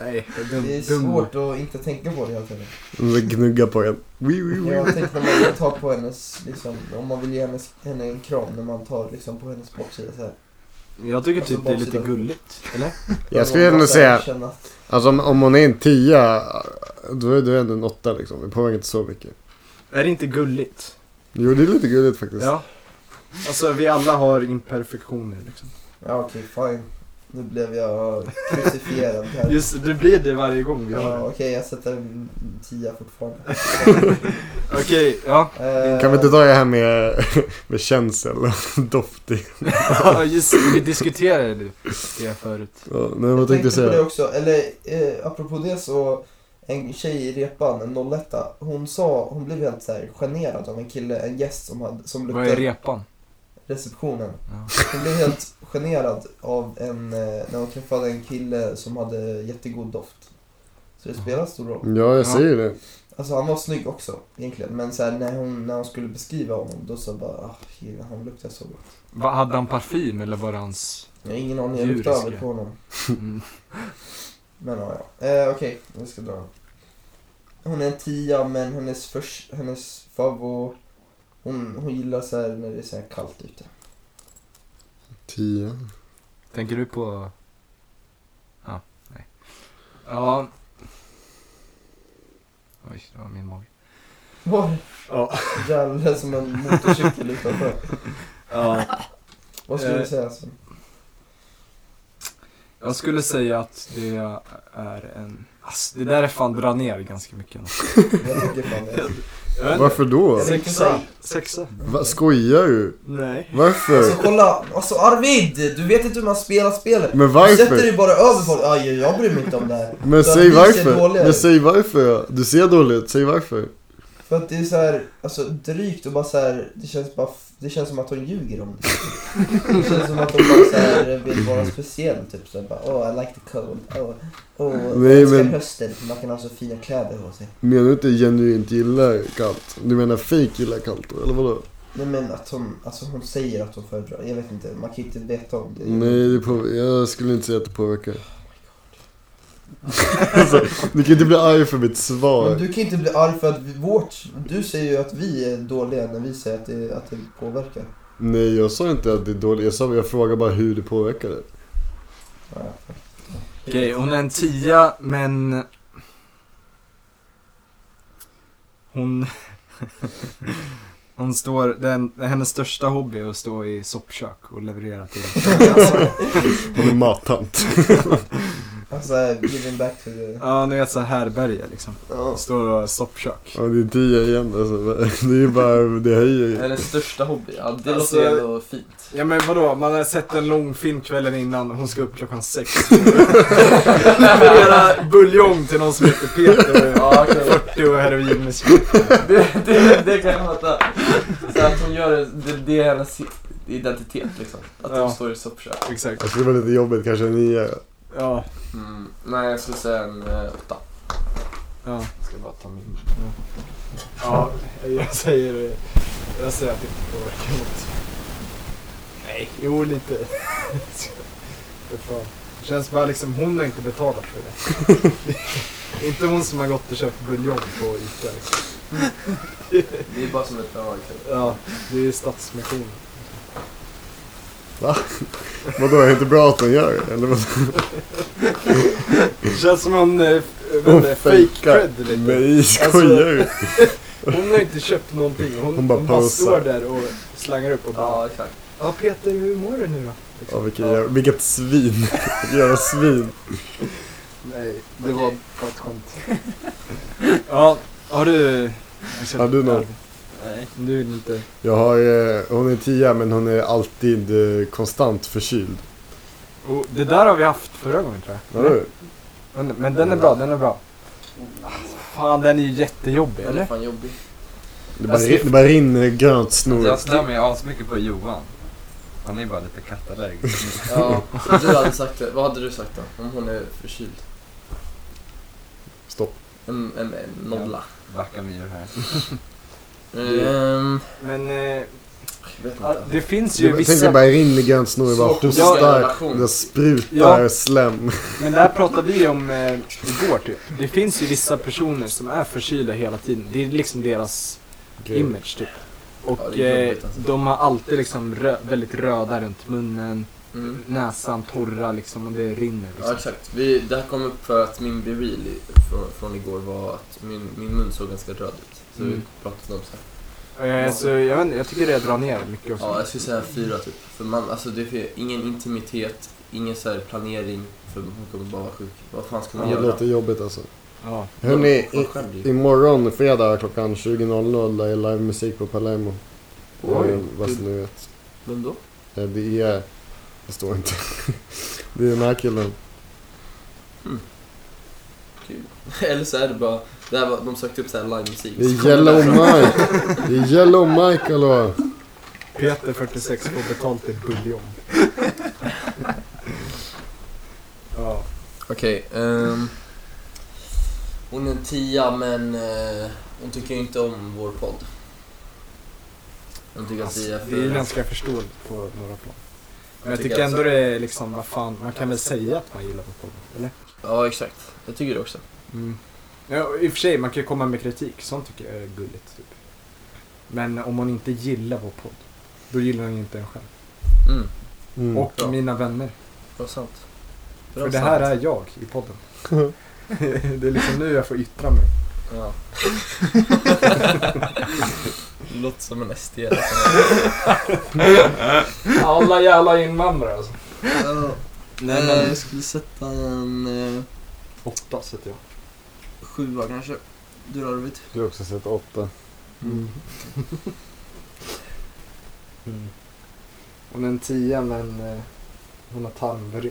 [SPEAKER 7] Nej, jag är dum,
[SPEAKER 8] det är
[SPEAKER 7] dum.
[SPEAKER 8] svårt att inte tänka på det hela tiden.
[SPEAKER 4] Och så gnugga på den. Wii, wii, wii.
[SPEAKER 8] Jag tänkte när man tar på hennes, liksom, om man vill ge hennes, henne en kram när man tar liksom, på hennes baksida så här.
[SPEAKER 7] Jag tycker typ
[SPEAKER 8] Alltså,
[SPEAKER 7] det är lite
[SPEAKER 8] baksidan.
[SPEAKER 7] gulligt. Eller?
[SPEAKER 4] Jag
[SPEAKER 8] Om
[SPEAKER 4] skulle
[SPEAKER 8] Alltså, man
[SPEAKER 4] ändå
[SPEAKER 8] så här
[SPEAKER 4] säga,
[SPEAKER 8] känner att-
[SPEAKER 4] alltså om, om hon är en tia, då är du ändå en åtta liksom. Det påverkar inte så mycket.
[SPEAKER 7] Är det inte gulligt?
[SPEAKER 4] Jo det är lite gulligt faktiskt.
[SPEAKER 7] Ja. Alltså vi alla har imperfektioner liksom.
[SPEAKER 8] Ja okej, fine. Nu blev jag crucifierad här.
[SPEAKER 7] Just det, du blir det varje gång vi har
[SPEAKER 8] Ja,
[SPEAKER 7] det.
[SPEAKER 8] okej, jag sätter en tia fortfarande.
[SPEAKER 7] Okej, ja.
[SPEAKER 8] Eh,
[SPEAKER 4] Kan vi inte ta det här med, med känsel och doft i?
[SPEAKER 7] ja. Just det, vi diskuterade det, det förut.
[SPEAKER 4] Ja, nej, vad
[SPEAKER 8] jag
[SPEAKER 4] tänkte
[SPEAKER 8] tänkte
[SPEAKER 4] jag
[SPEAKER 8] på det
[SPEAKER 4] säga?
[SPEAKER 8] också, eller eh, apropå det så en tjej i repan, en 01 hon sa, hon blev helt så här generad av en kille, en gäst som, hade, som
[SPEAKER 7] Vad är
[SPEAKER 8] luktade
[SPEAKER 7] repan?
[SPEAKER 8] receptionen.
[SPEAKER 7] Ja.
[SPEAKER 8] Hon blev helt generad av en, eh, när hon träffade en kille som hade jättegod doft. Så det spelar stor roll.
[SPEAKER 4] Ja, jag säger det.
[SPEAKER 8] Alltså han var snygg också egentligen, men så här, när, hon, när hon skulle beskriva honom då så bara, ah, gud, han luktar så gott.
[SPEAKER 3] Va, hade han parfym eller var det hans...
[SPEAKER 8] Jag har ingen aning, jag luktar
[SPEAKER 3] Djuriska.
[SPEAKER 8] aldrig på honom.
[SPEAKER 3] Mm.
[SPEAKER 8] Men ja, ja. Eh, okej, jag ska dra den. Hon är en tia, men hennes, förs, hennes favvo... Hon, hon gillar så här när det är så här kallt ute.
[SPEAKER 4] Tia.
[SPEAKER 3] Tänker du på... Ja, nej. Ja... Oj, det var min mage.
[SPEAKER 8] Var
[SPEAKER 7] Ja.
[SPEAKER 8] Jävlar, som en motorcykel utanför.
[SPEAKER 3] Ja.
[SPEAKER 8] Vad skulle du
[SPEAKER 3] Eh.
[SPEAKER 8] säga? Alltså?
[SPEAKER 3] Jag skulle säga att det är en... Ass, det där är fan dra ner ganska mycket.
[SPEAKER 8] Jag tycker fan det.
[SPEAKER 4] Varför då?
[SPEAKER 8] Sexa.
[SPEAKER 7] Sexa?
[SPEAKER 4] Va, skojar du?
[SPEAKER 7] Nej.
[SPEAKER 8] Alltså
[SPEAKER 4] Varför?
[SPEAKER 8] kolla, alltså Arvid! Du vet inte hur man spelar spelet.
[SPEAKER 4] Men
[SPEAKER 8] Du sätter
[SPEAKER 4] varför?
[SPEAKER 8] dig bara över folk. Aj, jag- jag bryr mig inte om det här.
[SPEAKER 4] Men
[SPEAKER 8] Så
[SPEAKER 4] säg
[SPEAKER 8] att vi ser
[SPEAKER 4] varför.
[SPEAKER 8] dåliga
[SPEAKER 4] Men
[SPEAKER 8] ut.
[SPEAKER 4] säg varför ja. Du ser dålig ut, säg varför.
[SPEAKER 8] För att det är så här, alltså drygt och bara så här, det känns bara, f- det känns som att hon ljuger om det. Det känns som att hon bara så här vill vara speciell typ så här, bara, oh I like the cold, oh, oh
[SPEAKER 4] Nej,
[SPEAKER 8] jag älskar
[SPEAKER 4] men-
[SPEAKER 8] hösten för man kan ha så fina kläder på sig.
[SPEAKER 4] Menar du inte genuint gillar kallt? Du menar fake gillar kallt då, eller vadå?
[SPEAKER 8] Nej men att hon, alltså hon säger att hon föredrar, jag vet inte, man kan ju inte veta om det.
[SPEAKER 4] Nej, det på, jag skulle inte säga att det påverkar. alltså, du kan inte bli arg för mitt
[SPEAKER 8] Men
[SPEAKER 4] svar.
[SPEAKER 8] du kan ju inte bli arg för att vi- vårt, du säger ju att vi är dåliga när vi säger att det, att det påverkar.
[SPEAKER 4] Nej, jag sa inte att det är dåligt. Jag, sa, jag frågade bara hur det påverkar det.
[SPEAKER 8] Ja,
[SPEAKER 3] Okej, hon är en tia, men... Hon... Hon står, den, hennes största hobby är att stå i soppkök och leverera till
[SPEAKER 4] Hon är mattant.
[SPEAKER 8] alltså giving back to the...
[SPEAKER 3] Ja, ni vet så här härbärge liksom.
[SPEAKER 8] Ja.
[SPEAKER 3] Står och soppkök.
[SPEAKER 4] Ja, det är tia igen alltså. Det är ju bara, det höjer ju.
[SPEAKER 5] Hennes största hobby? Ja, det
[SPEAKER 3] Alltså-
[SPEAKER 5] låter ju ändå fint.
[SPEAKER 3] Ja men vadå, man har sett en lång film kvällen innan och hon ska upp klockan sex. Leverera buljong till någon som heter Peter.
[SPEAKER 5] Ja, okej.
[SPEAKER 3] 40 och heroinmissbruk.
[SPEAKER 5] Det, det, det kan jag fatta. Så att hon gör det, det, det är hennes identitet liksom. Att
[SPEAKER 3] Ja.
[SPEAKER 5] hon står i soppkök.
[SPEAKER 3] Exakt.
[SPEAKER 4] Jag skulle vara Alltså, lite jobbigt, kanske en nia.
[SPEAKER 3] Ja.
[SPEAKER 5] Mm. Nej, jag skulle säga en eh, åtta.
[SPEAKER 3] Ja.
[SPEAKER 5] Jag ska bara ta min.
[SPEAKER 3] Ja, jag säger, jag säger att det inte påverkar något. Nej, jo lite. Fy fan. Det känns bara liksom, hon har inte betalat för det. det är inte hon som har gått och köpt buljong på Ica. Liksom.
[SPEAKER 5] Det är bara som ett lag.
[SPEAKER 3] Ja, det är ju Stadsmissionen.
[SPEAKER 4] Vadå, är det inte bra att hon gör det? Eller vadå?
[SPEAKER 3] Det känns som hon, eh, vad
[SPEAKER 4] Hon
[SPEAKER 3] heter det, fake
[SPEAKER 4] fejkar.
[SPEAKER 3] cred lite. Alltså-
[SPEAKER 4] Nej, skojar du?
[SPEAKER 3] Hon har inte köpt någonting. Hon,
[SPEAKER 4] Hon
[SPEAKER 3] hon,
[SPEAKER 4] bara
[SPEAKER 3] bara,
[SPEAKER 4] posar.
[SPEAKER 3] står där och slangar upp och bara
[SPEAKER 5] Ja, exakt.
[SPEAKER 3] Ja Peter, hur mår du nu då?
[SPEAKER 4] Ja, vilket, jävla- vilket svin. Jävla svin.
[SPEAKER 3] Nej, det var bara ett skämt. ja, har du...
[SPEAKER 4] Har du någon?
[SPEAKER 5] Nej,
[SPEAKER 7] Du vill inte...
[SPEAKER 4] Jag har, eh, hon är tia men hon är alltid eh, konstant förkyld.
[SPEAKER 3] Och det där har vi haft förra gången tror jag.
[SPEAKER 4] Har du?
[SPEAKER 3] Men, men den är bra, den är bra. Ah, Fan, den är ju jättejobbig,
[SPEAKER 5] Den är
[SPEAKER 3] eller?
[SPEAKER 5] fan jobbig.
[SPEAKER 4] Det bara,
[SPEAKER 3] Alltså,
[SPEAKER 4] ri- det bara rinner grönt snor.
[SPEAKER 12] Jag
[SPEAKER 1] Alltså,
[SPEAKER 12] stör mig asmycket på Johan. Han är bara lite kattallergisk.
[SPEAKER 5] Ja, du hade sagt det. Vad hade du sagt då? Om hon är förkyld?
[SPEAKER 4] Stopp.
[SPEAKER 5] En, en, en nolla.
[SPEAKER 12] Backa mig ur här.
[SPEAKER 5] Ehm, mm.
[SPEAKER 3] Men eh,
[SPEAKER 5] jag vet
[SPEAKER 3] ah,
[SPEAKER 5] inte.
[SPEAKER 3] det finns ju
[SPEAKER 4] Jag tänker
[SPEAKER 3] vissa...
[SPEAKER 4] bara rinner grönt snor och bara
[SPEAKER 5] Svår kombination.
[SPEAKER 4] hostar. Det sprutar
[SPEAKER 3] Ja.
[SPEAKER 4] slem.
[SPEAKER 3] Men det här pratade vi om eh, igår typ. Det finns ju vissa personer som är förkylda hela tiden. Det är liksom deras image typ. Och
[SPEAKER 5] Ja, det är
[SPEAKER 3] eh,
[SPEAKER 5] jobbigt, alltså.
[SPEAKER 3] de har alltid liksom rö- väldigt röda runt munnen,
[SPEAKER 5] Mm.
[SPEAKER 3] näsan torra liksom och det rinner
[SPEAKER 5] Ja,
[SPEAKER 3] liksom.
[SPEAKER 5] exakt. Vi, det här kom upp för att min beryl i- från, från igår var att min, min mun såg ganska röd ut. Så vi
[SPEAKER 3] Mm.
[SPEAKER 5] pratade om så här.
[SPEAKER 3] Eh, så jag, vet, inte, jag tycker det drar ner mycket också.
[SPEAKER 5] Ja, jag skulle säga fyra typ. För man, alltså det är ingen intimitet, ingen så här planering. För hon kommer bara vara sjuk. Vad fan ska man
[SPEAKER 4] Det
[SPEAKER 5] göra?
[SPEAKER 4] låter jobbigt alltså.
[SPEAKER 3] Ja.
[SPEAKER 4] Hörni,
[SPEAKER 5] Man
[SPEAKER 4] i,
[SPEAKER 5] själv blir-
[SPEAKER 4] imorgon fredag klockan 20.00 är livemusik på Palermo.
[SPEAKER 5] Oj.
[SPEAKER 4] Eh, Vad som ni vet.
[SPEAKER 5] Vem då?
[SPEAKER 4] Eh, Det är... Jag står inte. Det är den här killen.
[SPEAKER 5] Eller så är det bara, det här var, de sökte upp så här livemusik.
[SPEAKER 4] Det är Yellow Mike. Det är Yellow Mike hallå.
[SPEAKER 3] Peter 46 får betalt i buljong. ja.
[SPEAKER 5] Okej, ehm, hon är en tia men eh, hon tycker ju inte om vår podd. Hon tycker att vi är
[SPEAKER 3] Alltså, Det är
[SPEAKER 5] för...
[SPEAKER 3] ganska förståeligt på några plan. Men jag
[SPEAKER 5] tycker
[SPEAKER 3] tycker
[SPEAKER 5] alltså-
[SPEAKER 3] ändå det är liksom, vad fan, man kan väl säga att man gillar fotboll, eller? Mm.
[SPEAKER 5] Ja exakt, jag tycker det också.
[SPEAKER 3] Ja, I och för sig, man kan ju komma med kritik, sånt tycker jag är gulligt. Typ. Men om man inte gillar vår podd, då gillar man ju inte en själv.
[SPEAKER 5] Mm,
[SPEAKER 4] Mm.
[SPEAKER 3] Och
[SPEAKER 5] Ja.
[SPEAKER 3] mina vänner,
[SPEAKER 5] det var sant.
[SPEAKER 3] för det här är jag i podden. det är liksom nu jag får yttra mig.
[SPEAKER 5] Ja. Det låter som en SD eller
[SPEAKER 3] Alla jävla invandrare alltså.
[SPEAKER 5] Nej men jag skulle sätta en eh,
[SPEAKER 3] Åtta sätter jag.
[SPEAKER 5] sjua kanske. Du då Arvid?
[SPEAKER 4] Du har också sett åtta.
[SPEAKER 3] Mm. Hon är Mm. en tia men eh, hon har tarmvred.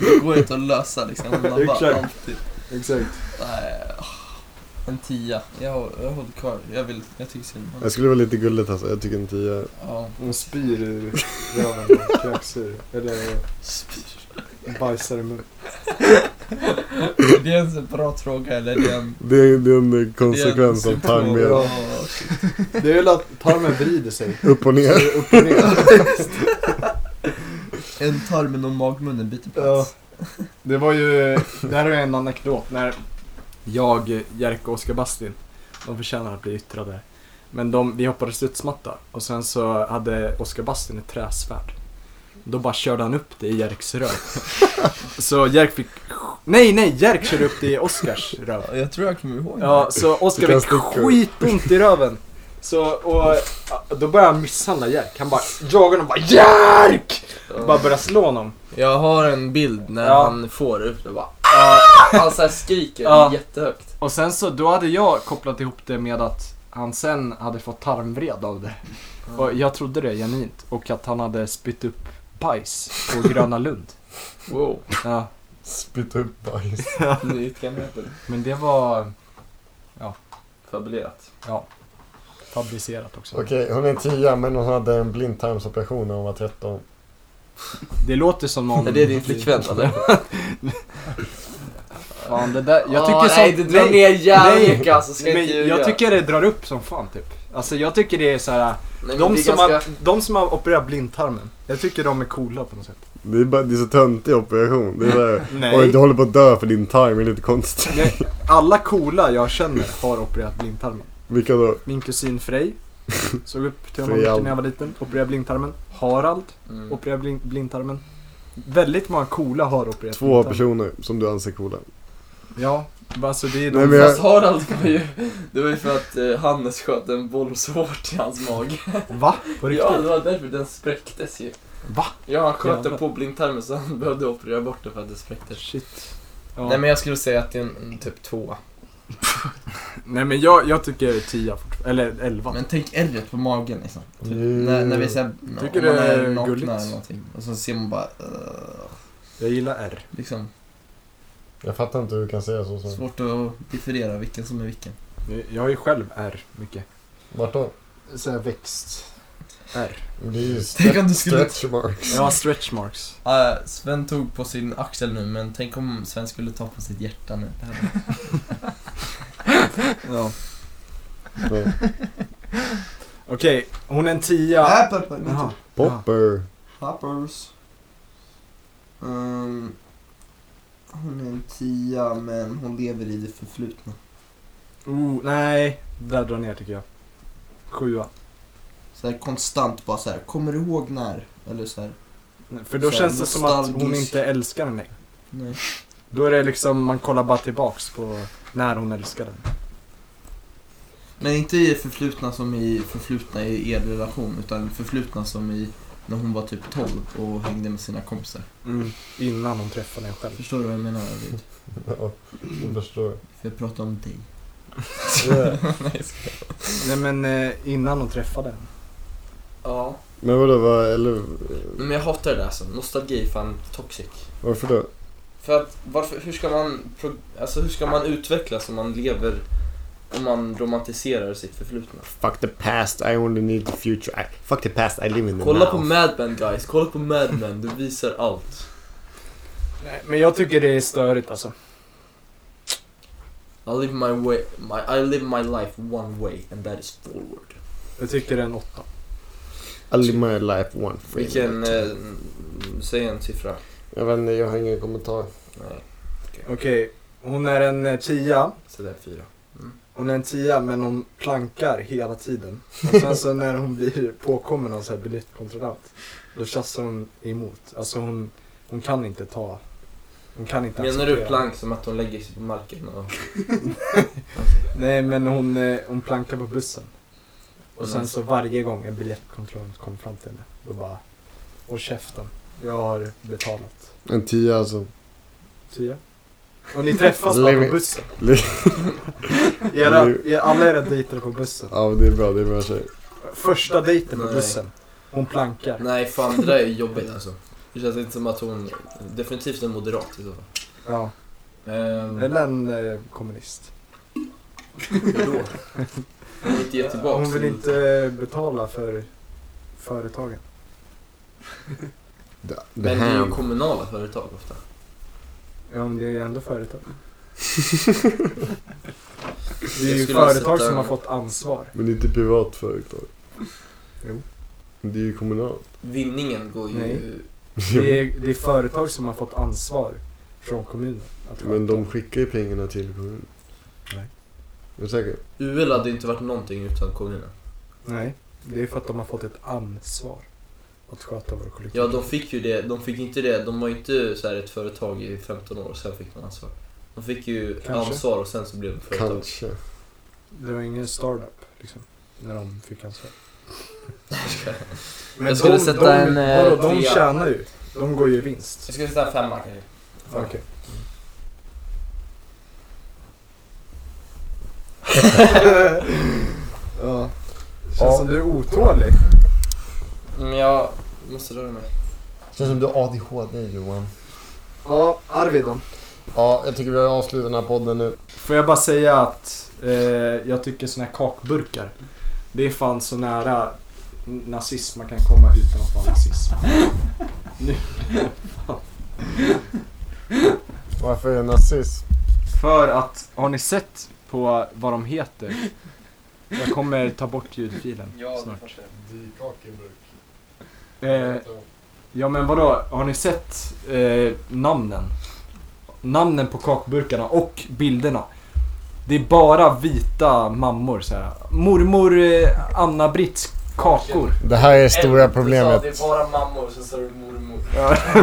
[SPEAKER 5] Det går inte att lösa liksom. Man bara,
[SPEAKER 3] Exakt.
[SPEAKER 5] alltid.
[SPEAKER 3] Exakt.
[SPEAKER 5] Nej, åh. En tia. Jag, hå- jag håller kvar. Jag, vill, jag tycker synd om
[SPEAKER 4] Det
[SPEAKER 5] honom.
[SPEAKER 4] skulle vara lite gulligt alltså. Jag tycker en tia.
[SPEAKER 5] Ja.
[SPEAKER 3] Hon spyr ur röven och kräks ur. Eller bajsar i munnen.
[SPEAKER 5] Är Det är en separat fråga eller är det en...
[SPEAKER 4] Det är, det är en
[SPEAKER 5] det är en
[SPEAKER 4] konsekvens av
[SPEAKER 5] symptom?
[SPEAKER 4] tarmen.
[SPEAKER 5] Ja,
[SPEAKER 7] Det är väl att tarmen vrider sig.
[SPEAKER 4] Upp och ner.
[SPEAKER 7] Upp och ner.
[SPEAKER 5] En tarmen och magmunnen byter plats.
[SPEAKER 3] Det var ju, det här är en anekdot när jag, Jerka och Oskar Bastin, de förtjänar att bli yttrade. Men de, vi hoppade studsmatta och sen så hade Oskar Bastin ett träsvärd. Då bara körde han upp det i Jerks röv. Så Jerk fick, nej nej, Jerk körde upp det i Oskars röv.
[SPEAKER 5] Ja. Jag tror jag kommer ihåg
[SPEAKER 3] Ja, så Oskar
[SPEAKER 4] Du kan
[SPEAKER 3] fick
[SPEAKER 4] sticka.
[SPEAKER 3] skitont i röven. Så, och ja, då började han misshandla Jerk. Han bara jagar honom och bara JERK!
[SPEAKER 5] Ja.
[SPEAKER 3] Bara började slå honom.
[SPEAKER 5] Jag har en bild när
[SPEAKER 3] Ja.
[SPEAKER 5] han får upp det bara.
[SPEAKER 3] Ja,
[SPEAKER 5] Han så här skriker
[SPEAKER 3] Ja.
[SPEAKER 5] jättehögt.
[SPEAKER 3] Och sen så, då hade jag kopplat ihop det med att han sen hade fått tarmvred av det. Och jag trodde det genuint. Och att han hade spytt upp bajs på Gröna Lund.
[SPEAKER 5] Wow.
[SPEAKER 3] Ja,
[SPEAKER 4] Spytt upp bajs.
[SPEAKER 5] Nytt kan heta.
[SPEAKER 3] men det var
[SPEAKER 5] Fabulerat.
[SPEAKER 3] fabricerat också.
[SPEAKER 4] Okej, hon är en tia men hon hade en blindtarmsoperation när hon var 13.
[SPEAKER 3] Det låter som någon...
[SPEAKER 5] Är det din flickvän eller?
[SPEAKER 3] Fan, det där... Jag tycker
[SPEAKER 5] Åh,
[SPEAKER 3] sånt...
[SPEAKER 5] Ah, nej, det drar ner jävligt mycket alltså. Ska inte
[SPEAKER 3] Men
[SPEAKER 5] ljuga.
[SPEAKER 3] jag tycker det drar upp som fan typ. Alltså jag tycker det är så här.
[SPEAKER 5] Nej, men
[SPEAKER 3] De,
[SPEAKER 5] det är
[SPEAKER 3] som
[SPEAKER 5] ganska-
[SPEAKER 3] har, de som har opererat blindtarmen, jag tycker de är coola på något sätt.
[SPEAKER 4] Det är, bara, det är så töntig operation. Det är såhär,
[SPEAKER 3] Nej.
[SPEAKER 4] Oj, du håller på att dö för din tarm är lite konstig.
[SPEAKER 3] Nej, Alla coola jag känner har opererat blindtarmen.
[SPEAKER 4] Vilka då?
[SPEAKER 3] Min kusin Frej, såg upp till honom
[SPEAKER 4] Frej
[SPEAKER 3] mycket
[SPEAKER 4] Alm.
[SPEAKER 3] när jag var liten, opererade blindtarmen. Harald,
[SPEAKER 5] Mm.
[SPEAKER 3] opererade blin- blindtarmen. Väldigt många coola har opererat
[SPEAKER 4] Två
[SPEAKER 3] blindtarmen.
[SPEAKER 4] personer som du anser coola.
[SPEAKER 3] Ja, alltså det är de
[SPEAKER 4] Nej, men jag-
[SPEAKER 5] Fast Harald var ju, det var ju för att eh, Hannes sköt en boll så hårt i hans mage.
[SPEAKER 3] Va? På riktigt?
[SPEAKER 5] Ja, det var därför den spräcktes ju.
[SPEAKER 3] Va?
[SPEAKER 5] Ja, han sköt
[SPEAKER 3] Jävlar.
[SPEAKER 5] den på blindtarmen så han behövde operera bort den för att den spräcktes.
[SPEAKER 3] Shit. Ja.
[SPEAKER 5] Nej men jag skulle säga att det är en, en typ tvåa.
[SPEAKER 3] Nej men jag, jag tycker 10 fortfarande, eller 11.
[SPEAKER 13] Men tänk ärret på magen liksom. Typ. När, när vi ser
[SPEAKER 3] Tycker
[SPEAKER 13] om man
[SPEAKER 3] det
[SPEAKER 13] är
[SPEAKER 3] är
[SPEAKER 13] nakna
[SPEAKER 3] gulligt.
[SPEAKER 13] eller någonting. Och så ser man bara... eh,
[SPEAKER 3] Jag gillar R.
[SPEAKER 13] liksom,
[SPEAKER 4] Jag fattar inte hur du kan säga så. så.
[SPEAKER 13] svårt att differera vilken som är vilken.
[SPEAKER 3] Jag har ju själv R mycket.
[SPEAKER 4] Vart då?
[SPEAKER 7] Såhär växt.
[SPEAKER 3] R.
[SPEAKER 4] Det är ju
[SPEAKER 13] Tänk om du skulle-
[SPEAKER 4] stretch marks.
[SPEAKER 3] Jag har stretch marks.
[SPEAKER 13] Ja, Ah, Sven tog på sin axel nu, men tänk om Sven skulle ta på sitt hjärta nu.
[SPEAKER 8] Äh,
[SPEAKER 13] Det här-
[SPEAKER 3] Ja. Okej, hon är en 10.
[SPEAKER 8] Apple på
[SPEAKER 3] Jaha.
[SPEAKER 4] Popper.
[SPEAKER 8] Hoppers. Ehm, hon är en tia men hon lever i det förflutna.
[SPEAKER 3] Oh, nej, där drar ner tycker jag. Sjua.
[SPEAKER 8] Så här konstant bara så här, kommer du ihåg när? Eller så här.
[SPEAKER 3] För då
[SPEAKER 8] Så
[SPEAKER 3] känns det som att hon
[SPEAKER 8] nostalgisk.
[SPEAKER 3] inte älskar den längre.
[SPEAKER 8] Nej.
[SPEAKER 3] Då är det liksom, man kollar bara tillbaks på när hon älskade den.
[SPEAKER 13] Men inte i det förflutna som i förflutna i er relation, utan förflutna som i när hon var typ 12 och hängde med sina kompisar.
[SPEAKER 3] Mm. Innan hon träffade en själv.
[SPEAKER 13] Förstår du vad jag menar Arvid?
[SPEAKER 4] Ja, jag förstår.
[SPEAKER 13] För jag pratar om dig. Nej, jag skojar.
[SPEAKER 3] Nej men eh, innan hon träffade en.
[SPEAKER 5] Ja.
[SPEAKER 4] Men vadå, vad, eller
[SPEAKER 5] Men jag hatar det där alltså. Nostalgi är fan toxic.
[SPEAKER 4] varför då?
[SPEAKER 5] För att varför, hur ska man, pro- alltså hur ska man utvecklas om man lever, om man romantiserar sitt förflutna?
[SPEAKER 4] Fuck the past, I only need the future. I, fuck the past, I live in the
[SPEAKER 5] Kolla
[SPEAKER 4] now.
[SPEAKER 5] på Mad Men guys, kolla på Mad Men, du visar allt.
[SPEAKER 3] Nej, men jag tycker det är störigt alltså.
[SPEAKER 5] I live my way, my, I live my life one way and that is forward.
[SPEAKER 3] Jag tycker det är en åtta.
[SPEAKER 4] I live my life one frame.
[SPEAKER 5] Vilken, eh, säg en siffra.
[SPEAKER 4] Jag vet inte, jag har ingen kommentar.
[SPEAKER 5] Nej,
[SPEAKER 3] Okej, hon är en eh, tia.
[SPEAKER 5] så det är fyra.
[SPEAKER 3] Hon är en tia men hon plankar hela tiden. Och sen så när hon blir påkommen av så här biljettkontrollant. Då tjafsar hon emot. Alltså hon, hon kan inte ta... Hon kan inte
[SPEAKER 5] Menar du
[SPEAKER 3] acceptera.
[SPEAKER 5] plank som att hon lägger sig på marken och...
[SPEAKER 3] Nej men hon, eh, hon plankar på bussen. Och sen
[SPEAKER 5] Mm.
[SPEAKER 3] så varje gång en biljettkontrollant kom fram till henne. Då bara... Och käften. Jag har betalat.
[SPEAKER 4] En tia alltså.
[SPEAKER 3] Tia. Och ni träffas bara
[SPEAKER 4] Living-
[SPEAKER 3] på bussen.
[SPEAKER 4] li-
[SPEAKER 3] Era,
[SPEAKER 4] Liv-
[SPEAKER 3] er, alla era dejter på bussen.
[SPEAKER 4] Ja, men det är bra, det är bra tjej.
[SPEAKER 3] Första dejten på
[SPEAKER 5] Nej.
[SPEAKER 3] bussen. Hon plankar.
[SPEAKER 5] Nej fan, det där är jobbigt alltså. Det känns inte som att hon, definitivt en moderat i så fall.
[SPEAKER 3] Ja.
[SPEAKER 4] Mm.
[SPEAKER 5] Ehm,
[SPEAKER 3] Eller en eh, kommunist.
[SPEAKER 5] hur då? Hon vill inte ge tillbaks.
[SPEAKER 3] Hon vill inte betala för företagen.
[SPEAKER 4] The, the
[SPEAKER 5] Men det är ju
[SPEAKER 4] ham.
[SPEAKER 5] kommunala företag ofta.
[SPEAKER 3] Ja, men det är ju ändå företag. Det är
[SPEAKER 5] Jag
[SPEAKER 3] ju
[SPEAKER 5] skulle ha
[SPEAKER 3] företag
[SPEAKER 5] sett,
[SPEAKER 3] som
[SPEAKER 5] eh,
[SPEAKER 3] har fått ansvar.
[SPEAKER 4] Men det är inte privat företag.
[SPEAKER 3] Jo.
[SPEAKER 4] Det är ju kommunalt.
[SPEAKER 5] Vinningen går ju...
[SPEAKER 3] Nej. Det är, det är företag som har fått ansvar från kommunen. Att
[SPEAKER 4] Men de skickar ju pengarna till kommunen.
[SPEAKER 3] Nej.
[SPEAKER 4] Är du säker?
[SPEAKER 5] UL hade inte varit någonting utan kommunen.
[SPEAKER 3] Nej, det är för att de har fått ett ansvar att sköta vår kollektiv.
[SPEAKER 5] Ja, de fick ju det. De fick inte det. De var ju inte så här ett företag i 15 år och sen fick de ansvar. De fick ju
[SPEAKER 3] Kanske.
[SPEAKER 5] ansvar och sen så blev de företag.
[SPEAKER 4] Kanske.
[SPEAKER 3] Det var ingen startup liksom, när de fick ansvar. Men
[SPEAKER 5] Jag skulle
[SPEAKER 3] de,
[SPEAKER 5] sätta
[SPEAKER 3] de,
[SPEAKER 5] en, eh,
[SPEAKER 3] Vadå, de
[SPEAKER 5] trea.
[SPEAKER 3] tjänar ju. De går ju i vinst.
[SPEAKER 5] Jag skulle säga femma kanske.
[SPEAKER 3] Okej. Mm. ja. Känns
[SPEAKER 5] Ja.
[SPEAKER 3] som du är otålig.
[SPEAKER 5] Men jag Mm, måste röra mig.
[SPEAKER 4] Känns som du har ADHD Johan.
[SPEAKER 3] Ja, Arvid då?
[SPEAKER 4] Ja, jag tycker vi har avslutat den här podden nu.
[SPEAKER 3] Får jag bara säga att eh, jag tycker såna här kakburkar, det är fan så nära nazism man kan komma utan att vara nazism.
[SPEAKER 4] Varför är jag nazist?
[SPEAKER 3] För att, har ni sett på vad de heter? Jag kommer ta bort ljudfilen snart. Eh, ja men vadå, har ni sett eh, namnen? Namnen på kakburkarna och bilderna. Det är bara vita mammor så här. Mormor eh, Anna-Britts kakor.
[SPEAKER 4] Det här är det stora problemet.
[SPEAKER 5] Du sa det är bara mammor och sen sa du mormor.
[SPEAKER 3] Ja,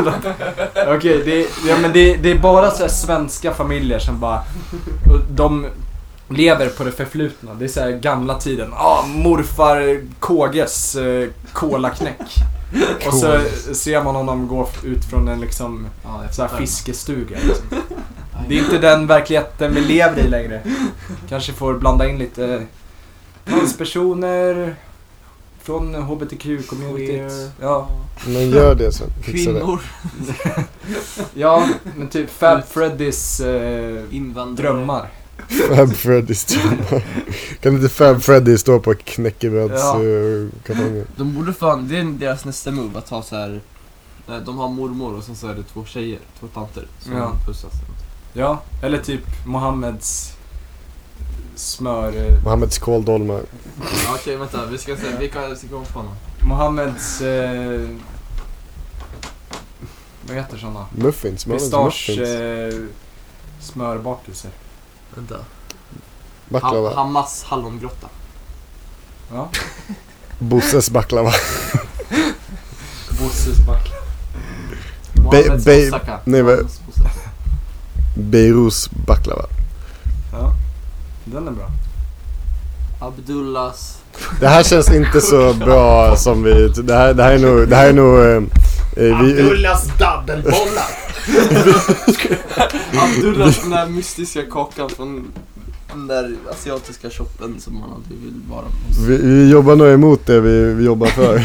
[SPEAKER 3] Okej, det, är- ja, men det, är- det är bara så här svenska familjer som bara... och De lever på det förflutna. Det är så här gamla tiden. Ah, morfar Kåges eh, kolaknäck. Och så ser man honom gå ut från en liksom,
[SPEAKER 13] Ja, jag
[SPEAKER 3] så här
[SPEAKER 13] fattar.
[SPEAKER 3] fiskestuga. Liksom. Det är inte den verkligheten vi lever i längre. Kanske får blanda in lite eh, transpersoner från hbtq-communityt. Ja.
[SPEAKER 4] Men gör det sen. Fixa det.
[SPEAKER 3] Kvinnor. ja, men typ Fab Freddys eh, drömmar.
[SPEAKER 4] Fab Freddy's drömmar. Kan inte Fab Freddy stå på
[SPEAKER 5] Ja.
[SPEAKER 4] knäckebrödskartongen?
[SPEAKER 5] De borde fan, det är deras nästa move att ha så här. eh, De har mormor och sen så är det två tjejer, två tanter som
[SPEAKER 3] Ja.
[SPEAKER 5] pussas.
[SPEAKER 3] Ja, eller typ Mohammeds smör... eh,
[SPEAKER 4] Mohammeds kåldolmar.
[SPEAKER 5] Ja, Okej vänta, vi ska se, vilka ska komma på honom?
[SPEAKER 3] Mohammeds... Eh, vad heter sådana?
[SPEAKER 4] Muffins, Mohammeds
[SPEAKER 3] Pistage...
[SPEAKER 4] muffins.
[SPEAKER 3] Eh, smörbakelser.
[SPEAKER 5] Vänta.
[SPEAKER 4] Baklava.
[SPEAKER 5] Hamas hallongrotta.
[SPEAKER 3] Ja.
[SPEAKER 4] Bosses baklava.
[SPEAKER 3] Bosses baklava.
[SPEAKER 4] Be-
[SPEAKER 5] Mohammeds
[SPEAKER 4] be-
[SPEAKER 5] Osaka.
[SPEAKER 4] nej, vad-
[SPEAKER 5] Mohammeds Osaka.
[SPEAKER 4] Beirus baklava.
[SPEAKER 3] Ja, den är bra.
[SPEAKER 5] Abdullahs...
[SPEAKER 4] Det här känns inte så bra som vi... Det här, det här är nog... Det här är nog... eh, eh, vi,
[SPEAKER 5] daddelbollar! Abdullahs den där mystiska kakan från den där asiatiska shoppen som man aldrig vill vara hos.
[SPEAKER 4] vi, vi jobbar nog emot det vi, vi jobbar för.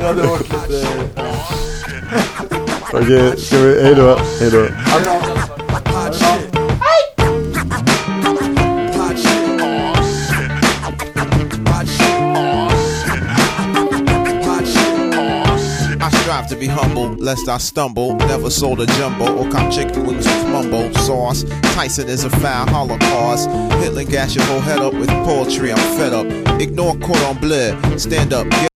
[SPEAKER 14] Det hade varit lite...
[SPEAKER 4] Okej, ska vi... Hej då. Hej då.
[SPEAKER 8] I strive to be humble, lest I stumble. Never sold a jumbo or cop chicken wings with mumbo sauce. Tyson is a foul holocaust. Hitler gas your whole head up with poetry. I'm fed up. Ignore cordon bleu. Stand up. Get